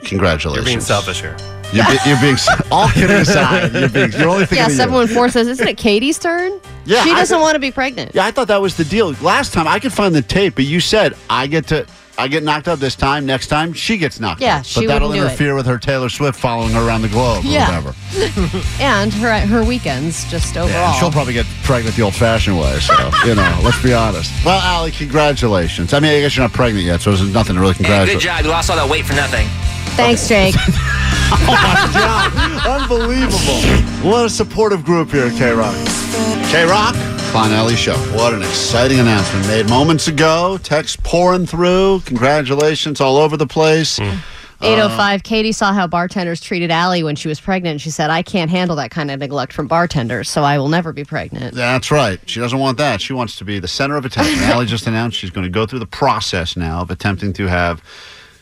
Speaker 2: congratulations.
Speaker 5: You're being selfish here.
Speaker 2: You're, be- you're being all kidding aside. You're being you're only thinking.
Speaker 6: Yeah,
Speaker 2: of you.
Speaker 6: seven one four says, "Isn't it Katie's turn?
Speaker 2: Yeah,
Speaker 6: she
Speaker 2: I
Speaker 6: doesn't
Speaker 2: think-
Speaker 6: want to be pregnant."
Speaker 2: Yeah, I thought that was the deal. Last time I could find the tape, but you said I get to I get knocked up this time. Next time she gets knocked
Speaker 6: Yeah,
Speaker 2: up.
Speaker 6: she
Speaker 2: but that'll
Speaker 6: wouldn't do it.
Speaker 2: interfere with her Taylor Swift following her around the globe or
Speaker 6: Yeah.
Speaker 2: whatever.
Speaker 6: and her her weekends just overall.
Speaker 2: Yeah, and she'll probably get pregnant the old-fashioned way. So you know, let's be honest. Well, Allie, congratulations. I mean, I guess you're not pregnant yet, so there's nothing to really
Speaker 15: Hey,
Speaker 2: congratulate.
Speaker 15: good job. You lost all that weight for nothing.
Speaker 6: Thanks, Jake.
Speaker 2: Oh Unbelievable. What a supportive group here at K Rock. K Rock, Von Ellie Show. What an exciting announcement made moments ago. Text pouring through. Congratulations all over the place. Uh-huh.
Speaker 6: 805 Katie saw how bartenders treated Allie when she was pregnant. and She said, I can't handle that kind of neglect from bartenders, so I will never be pregnant.
Speaker 2: That's right. She doesn't want that. She wants to be the center of attention. Allie just announced she's going to go through the process now of attempting to have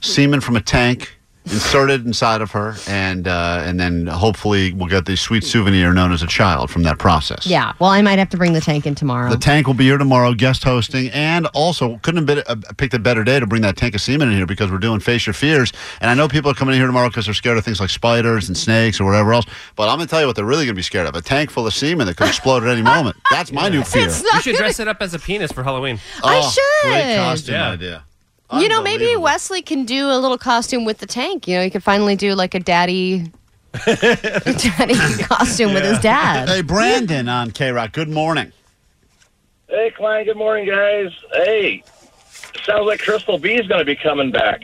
Speaker 2: semen from a tank inserted inside of her, and uh, and then hopefully we'll get the sweet souvenir known as a child from that process.
Speaker 6: Yeah, well, I might have to bring the tank in tomorrow.
Speaker 2: The tank will be here tomorrow, guest hosting, and also couldn't have been, uh, picked a better day to bring that tank of semen in here because we're doing Face Your Fears. And I know people are coming in here tomorrow because they're scared of things like spiders and snakes or whatever else. But I'm going to tell you what they're really going to be scared of a tank full of semen that could explode at any moment. That's my new fear. Oh,
Speaker 5: You should dress it up as a penis for Halloween.
Speaker 6: I should.
Speaker 2: Great costume
Speaker 5: Yeah.
Speaker 2: idea.
Speaker 6: you know, maybe Wesley can do a little costume with the tank. You know, he could finally do like a daddy, a daddy costume with his dad.
Speaker 2: Hey, Brandon on K Rock. Good morning.
Speaker 20: Hey, Klein. Good morning, guys. Hey, sounds like Crystal B's going to be coming back.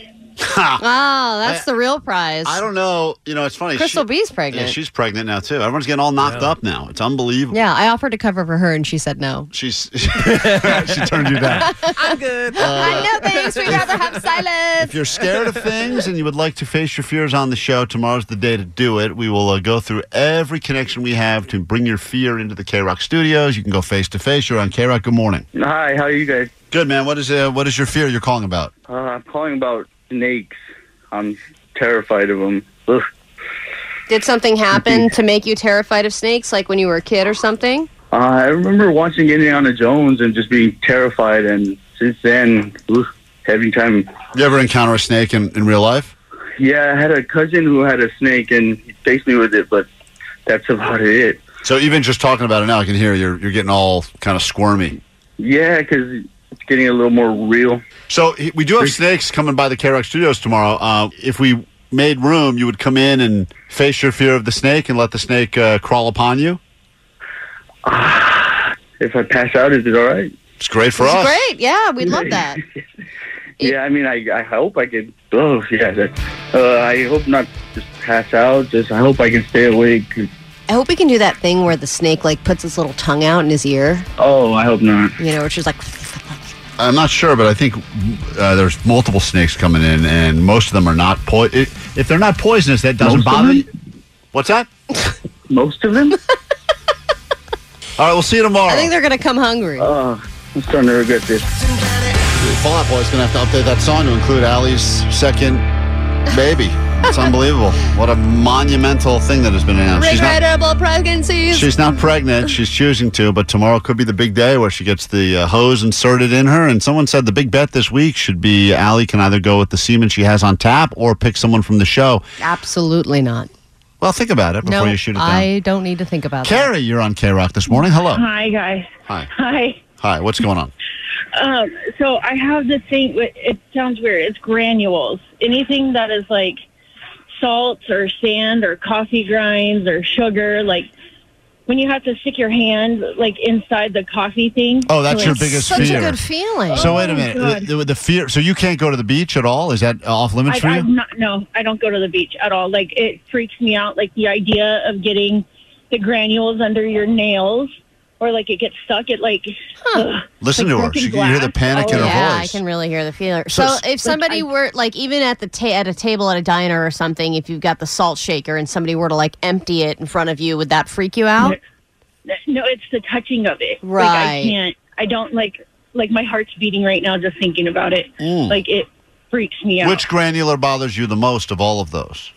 Speaker 6: Wow, that's the real prize.
Speaker 2: I don't know. You know, it's funny.
Speaker 6: Crystal B's pregnant.
Speaker 2: Yeah, she's pregnant now, too. Everyone's getting all knocked up now. It's unbelievable.
Speaker 6: Yeah, I offered to cover for her, and she said no.
Speaker 2: She's she turned you down.
Speaker 6: I'm
Speaker 2: Uh,
Speaker 6: good. I know things. We'd rather have silence.
Speaker 2: If you're scared of things and you would like to face your fears on the show, tomorrow's the day to do it. We will uh, go through every connection we have to bring your fear into the K Rock studios. You can go face to face. You're on K Rock. Good morning.
Speaker 16: Hi, how are you guys?
Speaker 2: Good man. What is uh, what is your fear you're calling about?
Speaker 16: Uh, I'm calling about snakes. I'm terrified of them. Ugh.
Speaker 6: Did something happen to make you terrified of snakes, like when you were a kid or something?
Speaker 16: Uh, I remember watching Indiana Jones and just being terrified, and since then, ugh, every time.
Speaker 2: You ever encounter a snake in, in real life?
Speaker 16: Yeah, I had a cousin who had a snake, and he chased me with it, but that's about it.
Speaker 2: So even just talking about it now, I can hear you're you're getting all kind of squirmy.
Speaker 16: Yeah, because it's getting a little more real.
Speaker 2: So he- we do have snakes coming by the K Rock Studios tomorrow. Uh, if we made room, you would come in and face your fear of the snake and let the snake uh, crawl upon you.
Speaker 16: If I pass out, is it all right?
Speaker 2: It's great
Speaker 6: It's great. Yeah, we'd love that.
Speaker 16: Yeah, I mean, I, I hope I could. Oh, yeah. That, uh, I hope not just pass out. Just I hope I can stay awake.
Speaker 6: I hope we can do that thing where the snake like puts its little tongue out in his ear.
Speaker 16: Oh, I hope not.
Speaker 6: You know, which is like
Speaker 2: I'm not sure, but I think uh, there's multiple snakes coming in, and most of them are not po. i- If they're not poisonous, that doesn't
Speaker 16: Most of
Speaker 2: bother you. What's that?
Speaker 16: most of them.
Speaker 2: All right, we'll see you tomorrow.
Speaker 6: I think they're gonna come hungry.
Speaker 2: I'm starting to regret this. Fall Out Boy's going to have to update that song to include Ali's second baby. It's unbelievable. What a monumental thing that has been announced. She's not,
Speaker 6: Regrettable pregnancies.
Speaker 2: she's not pregnant. She's choosing to, but tomorrow could be the big day where she gets the uh, hose inserted in her. And someone said the big bet this week should be Ali can either go with the semen she has on tap or pick someone from the show.
Speaker 6: Absolutely not.
Speaker 2: Well, think about it before
Speaker 6: no,
Speaker 2: you shoot it down.
Speaker 6: I don't need to think about that.
Speaker 2: Carrie, you're on K Rock this morning. Hello.
Speaker 18: Hi, guys.
Speaker 2: Hi.
Speaker 18: Hi.
Speaker 2: Hi. What's going on?
Speaker 18: Um, so I have this thing. with- It sounds weird. It's granules. Anything that is like salts or sand or coffee grinds or sugar, like when you have to stick your hand like inside the coffee thing.
Speaker 2: Oh, that's
Speaker 18: to,
Speaker 2: your
Speaker 18: like-
Speaker 2: biggest fear.
Speaker 6: feeling.
Speaker 2: So
Speaker 18: Oh,
Speaker 2: wait a minute.
Speaker 18: God.
Speaker 2: The, the, the fear. So you can't go to the beach at all? Is that off limits for
Speaker 18: I,
Speaker 2: you?
Speaker 18: I'm not. No, I don't go to the beach at all. Like it freaks me out. Like the idea of getting the granules under your nails, or like it gets stuck. It like ugh,
Speaker 2: Listen
Speaker 18: like
Speaker 2: to her.
Speaker 18: broken
Speaker 2: She, you hear the
Speaker 18: glass. Oh,
Speaker 2: panic in her
Speaker 6: yeah,
Speaker 2: voice.
Speaker 6: I can really hear the feeler.
Speaker 2: So
Speaker 6: So,
Speaker 2: s-
Speaker 6: if somebody were like even at the ta- at a table at a diner or something, if you've got the salt shaker and somebody were to like empty it in front of you, would that freak you out?
Speaker 18: No, it's the touching of it. Like
Speaker 6: Right.
Speaker 18: I can't. I don't like. Like my heart's beating right now just thinking about it.
Speaker 2: Mm.
Speaker 18: Like it freaks me out.
Speaker 2: Which granular bothers you the most of all of those?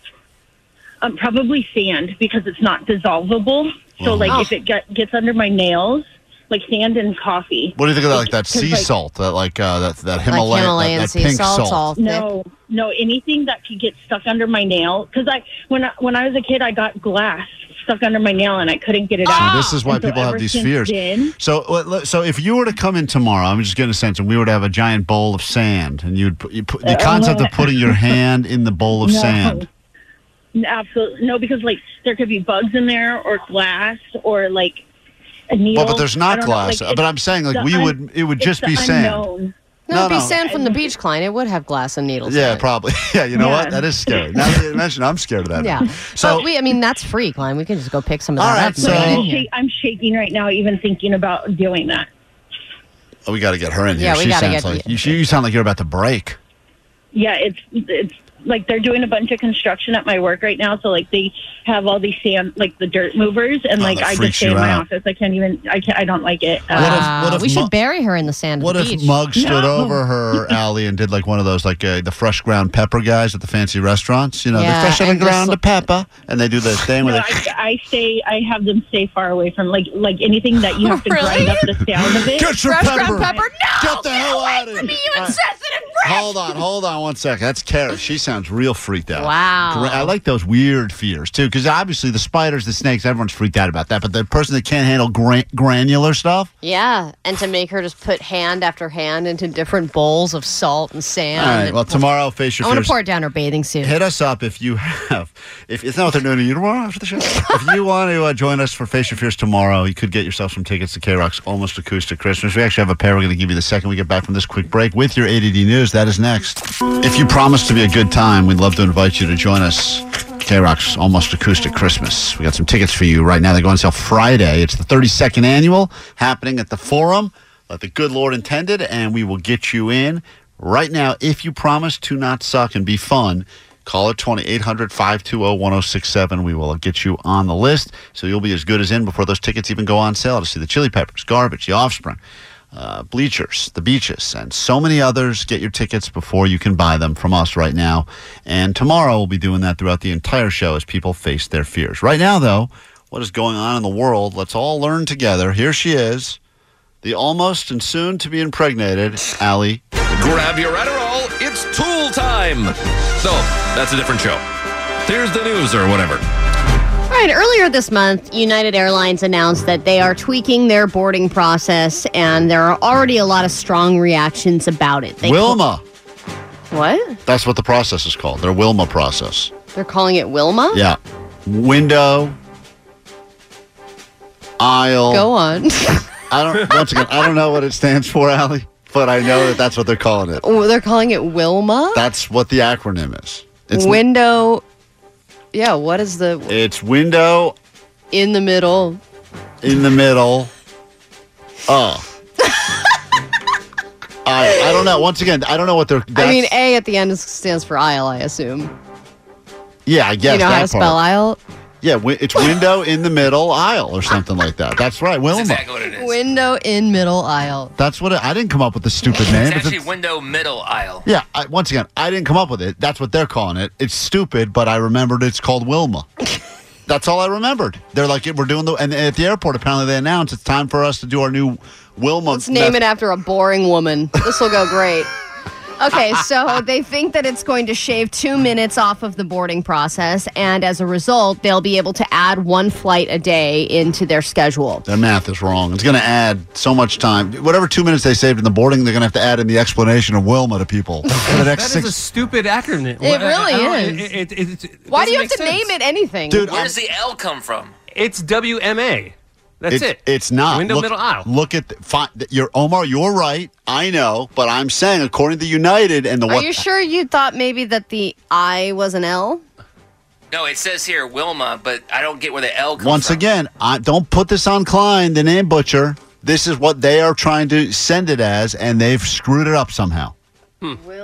Speaker 18: um, probably sand because it's not dissolvable. So
Speaker 2: Oh.
Speaker 18: like
Speaker 2: Oh.
Speaker 18: if it get, gets under my nails, like sand and coffee.
Speaker 2: What do you think of that, like that sea
Speaker 18: like-
Speaker 2: salt, that like uh, that that Himalayan, that, that pink salt?
Speaker 18: No, no, anything that could get stuck under my nail. Because I, when I, when I was a kid, I got glass stuck under my nail and I couldn't get it
Speaker 2: See,
Speaker 18: out.
Speaker 2: this is why
Speaker 18: And so
Speaker 2: people have
Speaker 18: ever
Speaker 2: these
Speaker 18: since
Speaker 2: fears.
Speaker 18: then-
Speaker 2: So, let- let- so if you were to come in tomorrow, I'm just getting a sense, and we were to have a giant bowl of sand, and you'd put, you put the
Speaker 18: Uh,
Speaker 2: concept
Speaker 18: no.
Speaker 2: of putting your hand in the bowl of
Speaker 18: No.
Speaker 2: sand.
Speaker 18: N- Absolutely no, because like there could be bugs in there or glass or like a needle.
Speaker 2: Well, but there's
Speaker 18: I
Speaker 2: not
Speaker 18: don't know,
Speaker 2: glass.
Speaker 18: like,
Speaker 2: but
Speaker 18: it's
Speaker 2: I'm saying, like
Speaker 18: the
Speaker 2: we
Speaker 18: un-
Speaker 2: would, it would
Speaker 18: it's
Speaker 2: just
Speaker 18: the
Speaker 2: be sand.
Speaker 18: unknown.
Speaker 6: No, it'd be sand from the beach, Klein. It would have glass and needles.
Speaker 2: Yeah,
Speaker 6: in it.
Speaker 2: probably. Yeah, you know what?
Speaker 6: Yeah.
Speaker 2: That is scary. Now that you mention, I'm scared of that.
Speaker 6: Yeah.
Speaker 2: So
Speaker 6: So we, I mean, that's free, Klein. We can just go pick some of that
Speaker 2: All right,
Speaker 6: up. and put it
Speaker 2: so-
Speaker 6: in
Speaker 18: I'm,
Speaker 6: here.
Speaker 18: shak- I'm shaking right now, even thinking about doing that.
Speaker 2: Oh, we got to get her in here.
Speaker 18: Yeah, we
Speaker 2: she
Speaker 18: gotta
Speaker 2: sounds
Speaker 18: get-
Speaker 2: like you, you sound like you're about to break.
Speaker 18: Yeah, it's it's like they're doing a bunch of construction at my work right now. So like they have all these sand, like the dirt movers, and like
Speaker 2: Oh, that
Speaker 18: I just
Speaker 2: freaks
Speaker 18: stay
Speaker 2: you
Speaker 18: in my
Speaker 2: out.
Speaker 18: office. I can't even. I can't. I uh, don't like it.
Speaker 2: Wow. what if
Speaker 6: we
Speaker 2: Mu-
Speaker 6: should bury her in the sand.
Speaker 2: What
Speaker 6: of
Speaker 2: if
Speaker 6: the beach.
Speaker 2: Mug stood over her alley and did like one of those like uh, the fresh ground pepper guys at the fancy restaurants? You know,
Speaker 18: Yeah,
Speaker 2: they fresh out the
Speaker 18: and just
Speaker 2: ground a pepper, and they do the thing with
Speaker 18: No,
Speaker 2: it.
Speaker 18: I, I stay. I have them stay far away from like like anything that you have to grind up the sound of it.
Speaker 2: Get your Fresh ground pepper. pepper?
Speaker 18: No,
Speaker 2: Get the hell out of here! All right. Hold on, hold on one second. That's Kara. She sounds real freaked out.
Speaker 6: Wow.
Speaker 2: Gra- I like those weird fears too, because obviously the spiders, the snakes, everyone's freaked out about that. But the person that can't handle gran- granular stuff,
Speaker 6: Yeah, and to make her just put hand after hand into different bowls of salt and sand.
Speaker 2: All right.
Speaker 6: and-
Speaker 2: Well, tomorrow, face your
Speaker 6: I want
Speaker 2: fears.
Speaker 6: to pour it down her bathing suit.
Speaker 2: Hit us up if you have. If it's not what they're doing to you tomorrow after the show. if you want to uh, join us for Face Your Fears tomorrow, you could get yourself some tickets to K Rock's Almost Acoustic Christmas. We actually have a pair we're going to give you the second we get back from this quick break with your ADD news. That is next. If you promise to be a good time, we'd love to invite you to join us. K Rock's Almost Acoustic Christmas. We got some tickets for you right now. They go on sale Friday. It's the 32nd annual happening at the Forum. Let the good Lord intended, and we will get you in right now if you promise to not suck and be fun. Call it 20 800 520 1067. We will get you on the list so you'll be as good as in before those tickets even go on sale to see the Chili Peppers, Garbage, The Offspring, uh, Bleachers, The Beaches, and so many others. Get your tickets before you can buy them from us right now. And tomorrow we'll be doing that throughout the entire show as people face their fears. Right now, though, what is going on in the world? Let's all learn together. Here she is, the almost and soon to be impregnated Allie
Speaker 11: Grab your Adderall. It's tool time. So, that's a different show. Here's the news or whatever.
Speaker 6: All right, right, earlier this month, United Airlines announced that they are tweaking their boarding process, and there are already a lot of strong reactions about it. They
Speaker 2: Wilma.
Speaker 6: what?
Speaker 2: That's what the process is called. Their Wilma process.
Speaker 6: They're calling it Wilma?
Speaker 2: Yeah. Window. Aisle.
Speaker 6: Go on.
Speaker 2: I don't. Once again, I don't know what it stands for, Allie, but I know that that's what they're calling it.
Speaker 6: Oh, they're calling it Wilma?
Speaker 2: That's what the acronym is. It's
Speaker 6: Window. Yeah, what is the
Speaker 2: it's window
Speaker 6: in the middle?
Speaker 2: in the middle. Oh. I, I don't know. Once again, I don't know what they're.
Speaker 6: I mean,
Speaker 2: that's-
Speaker 6: A at the end is, stands for aisle, I assume.
Speaker 2: yeah, I guess
Speaker 6: you know how
Speaker 2: that
Speaker 6: to
Speaker 2: part.
Speaker 6: spell aisle?
Speaker 2: Yeah, wi- it's window in the middle aisle or something like that. That's right, Wilma.
Speaker 6: Window in middle aisle.
Speaker 2: That's what it, I didn't come up with the stupid name.
Speaker 15: It's
Speaker 2: It's a-
Speaker 15: actually window middle aisle.
Speaker 2: yeah, I, once again, I didn't come up with it. That's what they're calling it. It's stupid, but I remembered it's called Wilma. That's all I remembered. They're like, we're doing the and at the airport. Apparently, they announced it's time for us to do our new Wilma.
Speaker 6: Let's name it after a boring woman. This will go great. Okay, so they think that it's going to shave two minutes off of the boarding process, and as a result, they'll be able to add one flight a day into their schedule.
Speaker 2: That math is wrong. It's going to add so much time. Whatever two minutes they saved in the boarding, they're going to have to add in the explanation of Wilma to people for the
Speaker 5: That
Speaker 2: next
Speaker 5: is
Speaker 2: six
Speaker 5: a stupid acronym.
Speaker 6: It really
Speaker 5: is. It, it- it- it
Speaker 6: Why do you have
Speaker 5: doesn't
Speaker 6: to
Speaker 5: make sense.
Speaker 6: name it anything?
Speaker 15: where does the L come from?
Speaker 5: It's WMA. That's
Speaker 2: It's-
Speaker 5: it.
Speaker 2: It's not
Speaker 5: Window
Speaker 2: look,
Speaker 5: middle aisle.
Speaker 2: Look at the, fi, your Omar. You're right. I know, but I'm saying according to United and the
Speaker 6: Are
Speaker 2: what
Speaker 6: you sure you thought maybe that the I was an L?
Speaker 15: No, it says here Wilma, but I don't get where the L comes
Speaker 2: once
Speaker 15: from.
Speaker 2: again, I, don't put this on Klein, the name butcher. This is what they are trying to send it as, and they've screwed it up somehow.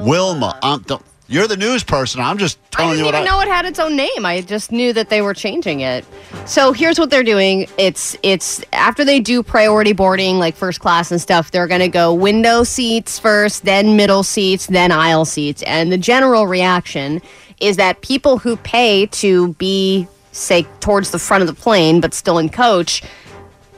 Speaker 2: Wilma, I'm, don't, you're the news person. I'm just
Speaker 6: I
Speaker 2: telling
Speaker 6: didn't
Speaker 2: you what
Speaker 6: even
Speaker 2: I
Speaker 6: know it had its own name. I just knew that they were changing it. So here's what they're doing. It's it's after they do priority boarding, like first class and stuff, they're gonna go window seats first, then middle seats, then aisle seats. And the general reaction is that people who pay to be say towards the front of the plane but still in coach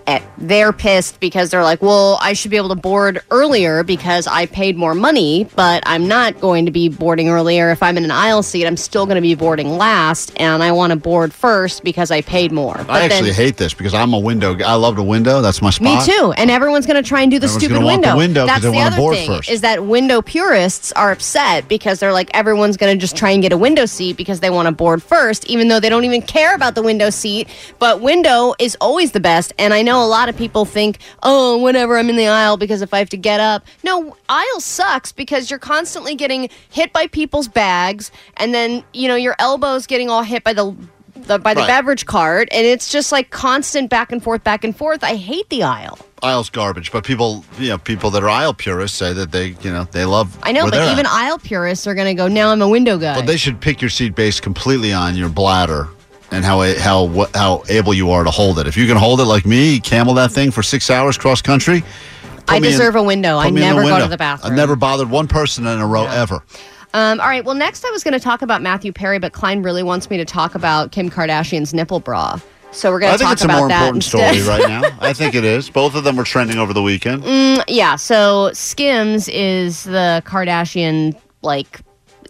Speaker 6: eh, they're pissed because they're like, well, I should be able to board earlier because I paid more money, but I'm not going to be boarding earlier. If I'm in an aisle seat, I'm still going to be boarding last, and I want to board first because I paid more. But
Speaker 2: I actually hate this because I'm a window. guy. I love the window. That's my
Speaker 6: me
Speaker 2: spot.
Speaker 6: too, and everyone's going to try and do the
Speaker 2: Everyone's
Speaker 6: stupid
Speaker 2: gonna want the
Speaker 6: window.
Speaker 2: window 'cause
Speaker 6: That's
Speaker 2: they
Speaker 6: the
Speaker 2: wanna
Speaker 6: other
Speaker 2: board
Speaker 6: thing
Speaker 2: first.
Speaker 6: is that window purists are upset because they're like everyone's going to just try and get a window seat because they want to board first, even though they don't even care about the window seat. But window is always the best, and I know a lot of people think, oh, whenever I'm in the aisle because if I have to get up, no, aisle sucks because you're constantly getting hit by people's bags, and then you know your elbows getting all hit by the. The, by the
Speaker 2: Right.
Speaker 6: beverage cart, and it's just like constant back and forth, back and forth. I hate the aisle.
Speaker 2: Aisle's garbage, but people, you know, people that are aisle purists say that they, you know, they love.
Speaker 6: I know,
Speaker 2: where
Speaker 6: but
Speaker 2: they're at.
Speaker 6: even aisle purists are going to go. Now I'm a window guy.
Speaker 2: But they should pick your seat based completely on your bladder and how how what, how able you are to hold it. If you can hold it like me, camel that thing for six hours cross country. put
Speaker 6: I
Speaker 2: me in-
Speaker 6: deserve a window.
Speaker 2: put
Speaker 6: I
Speaker 2: me in
Speaker 6: never go
Speaker 2: window.
Speaker 6: to the bathroom.
Speaker 2: I've never bothered one person in a row ever.
Speaker 6: Um, all right. Well, next I was going to talk about Matthew Perry, but Klein really wants me to talk about Kim Kardashian's nipple bra. So we're going
Speaker 2: I
Speaker 6: to
Speaker 2: think
Speaker 6: talk
Speaker 2: it's a
Speaker 6: about
Speaker 2: more
Speaker 6: that
Speaker 2: important
Speaker 6: instead.
Speaker 2: story right now. I think it is. Both of them were trending over the weekend.
Speaker 6: Mm, yeah. So Skims is the Kardashian like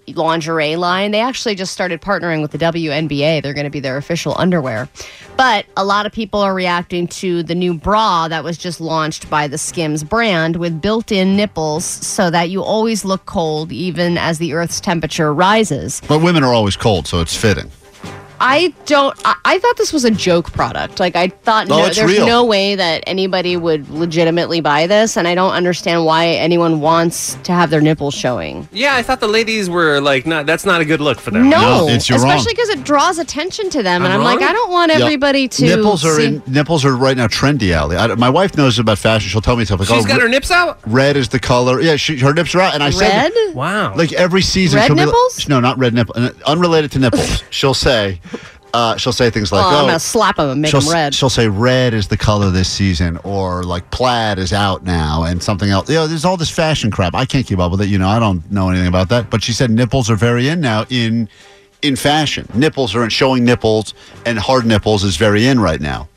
Speaker 6: lingerie line. They actually just started partnering with the WNBA. They're going to be their official underwear. But a lot of people are reacting to the new bra that was just launched by the Skims brand with built-in nipples so that you always look cold even as the earth's temperature rises.
Speaker 2: But women are always cold, so it's fitting.
Speaker 6: I don't. I, I thought this was a joke product. Like I thought,
Speaker 2: No,
Speaker 6: no,
Speaker 2: Oh, it's
Speaker 6: there's
Speaker 2: real.
Speaker 6: no way that anybody would legitimately buy this, and I don't understand why anyone wants to have their nipples showing.
Speaker 5: Yeah, I thought the ladies were like, not. That's not a good look for them.
Speaker 6: No, especially because it draws attention to them, Um, and I'm
Speaker 5: I'm
Speaker 6: like,
Speaker 5: wrong?
Speaker 6: I don't want
Speaker 2: Yeah.
Speaker 6: everybody to
Speaker 2: nipples are
Speaker 6: see-
Speaker 2: in nipples are right now trendy, Allie. I, my wife knows about fashion. She'll tell me "Oh, something.
Speaker 5: She's got
Speaker 2: re-
Speaker 5: her nips out.
Speaker 2: Red is the color. Yeah, she, her nips are out. And I said,
Speaker 6: Red?
Speaker 5: Wow.
Speaker 2: Like every season,
Speaker 6: Red
Speaker 2: she'll Be
Speaker 6: nipples?
Speaker 2: like, no, not red nipple. uh, Unrelated to nipples, she'll say, uh, she'll say things like,
Speaker 6: oh,
Speaker 2: "Oh,
Speaker 6: I'm gonna slap them and make
Speaker 2: she'll,
Speaker 6: them
Speaker 2: s-
Speaker 6: red.
Speaker 2: She'll say red is the color this season, or like plaid is out now, and something else. You know, there's all this fashion crap. I can't keep up with it. You know, I don't know anything about that. But she said nipples are very in now in in fashion. Nipples are in showing nipples, and hard nipples is very in right now.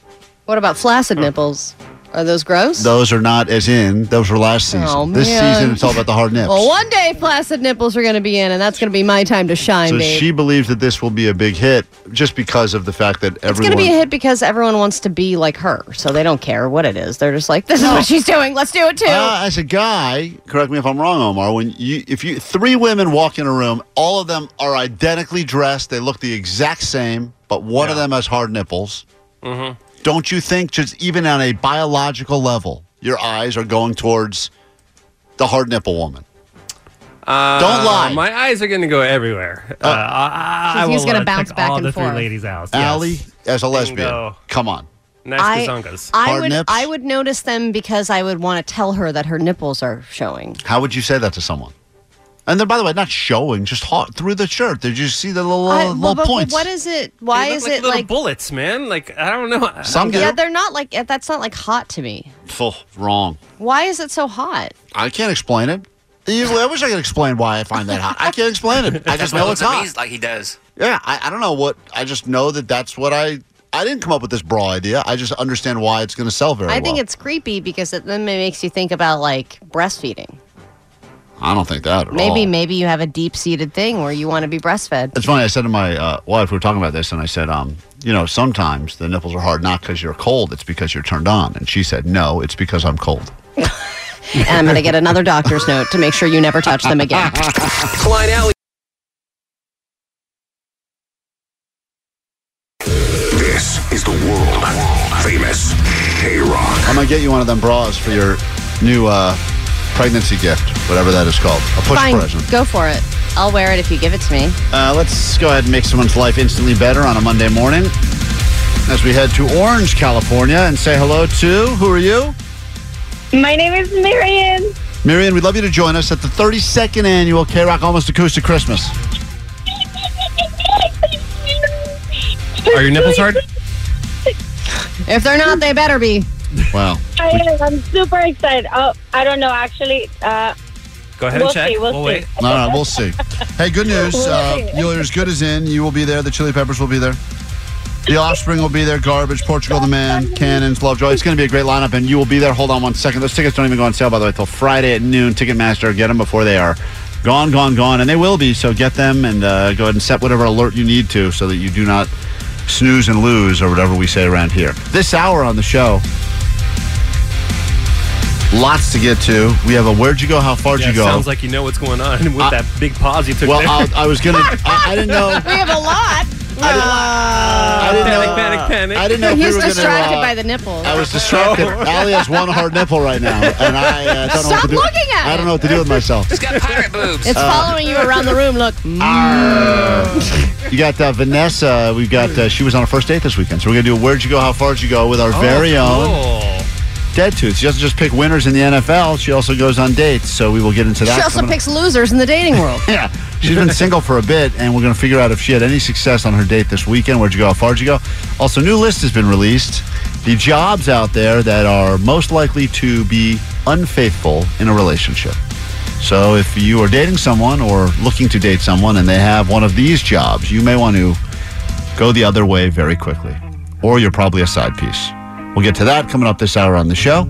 Speaker 6: What about flaccid nipples? Are those gross?
Speaker 2: Those are not as in. Those were last season.
Speaker 6: Oh,
Speaker 2: this
Speaker 6: man.
Speaker 2: season, it's all about the hard nips.
Speaker 6: Well, one day flaccid nipples are going to be in, and that's going to be my time to shine,
Speaker 2: so
Speaker 6: babe.
Speaker 2: she believes that this will be a big hit just because of the fact that
Speaker 6: it's going
Speaker 2: everyone.
Speaker 6: to be a hit because everyone wants to be like her, so they don't care what it is. They're just like, this is what she's doing. Let's do it too.
Speaker 2: Uh, as a guy, correct me if I'm wrong, Omar. When you, if you, three women walk in a room, all of them are identically dressed. They look the exact same, but one of them has hard nipples.
Speaker 5: Mm-hmm.
Speaker 2: Don't you think, just even on a biological level, your eyes are going towards the hard nipple woman?
Speaker 5: Uh,
Speaker 2: Don't lie.
Speaker 5: My eyes are going to go everywhere. Uh, I, I, I
Speaker 6: He's
Speaker 5: will,
Speaker 6: gonna
Speaker 5: uh,
Speaker 6: bounce
Speaker 5: check
Speaker 6: back
Speaker 5: all
Speaker 6: and
Speaker 5: the
Speaker 6: forth.
Speaker 5: three ladies out.
Speaker 2: Allie,
Speaker 5: yes.
Speaker 2: as a lesbian,
Speaker 5: Bingo.
Speaker 2: come on.
Speaker 5: Nice
Speaker 6: I,
Speaker 5: kazongas.
Speaker 6: I would I would notice them because I would want to tell her that her nipples are showing.
Speaker 2: How would you say that to someone? And then, by the way, not showing, just hot through the shirt. Did you see the little, uh,
Speaker 6: I-
Speaker 2: little
Speaker 6: but- but
Speaker 2: points?
Speaker 6: What is it? Why is it
Speaker 5: little
Speaker 6: like?
Speaker 5: bullets, man? Like I don't know.
Speaker 2: Some do.
Speaker 6: yeah, they're not like that's not like hot to me.
Speaker 2: Pho, wrong.
Speaker 6: Why is it so hot?
Speaker 2: I can't explain it. Usually, I wish I could explain why I find that hot. I can't explain it. I
Speaker 15: That's
Speaker 2: just
Speaker 15: why
Speaker 2: know
Speaker 15: looks
Speaker 2: it's
Speaker 15: at me
Speaker 2: hot.
Speaker 15: like he does.
Speaker 2: Yeah, I, I don't know what. I just know that that's what I. I didn't come up with this bra idea. I just understand why it's going to sell very
Speaker 6: I think
Speaker 2: well.
Speaker 6: it's creepy because it then makes you think about like breastfeeding.
Speaker 2: I don't think that at all.
Speaker 6: Maybe maybe you have a deep seated thing where you want to be breastfed.
Speaker 2: It's funny. I said to my uh, wife, we were talking about this, and I said, um, you know, sometimes the nipples are hard not because you're cold, it's because you're turned on. And she said, no, it's because I'm cold.
Speaker 6: and I'm gonna get another doctor's note to make sure you never touch them again.
Speaker 11: Klein Alley.
Speaker 1: This is the world famous K Rock.
Speaker 2: I'm gonna get you one of them bras for your new uh, pregnancy gift, whatever that is called, a push
Speaker 6: Fine,
Speaker 2: present.
Speaker 6: go for it. I'll wear it if you give it to me.
Speaker 2: Uh, let's go ahead and make someone's life instantly better on a Monday morning as we head to Orange, California, and say hello to who are you?
Speaker 14: My name is Marion.
Speaker 2: Marion, we'd love you to join us at the 32nd annual K Rock Almost Acoustic Christmas.
Speaker 5: Are your nipples hard?
Speaker 6: If they're not, they better be.
Speaker 2: Wow.
Speaker 14: I am. I'm super excited. Oh, I don't know. Actually, uh,
Speaker 5: Go
Speaker 14: ahead and We'll check. see, we'll We'll see. wait.
Speaker 2: No, no, we'll see. Hey, good news.
Speaker 14: We'll
Speaker 2: Uh,
Speaker 14: see.
Speaker 2: you're as good as in. You will be there. The Chili Peppers will be there. The Offspring will be there. Garbage, Portugal the Man, Cannons, Lovejoy. It's going to be a great lineup, and you will be there. Hold on one second. Those tickets don't even go on sale, by the way, till Friday at noon. Ticketmaster, get them before they are gone, gone, gone, and they will be. So get them and uh, go ahead and set whatever alert you need to, so that you do not snooze and lose or whatever we say around here. This hour on the show. Lots to get to. We have a where'd you go? How far'd
Speaker 5: Yeah,
Speaker 2: you go?
Speaker 5: Sounds like you know what's going on with that big pause you took
Speaker 2: Well,
Speaker 5: there.
Speaker 2: I'll, I was gonna. I, I didn't know.
Speaker 6: We have a lot.
Speaker 2: I didn't know.
Speaker 5: panic, panic.
Speaker 2: I didn't know if we
Speaker 6: He's
Speaker 2: were gonna.
Speaker 6: distracted
Speaker 2: uh,
Speaker 6: by the nipples.
Speaker 2: I was distracted. Ali has one hard nipple right now, and I uh, don't know what
Speaker 6: Stop
Speaker 2: to do.
Speaker 6: looking at
Speaker 2: I don't know what to do with myself.
Speaker 6: It's
Speaker 2: Uh, Mm.
Speaker 6: following you around the room. Look.
Speaker 2: You got uh, Vanessa. We've got. Uh, she was on her first date this weekend, so we're gonna do "Where'd You Go? How Far'd You Go?" with
Speaker 5: Oh,
Speaker 2: our very own Dead Tooth. She doesn't just pick winners in the NFL. She also goes on dates. So we will get into that.
Speaker 6: She also
Speaker 2: coming up.
Speaker 6: picks losers in the dating world.
Speaker 2: yeah. She's been single for a bit, and we're going to figure out if she had any success on her date this weekend. Where'd you go? How far'd you go? Also, new list has been released. The jobs out there that are most likely to be unfaithful in a relationship. So, if you are dating someone or looking to date someone and they have one of these jobs, you may want to go the other way very quickly, or you're probably a side piece. We'll get to that coming up this hour on the show.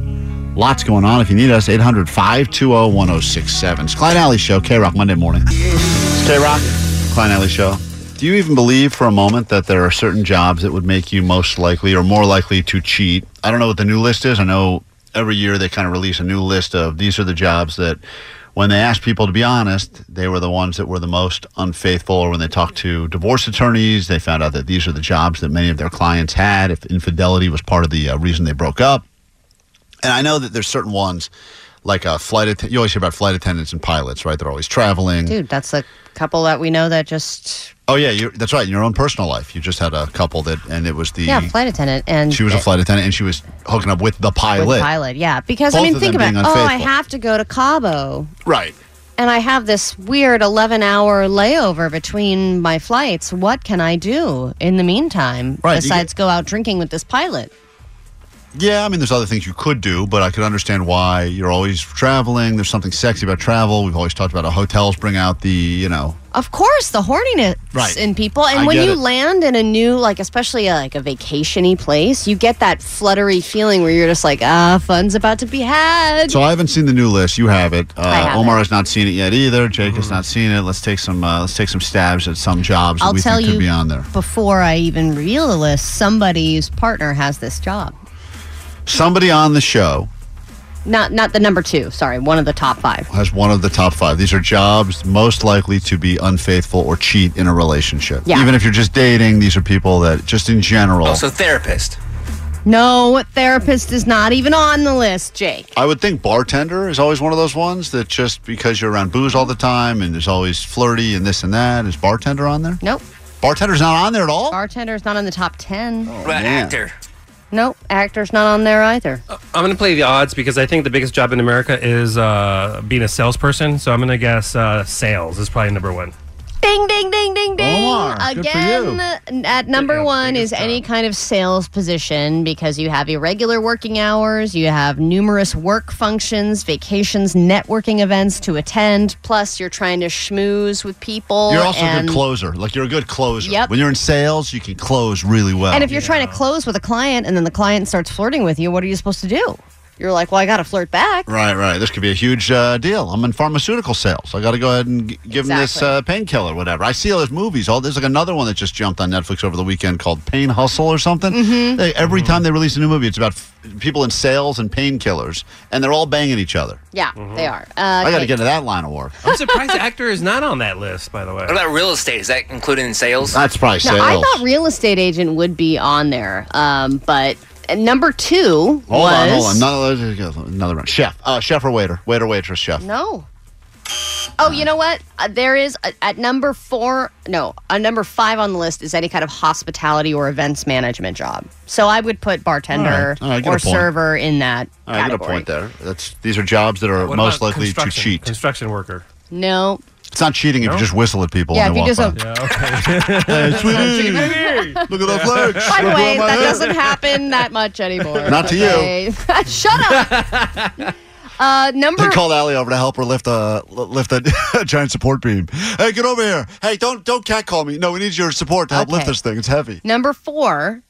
Speaker 2: Lots going on. If you need us, 800 520 1067. It's Klein Alley Show, K Rock, Monday morning. It's K Rock, Klein Alley Show. Do you even believe for a moment that there are certain jobs that would make you most likely or more likely to cheat? I don't know what the new list is. I know every year they kind of release a new list of these are the jobs that when they asked people to be honest, they were the ones that were the most unfaithful. Or when they talked to divorce attorneys, they found out that these are the jobs that many of their clients had. If infidelity was part of the uh, reason they broke up, and I know that there's certain ones like a flight. Att- you always hear about flight attendants and pilots, right? They're always traveling.
Speaker 6: Dude, that's the couple that we know that just
Speaker 2: Oh yeah, you that's right. In your own personal life, you just had a couple that, and it was the
Speaker 6: yeah, flight attendant and
Speaker 2: she was a flight attendant and she was hooking up with the pilot.
Speaker 6: with pilot. Yeah, because I
Speaker 2: Both
Speaker 6: mean,
Speaker 2: of
Speaker 6: think
Speaker 2: them
Speaker 6: about it.
Speaker 2: being
Speaker 6: oh, I
Speaker 2: unfaithful.
Speaker 6: have to go to Cabo,
Speaker 2: Right.
Speaker 6: and I have this weird eleven-hour layover between my flights. What can I do in the meantime
Speaker 2: Right, you
Speaker 6: besides go out drinking with this pilot?
Speaker 2: Yeah, I mean, there's other things you could do, but I could understand why you're always traveling. There's something sexy about travel. We've always talked about how hotels bring out the, you know,
Speaker 6: Of course, the horniness
Speaker 2: Right.
Speaker 6: in people, and
Speaker 2: I
Speaker 6: when
Speaker 2: get
Speaker 6: you
Speaker 2: it.
Speaker 6: land in a new, like especially uh, like a vacationy place, you get that fluttery feeling where you're just like, ah, fun's about to be had.
Speaker 2: So I haven't seen the new list. You have it. Uh,
Speaker 6: I have
Speaker 2: Omar has not seen it yet either. Jake has not seen it. Let's take some. Uh, let's take some stabs at some jobs that
Speaker 6: I'll
Speaker 2: we
Speaker 6: tell
Speaker 2: think
Speaker 6: you
Speaker 2: could be on there.
Speaker 6: before I even reveal the list. Somebody's partner has this job.
Speaker 2: Somebody on the show
Speaker 6: Not not the number two. Sorry, one of the top five.
Speaker 2: has one of the top five. These are jobs most likely to be unfaithful or cheat in a relationship.
Speaker 6: Yeah.
Speaker 2: Even if you're just dating, these are people that just in general.
Speaker 15: Also, therapist.
Speaker 6: No, therapist is not even on the list, Jake.
Speaker 2: I would think bartender is always one of those ones that just because you're around booze all the time and there's always flirty and this and that. Is bartender on there?
Speaker 6: Nope.
Speaker 2: Bartender's not on there at all?
Speaker 6: Bartender's not on the top ten.
Speaker 2: Right, man.
Speaker 15: actor.
Speaker 6: Nope, actor's not on there either.
Speaker 5: I'm going to play the odds because I think the biggest job in America is uh, being a salesperson. So I'm going to guess uh, sales is probably number one.
Speaker 6: Ding, ding, ding, ding, ding.
Speaker 5: Omar, good for
Speaker 6: Again,
Speaker 5: you.
Speaker 6: n- at number one is any kind of sales position because you have irregular working hours, you have numerous work functions, vacations, networking events to attend, plus you're trying to schmooze with people.
Speaker 2: You're also a
Speaker 6: and,
Speaker 2: good closer. Like you're a good closer.
Speaker 6: Yep.
Speaker 2: When you're in sales, you can close really well.
Speaker 6: And if you're trying to close with a client and then the client starts flirting with you, what are you supposed to do? You're like, well, I got to flirt back.
Speaker 2: Right, right. This could be a huge uh, deal. I'm in pharmaceutical sales. I got to go ahead and g- give them this uh, painkiller, whatever. I see all those movies. All there's like another one that just jumped on Netflix over the weekend called Pain Hustle or something.
Speaker 6: Mhm.
Speaker 2: They, every time they release a new movie, it's about f- people in sales and painkillers, and they're all banging each other.
Speaker 6: Yeah, they are. Uh,
Speaker 2: Mm-hmm. I got to
Speaker 6: okay.
Speaker 2: get into that line of work.
Speaker 5: I'm surprised the actor is not on that list, by the way.
Speaker 15: What about real estate? Is that included in sales?
Speaker 2: That's probably
Speaker 6: No, I thought real estate agent would be on there, um, but and number two
Speaker 2: Hold
Speaker 6: was
Speaker 2: on, hold on. Another, another round. Chef, uh, chef or waiter, waiter, waitress, chef.
Speaker 6: no. Oh, you know what? Uh, there is uh, at number four. No, uh, number five on the list is any kind of hospitality or events management job. So I would put bartender
Speaker 2: All right, I get a
Speaker 6: or
Speaker 2: point.
Speaker 6: server in that
Speaker 2: All right, I got a
Speaker 6: category.
Speaker 2: point there. That's these are jobs that are
Speaker 5: What
Speaker 2: most
Speaker 5: about
Speaker 2: likely to
Speaker 5: construction?
Speaker 2: cheat.
Speaker 5: Construction worker.
Speaker 6: No.
Speaker 2: It's not cheating if you just whistle at people.
Speaker 6: Yeah,
Speaker 2: and
Speaker 6: if
Speaker 2: they
Speaker 6: you
Speaker 2: walk
Speaker 6: just
Speaker 2: by.
Speaker 6: go-
Speaker 2: Hey, sweetie. Look at the flex.
Speaker 6: By the
Speaker 2: Look
Speaker 6: way,
Speaker 2: at my
Speaker 6: that
Speaker 2: hair.
Speaker 6: doesn't happen that much anymore.
Speaker 2: Not to you.
Speaker 6: you. Shut up. Uh,
Speaker 2: They
Speaker 6: number
Speaker 2: called Allie over to help her lift a lift a giant support beam. Hey, get over here. Hey, don't don't cat call me. No, we need your support to help lift
Speaker 6: Okay.
Speaker 2: this thing. It's heavy.
Speaker 6: Number four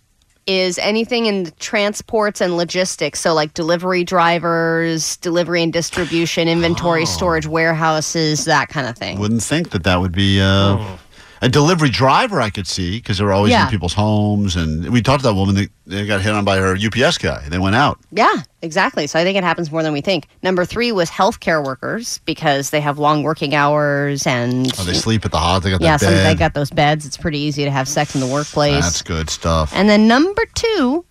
Speaker 6: is anything in the transports and logistics. So, like delivery drivers, delivery and distribution, inventory
Speaker 2: Oh.
Speaker 6: storage, warehouses, that kind of thing.
Speaker 2: Wouldn't think that that would be. Uh,
Speaker 6: Oh.
Speaker 2: A delivery driver, I could see, because they're always
Speaker 6: Yeah.
Speaker 2: in people's homes, and we talked to that woman that, that got hit on by her UPS guy. They went out.
Speaker 6: Yeah, exactly. So, I think it happens more than we think. Number three was healthcare workers because they have long working hours and.
Speaker 2: Oh, they sleep at the hospital. They got
Speaker 6: yeah,
Speaker 2: that
Speaker 6: some, they
Speaker 2: bed.
Speaker 6: got those beds. It's pretty easy to have sex in the workplace.
Speaker 2: That's good stuff.
Speaker 6: and then number two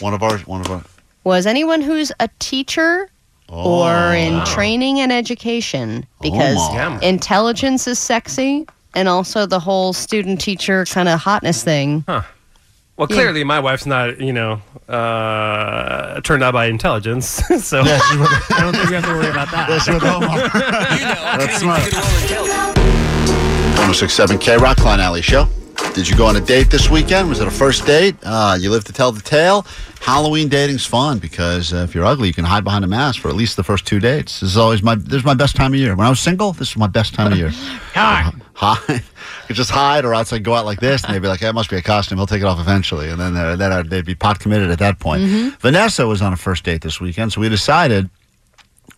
Speaker 2: one of our, one of our.
Speaker 6: was anyone who's a teacher or in training and education because
Speaker 2: Oh, my.
Speaker 6: intelligence is sexy and also the whole student teacher kind of hotness thing.
Speaker 5: Well,
Speaker 6: Yeah.
Speaker 5: clearly my wife's not, you know, uh, turned out by intelligence. so I don't think we have to worry about that.
Speaker 2: That's what Omar. That's smart. 1067 K Rock Klein Alley Show. Did you go on a date this weekend? Was it a first date? Uh, you live to tell the tale. Halloween dating's fun because uh, if you're ugly, you can hide behind a mask for at least the first two dates. This is always my this is my best time of year. When I was single, this was my best time of year. Hi. Hi. You just hide or outside go out like this and they'd be like, that must be a costume. He'll take it off eventually. And then, they're- then I'd- they'd be pot committed at that point. Vanessa was on a first date this weekend, so we decided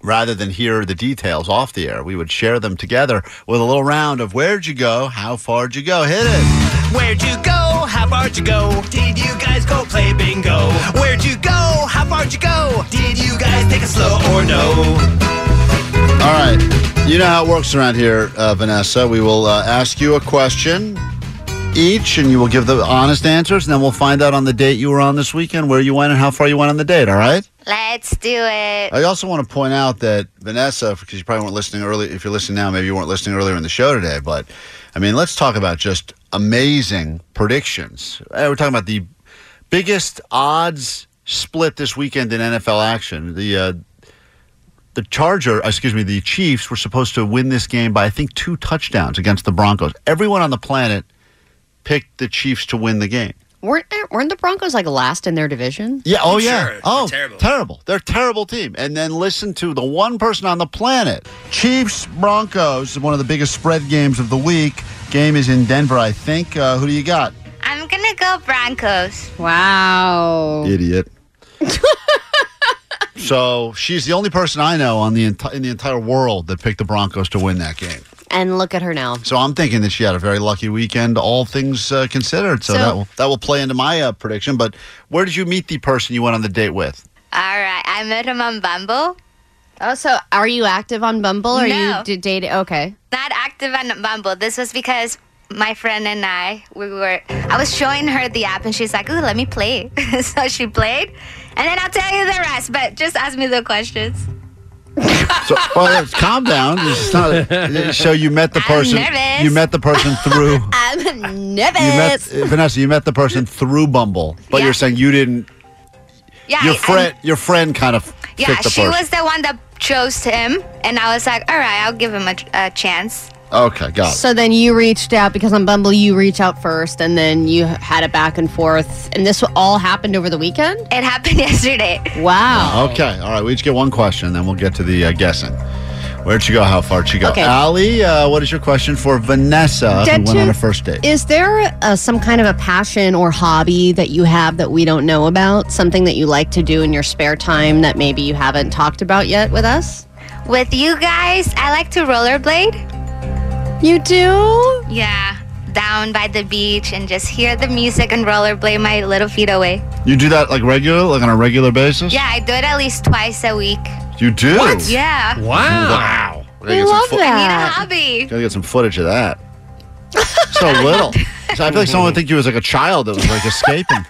Speaker 2: rather than hear the details off the air, we would share them together with a little round of where'd you go, how far'd you go, hit it.
Speaker 22: Where'd you go? How far'd you go? Did you guys go play bingo? Where'd you go? How far'd you go? Did you guys take a slow or no?
Speaker 2: All right, you know how it works around here, uh, Vanessa. We will uh, ask you a question each, and you will give the honest answers, and then we'll find out on the date you were on this weekend where you went and how far you went on the date. All right.
Speaker 19: Let's do it.
Speaker 2: I also want to point out that Vanessa, because you probably weren't listening early. If you're listening now, maybe you weren't listening earlier in the show today. But I mean, let's talk about just amazing predictions. Uh, We're talking about the biggest odds split this weekend in NFL action. The uh, the Charger, uh, excuse me, the Chiefs were supposed to win this game by I think two touchdowns against the Broncos. Everyone on the planet picked the Chiefs to win the game.
Speaker 6: Weren't there, weren't the Broncos like last in their division?
Speaker 2: Yeah. Oh, yeah. oh, terrible. They're a terrible team. And then listen to the one person on the planet, Chiefs Broncos, one of the biggest spread games of the week. Game is in Denver, I think. Uh, who do you got?
Speaker 8: I'm gonna go Broncos.
Speaker 6: Wow.
Speaker 2: Idiot. so she's the only person I know on the enti- in the entire world that picked the Broncos to win that game.
Speaker 6: And look at her now.
Speaker 2: So I'm thinking that she had a very lucky weekend, all things uh, considered. So,
Speaker 6: So-
Speaker 2: that will that will play into my uh, prediction. But where did you meet the person you went on the date with?
Speaker 8: All right, I met him on Bumble.
Speaker 6: Oh, so are you active on Bumble? Or
Speaker 8: No.
Speaker 6: you d- date? Okay.
Speaker 8: Not active on Bumble. This was because my friend and I, we were. I was showing her the app, and she's like, "Ooh, let me play." so she played, and then I'll tell you the rest. But just ask me the questions.
Speaker 2: So, well, calm down. It's not- so you met the person.
Speaker 8: nervous.
Speaker 2: You met the person through.
Speaker 6: I'm
Speaker 2: You met,
Speaker 6: nervous.
Speaker 2: uh, Vanessa, you met the person through Bumble, but you're saying you didn't.
Speaker 8: Yeah,
Speaker 2: your
Speaker 8: I-
Speaker 2: friend, your friend, kind of
Speaker 8: Yeah,
Speaker 2: picked the
Speaker 8: she
Speaker 2: person.
Speaker 8: was the one that chose him, and I was like, "All right, I'll give him a, a chance."
Speaker 2: okay, got it.
Speaker 6: So then you reached out because on Bumble you reach out first, and then you had a back and forth, and this all happened over the weekend.
Speaker 8: It happened yesterday.
Speaker 6: Wow.
Speaker 2: Okay, all right. We each get one question, then we'll get to the uh, guessing. Where'd she go? How far'd she go?
Speaker 6: Okay.
Speaker 2: Allie, uh, what is your question for Vanessa who
Speaker 6: Dead
Speaker 2: Uh, went on
Speaker 6: to-
Speaker 2: a first date?
Speaker 6: Is there uh, some kind of a passion or hobby that you have that we don't know about? Something that you like to do in your spare time that maybe you haven't talked about yet with us?
Speaker 8: With you guys, I like to rollerblade.
Speaker 6: You do?
Speaker 8: Yeah, down by the beach and just hear the music and rollerblade my little feet away.
Speaker 2: You do that like regular, like on a regular basis?
Speaker 8: Yeah, I do it at least twice a week.
Speaker 2: You do?
Speaker 8: Yeah.
Speaker 2: Wow. Gotta
Speaker 8: We
Speaker 2: get some
Speaker 8: love
Speaker 2: fo-
Speaker 8: that. I need a hobby.
Speaker 2: Gotta get some footage of that. so little. So I feel like someone would think you was like a child that was like escaping.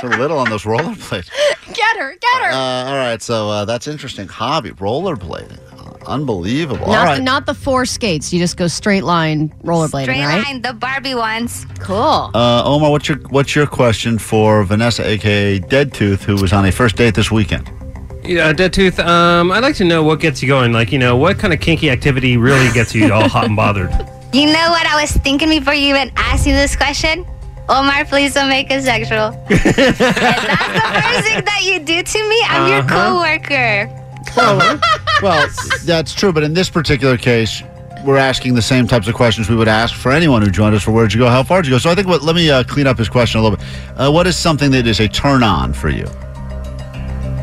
Speaker 2: so little on those rollerblades.
Speaker 6: Get her, get her.
Speaker 2: Uh, all right, so uh, that's interesting. Hobby rollerblading, Uh, unbelievable. all
Speaker 6: not,
Speaker 2: right,
Speaker 6: not the four skates. You just go straight line rollerblading,
Speaker 8: Straight
Speaker 6: right?
Speaker 8: line, the Barbie ones.
Speaker 6: Cool.
Speaker 2: uh, Omar, what's your what's your question for Vanessa, aka Dead Tooth, who was on a first date this weekend?
Speaker 5: Yeah, Dead Tooth, um, I'd like to know what gets you going. Like, you know, what kind of kinky activity really gets you all hot and bothered?
Speaker 8: You know what I was thinking before you even asked me this question? Omar, please don't make it sexual. If that's the first thing that you do to me. I'm your
Speaker 2: Uh-huh.
Speaker 8: coworker.
Speaker 2: well, that's true, but in this particular case, we're asking the same types of questions we would ask for anyone who joined us for Where'd You Go, How Far'd You Go. So I think what let me uh, clean up his question a little bit. Uh, what is something that is a turn on for you?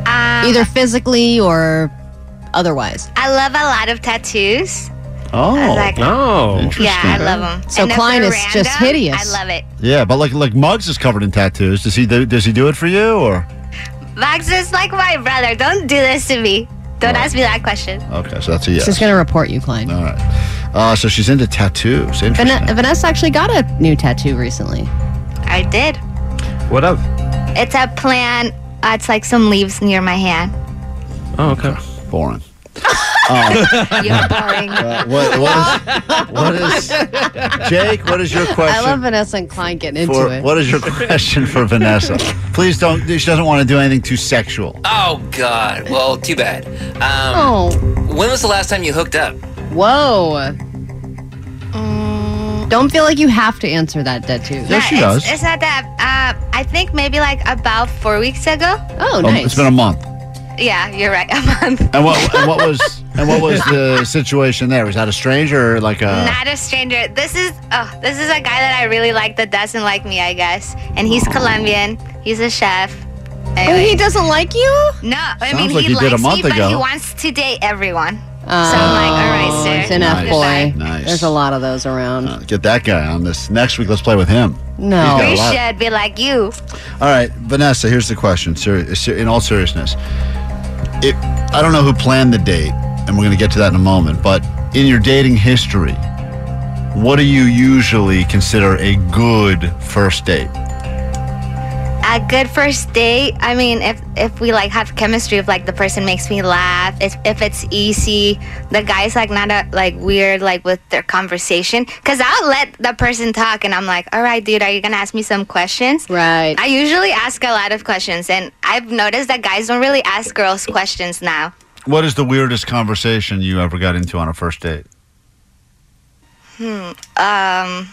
Speaker 8: Um,
Speaker 6: Either physically or otherwise.
Speaker 8: I love a lot of tattoos.
Speaker 2: Oh,
Speaker 8: I like-
Speaker 5: oh,
Speaker 8: Yeah, I love them.
Speaker 6: So Klein is just hideous.
Speaker 8: I love it.
Speaker 2: Yeah, but like like Muggs is covered in tattoos. Does he do, does he do it for you or?
Speaker 8: Max is like my brother. Don't do this to me. Don't ask me that question.
Speaker 2: Okay, so that's a yes.
Speaker 6: She's going to report you, Klein.
Speaker 2: All right. Uh, so she's into tattoos. Interesting.
Speaker 6: Van- Vanessa actually got a new tattoo recently.
Speaker 8: I did.
Speaker 5: What up?
Speaker 8: It's a plant. Uh, it's like some leaves near my hand.
Speaker 5: Oh, okay.
Speaker 2: Boring. Um,
Speaker 8: You're boring.
Speaker 2: uh, what, what is, what is Jake? What is your question?
Speaker 6: I love Vanessa and Klein getting into
Speaker 2: for,
Speaker 6: it.
Speaker 2: What is your question for Vanessa? Please don't. She doesn't want to do anything too sexual.
Speaker 15: Oh God. Well, too bad. Um,
Speaker 6: Oh.
Speaker 15: When was the last time you hooked up?
Speaker 6: Whoa. Don't feel like you have to answer that, dead too.
Speaker 2: Yes, she
Speaker 8: it's,
Speaker 2: does.
Speaker 8: It's not that. Uh, I think maybe like about four weeks ago.
Speaker 6: Oh,
Speaker 2: Um, it's been a month.
Speaker 8: yeah, you're right. A month.
Speaker 2: And what? And what was? And what was the situation there? Was that a stranger or like a?
Speaker 8: Not a stranger. This is oh, this is a guy that I really like that doesn't like me, I guess. And he's Colombian. He's a chef.
Speaker 6: And Oh, he doesn't like you?
Speaker 8: No, I
Speaker 2: Sounds
Speaker 8: mean
Speaker 2: like
Speaker 8: he
Speaker 2: you
Speaker 8: likes
Speaker 2: did a month
Speaker 8: me, but he
Speaker 2: ago.
Speaker 8: wants to date everyone. so I'm like, all right, sir.
Speaker 6: Ah, It's enough,
Speaker 2: Nice.
Speaker 6: boy.
Speaker 2: Nice. Uh,
Speaker 6: There's a lot of those around.
Speaker 2: Get that guy on this next week. Let's play with him.
Speaker 6: no.
Speaker 2: He's got a lot.
Speaker 8: should be like you.
Speaker 2: All right, Vanessa. Here's the question. Ser- ser- in all seriousness, it, I don't know who planned the date, and we're going to get to that in a moment. But in your dating history, what do you usually consider a good first date?
Speaker 8: A good first date. I mean, if if we like have chemistry, if like the person makes me laugh, if, if it's easy, the guy's like not a, like weird like with their conversation. Cause I'll let the person talk, and I'm like, all right, dude, are you gonna ask me some questions?
Speaker 6: Right.
Speaker 8: I usually ask a lot of questions, and I've noticed that guys don't really ask girls questions now.
Speaker 2: What is the weirdest conversation you ever got into on a first date?
Speaker 8: Hmm. Um. I,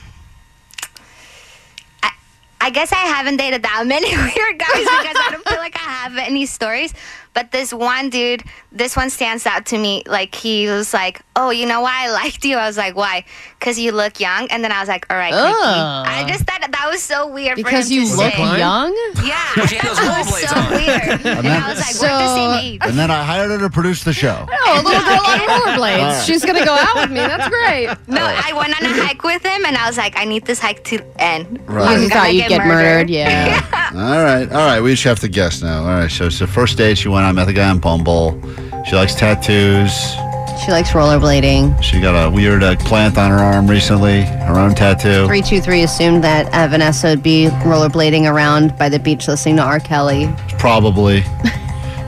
Speaker 8: I I guess I haven't dated that many weird guys because I don't feel like I have any stories. But this one dude, this one stands out to me. Like he was like, "Oh, you know why I liked you?" I was like, "Why?" Because you look young. And then I was like, "All right." Quickie."
Speaker 6: Oh.
Speaker 8: I just thought that, that was so weird.
Speaker 6: Because
Speaker 8: for him
Speaker 6: you
Speaker 8: to
Speaker 6: look
Speaker 8: say.
Speaker 6: young?
Speaker 8: Yeah.
Speaker 6: She has rollerblades
Speaker 8: was so weird. And I was like, "We're the same age."
Speaker 2: And then I hired her to produce the show.
Speaker 6: Oh, a little girl on rollerblades.
Speaker 2: All right.
Speaker 6: She's gonna go out with me. That's great.
Speaker 8: No, I went on a hike with him, and I was like, I need this hike to end.
Speaker 2: Right.
Speaker 8: I'm
Speaker 2: You
Speaker 8: gonna
Speaker 6: thought you'd get murdered, yeah.
Speaker 2: All right, all right. We each have to guess now. All right. So, so first date, she went. I met the guy on Bumble. She likes tattoos.
Speaker 6: She likes rollerblading.
Speaker 2: She got a weird uh, plant on her arm recently. Her own tattoo.
Speaker 6: Three two three assumed that uh, Vanessa would be rollerblading around by the beach listening to R. Kelly.
Speaker 2: Probably.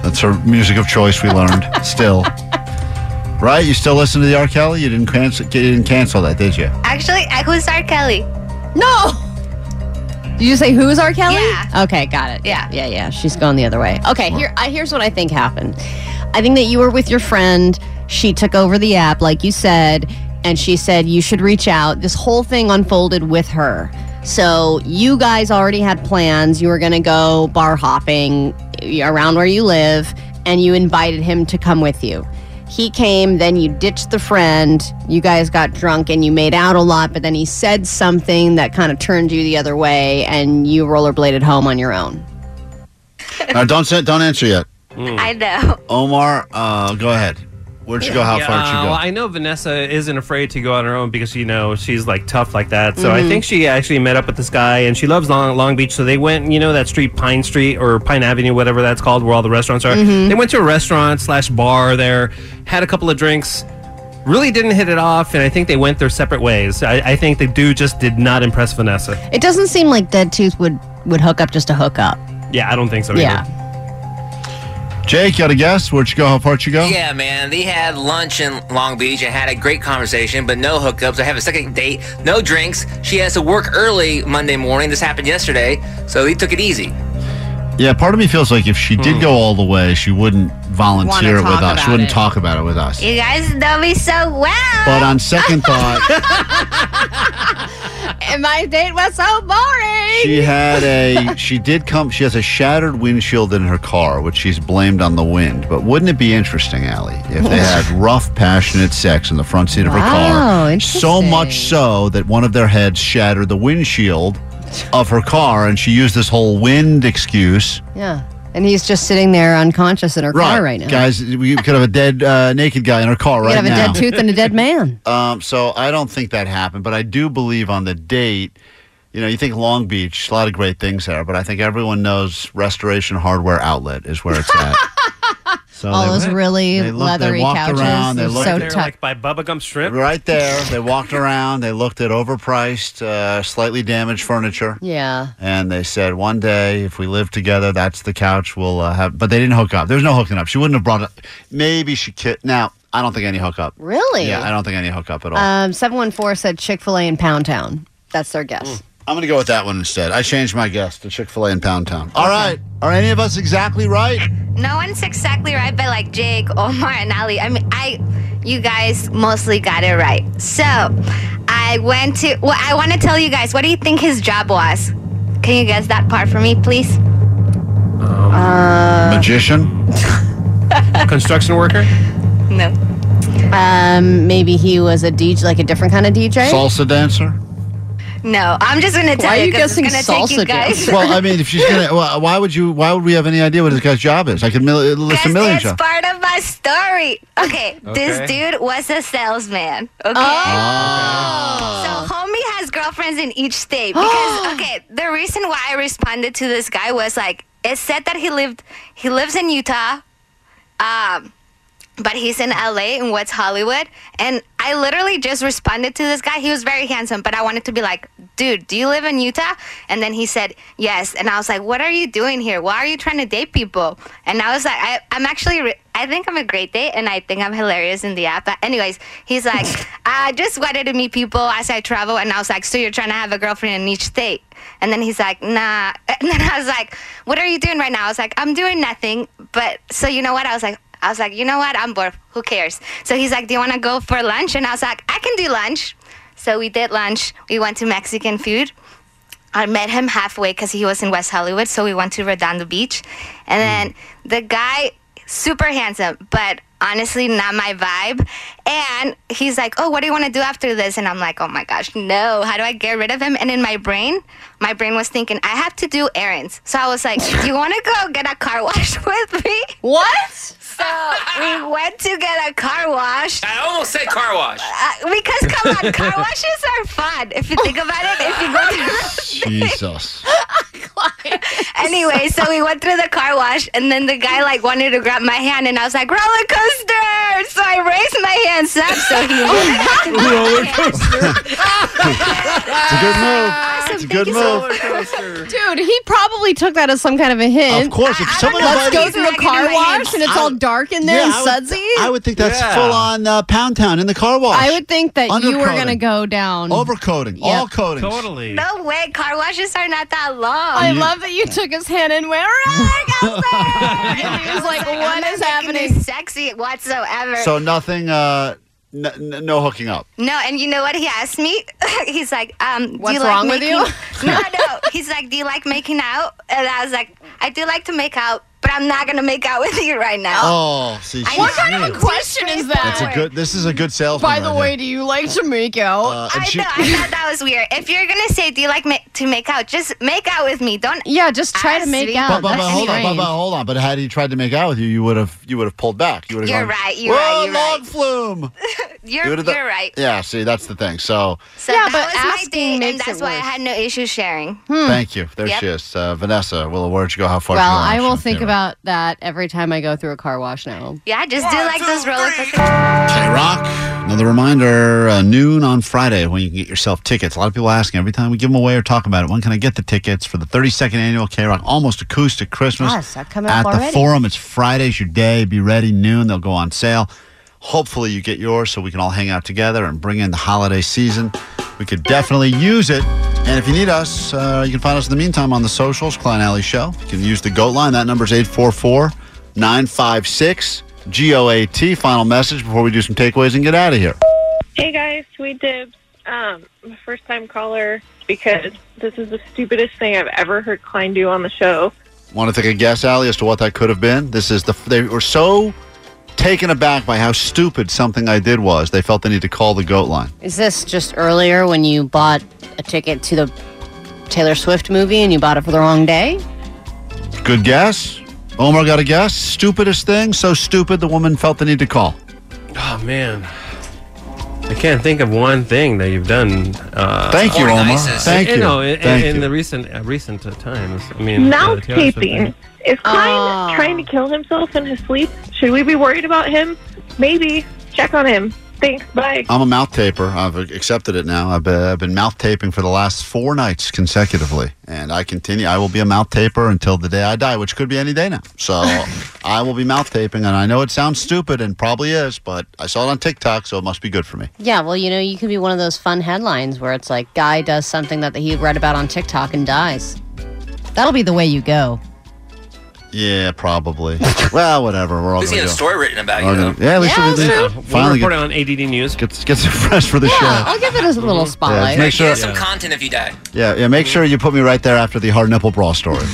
Speaker 2: That's her music of choice. We learned still. Right? You still listen to the R. Kelly? You didn't cancel. You didn't cancel that, did you?
Speaker 8: Actually, I was R. Kelly.
Speaker 6: No. Did you say who's R. Kelly? Yeah. Okay, got it. Yeah, yeah, yeah. She's going the other way. Okay, here. I, here's what I think happened. I think that you were with your friend. She took over the app, like you said, and she said you should reach out. This whole thing unfolded with her. So you guys already had plans. You were going to go bar hopping around where you live, and you invited him to come with you. He came, then you ditched the friend. You guys got drunk and you made out a lot, but then he said something that kind of turned you the other way, and you rollerbladed home on your own.
Speaker 2: Now, don't say, don't answer yet.
Speaker 8: I know.
Speaker 2: Omar, uh, go ahead. Where'd you go? How far'd you
Speaker 5: Yeah,
Speaker 2: go?
Speaker 5: Well, I know Vanessa isn't afraid to go on her own because you know she's like tough like that. So
Speaker 2: Mhm.
Speaker 5: I think she actually met up with this guy, and she loves Long Long Beach. So they went, you know, that street Pine Street or Pine Avenue, whatever that's called, where all the restaurants are.
Speaker 18: Mm-hmm.
Speaker 9: Mhm.
Speaker 5: They went to a restaurant slash bar there, had a couple of drinks. Really didn't hit it off, and I think they went their separate ways. I, I think the dude just did not impress Vanessa.
Speaker 6: It doesn't seem like Dead Tooth would would hook up just to hook up.
Speaker 5: Yeah, I don't think so.
Speaker 6: yeah.
Speaker 2: Jake, you got a guess? Where'd you go? How far'd you go?
Speaker 15: Yeah, man. They had lunch in Long Beach and had a great conversation, but no hookups. I have a second date, no drinks. She has to work early Monday morning. This happened yesterday, so he took it easy.
Speaker 2: Yeah, part of me feels like if she did go all the way, she wouldn't volunteer it with
Speaker 8: talk
Speaker 2: us. She
Speaker 8: about
Speaker 2: wouldn't
Speaker 8: it.
Speaker 2: talk about it with us.
Speaker 8: You guys know me so well.
Speaker 2: But on second thought,
Speaker 6: and my date was so boring.
Speaker 2: she had a she did come she has a shattered windshield in her car, which she's blamed on the wind. But wouldn't it be interesting, Allie, if they had rough, passionate sex in the front seat of her
Speaker 6: Wow,
Speaker 2: car? So much so that one of their heads shattered the windshield of her car and she used this whole wind excuse.
Speaker 6: Yeah. And he's just sitting there unconscious in her car right now.
Speaker 2: Guys, we could have a dead uh, naked guy in her car
Speaker 6: you
Speaker 2: right
Speaker 6: have
Speaker 2: now.
Speaker 6: a dead tooth and a dead man.
Speaker 2: Um, so I don't think that happened, but I do believe on the date. You know, you think Long Beach, a lot of great things there, but I think everyone knows Restoration Hardware Outlet is where it's at. so
Speaker 6: All those
Speaker 2: went-
Speaker 6: really
Speaker 2: they looked- they
Speaker 6: leathery
Speaker 2: walked
Speaker 6: couches.
Speaker 2: around, they
Speaker 6: They're
Speaker 2: looked-
Speaker 6: so
Speaker 2: They're
Speaker 6: tough.
Speaker 5: Like by Bubba Gump Strip,
Speaker 2: right there, they walked around, they looked at overpriced, uh, slightly damaged furniture,
Speaker 6: Yeah.
Speaker 2: and they said, "One day, if we live together, that's the couch we'll uh, have." But they didn't hook up. There was no hooking up. She wouldn't have brought it. Maybe she could. Now, I don't think any hookup.
Speaker 6: Really?
Speaker 2: Yeah, I don't think any hookup at all.
Speaker 6: Um, 714 said Chick fil A in Pound Town. That's their guess.
Speaker 2: Mm. I'm going to go with that one instead. I changed my guess to Chick fil A in Pound Town. All right. Are any of us exactly right?
Speaker 8: No one's exactly right, but like Jake, Omar, and Ali. I mean, I, you guys mostly got it right. So, I went to. Well, I want to tell you guys. What do you think his job was? Can you guess that part for me, please?
Speaker 5: Um,
Speaker 18: Uh,
Speaker 2: Magician?
Speaker 5: construction worker.
Speaker 8: No.
Speaker 6: Um, maybe he was a DJ, like a different kind of DJ.
Speaker 2: Salsa dancer?
Speaker 8: No. I'm just gonna tell
Speaker 6: Why are you
Speaker 8: you 'cause
Speaker 6: guessing
Speaker 8: it's gonna take you
Speaker 6: salsa
Speaker 8: guys.
Speaker 2: well, I mean, if she's going to, well, why would you, why would we have any idea what this guy's job is? I could mil- list a million
Speaker 8: It's
Speaker 2: jobs.
Speaker 8: part of my story. Okay, this
Speaker 2: Okay.
Speaker 8: dude was a salesman. Okay.
Speaker 21: Oh.
Speaker 8: So homie has girlfriends in each state because okay, the reason why I responded to this guy was like it said that he lived he lives in Utah. Um but he's in LA in what's Hollywood. And I literally just responded to this guy. He was very handsome, but I wanted to be like, dude, do you live in Utah? And then he said, yes. And I was like, what are you doing here? Why are you trying to date people? And I was like, I, I'm actually, re- I think I'm a great date and I think I'm hilarious in the app. But, anyways, he's like, I just wanted to meet people as I travel. And I was like, so you're trying to have a girlfriend in each state? And then he's like, nah. And then I was like, what are you doing right now? I was like, I'm doing nothing. But so you know what? I was like, I was like, you know what? I'm bored. Who cares? So he's like, do you want to go for lunch? And I was like, I can do lunch. So we did lunch. We went to Mexican food. I met him halfway because he was in West Hollywood, so we went to Redondo Beach, and then the guy super handsome, but honestly not my vibe. And he's like, "Oh, what do you want to do after this?" And I'm like, "Oh my gosh, no! How do I get rid of him?" And in my brain, my brain was thinking, "I have to do errands." So I was like, "Do you want to go get a car wash with me?"
Speaker 6: What?
Speaker 8: So we went to get a car wash.
Speaker 15: I almost said car wash.
Speaker 8: Uh, because come on, car washes are fun. If you think about it, if you go to
Speaker 2: Jesus.
Speaker 8: anyway, so we went through the car wash, and then the guy like wanted to grab my hand, and I was like roller coaster. So I raised my hands up, so he wouldn't have to grab my hand.
Speaker 2: It's a good move. it's a good move.
Speaker 6: Dude, he probably took that as some kind of a hint. Of
Speaker 2: course, if someone
Speaker 6: let's
Speaker 2: invited-
Speaker 6: go through the
Speaker 2: He's not gonna
Speaker 6: car
Speaker 2: do my
Speaker 6: wash
Speaker 2: hands.
Speaker 6: and it's
Speaker 2: I
Speaker 6: all
Speaker 2: would-
Speaker 6: dark in there and
Speaker 2: I would-
Speaker 6: sudsy.
Speaker 2: I would think that's
Speaker 6: Yeah.
Speaker 2: full on uh, pound town in the car wash.
Speaker 6: I would think that you were
Speaker 2: Undercoating.
Speaker 6: gonna go down.
Speaker 2: Overcoating.
Speaker 6: Yep.
Speaker 2: All coatings.
Speaker 5: Totally.
Speaker 8: No way, car washes are not that long. I
Speaker 2: You- love
Speaker 6: that you took his hand and went roller coaster. and he was like, "What is happening?"
Speaker 8: Sexy whatsoever.
Speaker 2: So nothing, uh, n- n- no hooking up.
Speaker 8: No, and you know what he asked me? He's like, um,
Speaker 6: What's
Speaker 8: do you like
Speaker 6: wrong with
Speaker 8: making-
Speaker 6: you?
Speaker 8: No, no. He's like, do you like making out? And I was like, I do like to make out, but I'm not gonna make out with you right now.
Speaker 2: Oh, see,
Speaker 8: I-
Speaker 2: she's
Speaker 8: What kind of
Speaker 2: new.
Speaker 6: question is that?
Speaker 2: That's a good. This is a good salesman.
Speaker 6: By the
Speaker 2: right
Speaker 6: way,
Speaker 2: here.
Speaker 6: do you like to make out?
Speaker 2: Uh, and she-
Speaker 8: I thought that was weird. If you're gonna say, do you like ma- to make out? Just make out with me. Don't.
Speaker 6: Yeah, just try to make
Speaker 2: but, but, but hold on, but, but hold on. But had he tried to make out with you, you would have you would have pulled back. You would have.
Speaker 8: You're
Speaker 2: gone,
Speaker 8: right. You're
Speaker 2: "Whoa,
Speaker 8: right. You're
Speaker 2: long
Speaker 8: right.
Speaker 2: flume.
Speaker 8: You're,
Speaker 2: You
Speaker 8: you're
Speaker 2: would've done-
Speaker 8: right.
Speaker 2: Yeah. See, that's the thing. So
Speaker 8: So yeah, that but was my date, and that's why I had no issue sharing.
Speaker 6: Hmm.
Speaker 2: thank you. There
Speaker 8: Yep.
Speaker 2: she is, uh, Vanessa. Will a word you go? How far?
Speaker 6: Well,
Speaker 2: do
Speaker 6: I
Speaker 2: you
Speaker 6: will think about that every time I go through a car wash now.
Speaker 8: Yeah, just do like those roller coasters.
Speaker 2: K Rock. Another reminder: uh, noon on Friday when you can get yourself tickets. A lot of people asking every time we give them away or talk about it. When can I get the tickets for the 32nd annual K Rock Almost Acoustic Christmas?
Speaker 6: Gosh, that coming up
Speaker 2: at the
Speaker 6: already.
Speaker 2: forum. It's Friday's your day. Be ready noon. They'll go on sale. Hopefully you get yours so we can all hang out together and bring in the holiday season. We could definitely use it. And if you need us, uh, you can find us in the meantime on the socials, Klein Alley Show. You can use the GOAT line. That number is 844 956 GOAT. Final message before we do some takeaways and get out of here.
Speaker 18: Hey guys, sweet dibs. Um, I'm a first time caller because this is the stupidest thing I've ever heard Klein do on the show.
Speaker 2: Want to take a guess, Allie, as to what that could have been? This is the they were so taken aback by how stupid something I did was. They felt the need to call the goat line.
Speaker 6: Is this just earlier when you bought a ticket to the Taylor Swift movie and you bought it for the wrong day?
Speaker 2: Good guess. Omar got a guess. Stupidest thing. So stupid, the woman felt the need to call.
Speaker 5: Oh man, I can't think of one thing that you've done. Uh,
Speaker 2: Thank you, Or Omar. nicest. Thank you.
Speaker 5: know, in,
Speaker 2: Thank
Speaker 5: in
Speaker 2: you.
Speaker 5: the recent uh, recent uh, times, I mean, uh,
Speaker 18: Mouth
Speaker 5: the Taylor Swift
Speaker 18: taping.
Speaker 5: thing.
Speaker 18: Is Klein trying to kill himself in his sleep? Should we be worried about him? Maybe. Check on him. Thanks. Bye.
Speaker 2: I'm a mouth taper. I've accepted it now. I've been, I've been mouth taping for the last four nights consecutively, and I continue. I will be a mouth taper until the day I die, which could be any day now. So I will be mouth taping, and I know it sounds stupid and probably is, but I saw it on TikTok, so it must be good for me.
Speaker 6: Yeah, well, you know, you could be one of those fun headlines where it's like, guy does something that he read about on TikTok and dies. That'll be the way you go.
Speaker 2: Yeah, probably. well, whatever. We're all
Speaker 15: At least you
Speaker 2: going
Speaker 15: had a story written about you,
Speaker 2: We're gonna-
Speaker 15: though.
Speaker 2: yeah, at least we did.
Speaker 5: Yeah, We'll
Speaker 2: Finally
Speaker 5: report
Speaker 2: get-
Speaker 5: it on ADD News.
Speaker 2: Get, get some fresh for the show.
Speaker 6: Yeah, I'll give it a little spotlight.
Speaker 2: Mm-hmm. make sure-
Speaker 15: You have some
Speaker 2: Yeah.
Speaker 15: content if you die.
Speaker 2: Yeah, yeah. Make sure you put me right there after the hard nipple bra story.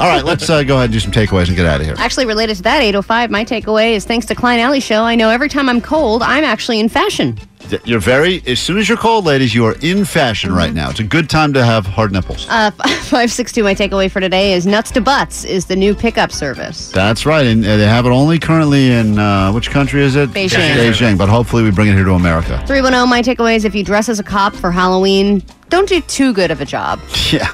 Speaker 2: All right, let's uh, go ahead and do some takeaways and get out of here.
Speaker 6: Actually, related to that, 805, my takeaway is thanks to Klein Alley Show, I know every time I'm cold, I'm actually in fashion.
Speaker 2: You're very as soon as you're cold, ladies. You are in fashion right now. It's a good time to have hard nipples.
Speaker 6: Uh, 562, my takeaway for today is Nuts to Butts is the new pickup service.
Speaker 2: That's right, and uh, they have it only currently in uh, which country is it?
Speaker 6: Beijing.
Speaker 2: Beijing, but hopefully we bring it here to America.
Speaker 6: 310, oh, my takeaway is if you dress as a cop for Halloween, don't do too good of a job.
Speaker 2: Yeah,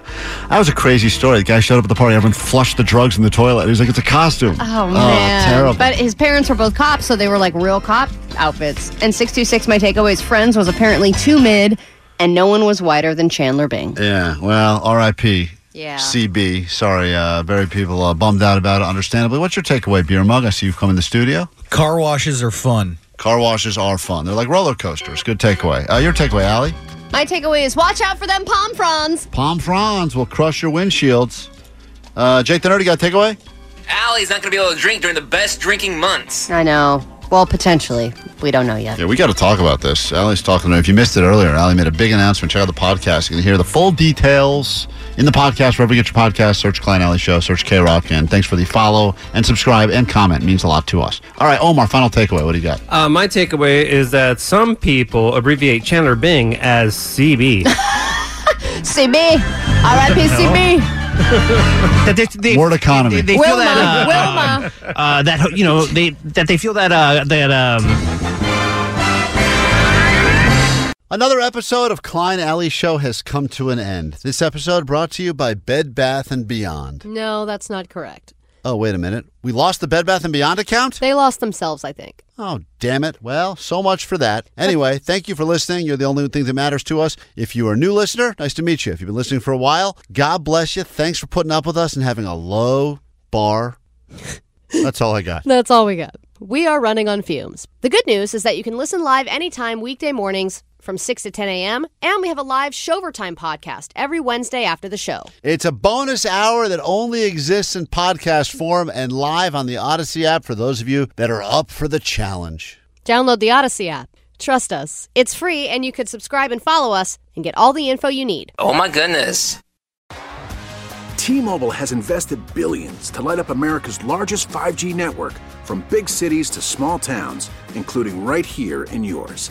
Speaker 2: that was a crazy story. The guy showed up at the party. Everyone flushed the drugs in the toilet. He was like, "It's a costume."
Speaker 6: Oh, man.
Speaker 2: terrible.
Speaker 6: But his parents were both cops, so they were like real cop outfits. And 626, my takeaway is Friends was apparently too mid, and no one was whiter than Chandler Bing.
Speaker 2: Yeah. Well, R.I.P.
Speaker 6: Yeah.
Speaker 2: CB. Sorry, uh, very people uh, bummed out about it. Understandably. What's your takeaway, beer mug? I see you've come in the studio.
Speaker 9: Car washes are fun.
Speaker 2: Car washes are fun. They're like roller coasters. Good takeaway. Uh, your takeaway, Allie?
Speaker 6: My takeaway is watch out for them palm fronds.
Speaker 2: Palm fronds will crush your windshields. Uh, Jake the Nerdy got a takeaway?
Speaker 15: Allie's not going to be able to drink during the best drinking months.
Speaker 6: I know. Well, potentially. We don't know yet.
Speaker 2: Yeah, we got to talk about this. Allie's talking. If you missed it earlier, Allie made a big announcement. Check out the podcast. You can hear the full details in the podcast, wherever you get your podcast, search Klein Alley Show, search K Rock, and thanks for the follow and subscribe and comment. It means a lot to us. All right, Omar, final takeaway. What do you got?
Speaker 5: Uh, my takeaway is that some people abbreviate Chandler Bing as CB.
Speaker 27: CB. R.I.P. CB.
Speaker 28: that they, they,
Speaker 2: Word economy.
Speaker 28: They, they feel
Speaker 27: Wilma,
Speaker 28: that, uh,
Speaker 27: Wilma.
Speaker 28: uh, that you know they that they feel that uh, that um,
Speaker 2: Another episode of Klein Alley Show has come to an end. This episode brought to you by Bed Bath and Beyond.
Speaker 6: No, that's not correct.
Speaker 2: Oh, wait a minute. We lost the Bed Bath and Beyond account?
Speaker 6: They lost themselves, I think.
Speaker 2: Oh, damn it. Well, so much for that. Anyway, thank you for listening. You're the only thing that matters to us. If you are a new listener, nice to meet you. If you've been listening for a while, God bless you. Thanks for putting up with us and having a low bar. That's all I got.
Speaker 6: That's all we got. We are running on fumes. The good news is that you can listen live anytime weekday mornings from 6 to 10 a.m., and we have a live Showvertime podcast every Wednesday after the show.
Speaker 2: It's a bonus hour that only exists in podcast form and live on the Odyssey app for those of you that are up for the challenge.
Speaker 6: Download the Odyssey app. Trust us, it's free, and you can subscribe and follow us and get all the info you need.
Speaker 15: Oh my goodness.
Speaker 21: T-Mobile has invested billions to light up America's largest 5G network from big cities to small towns, including right here in yours.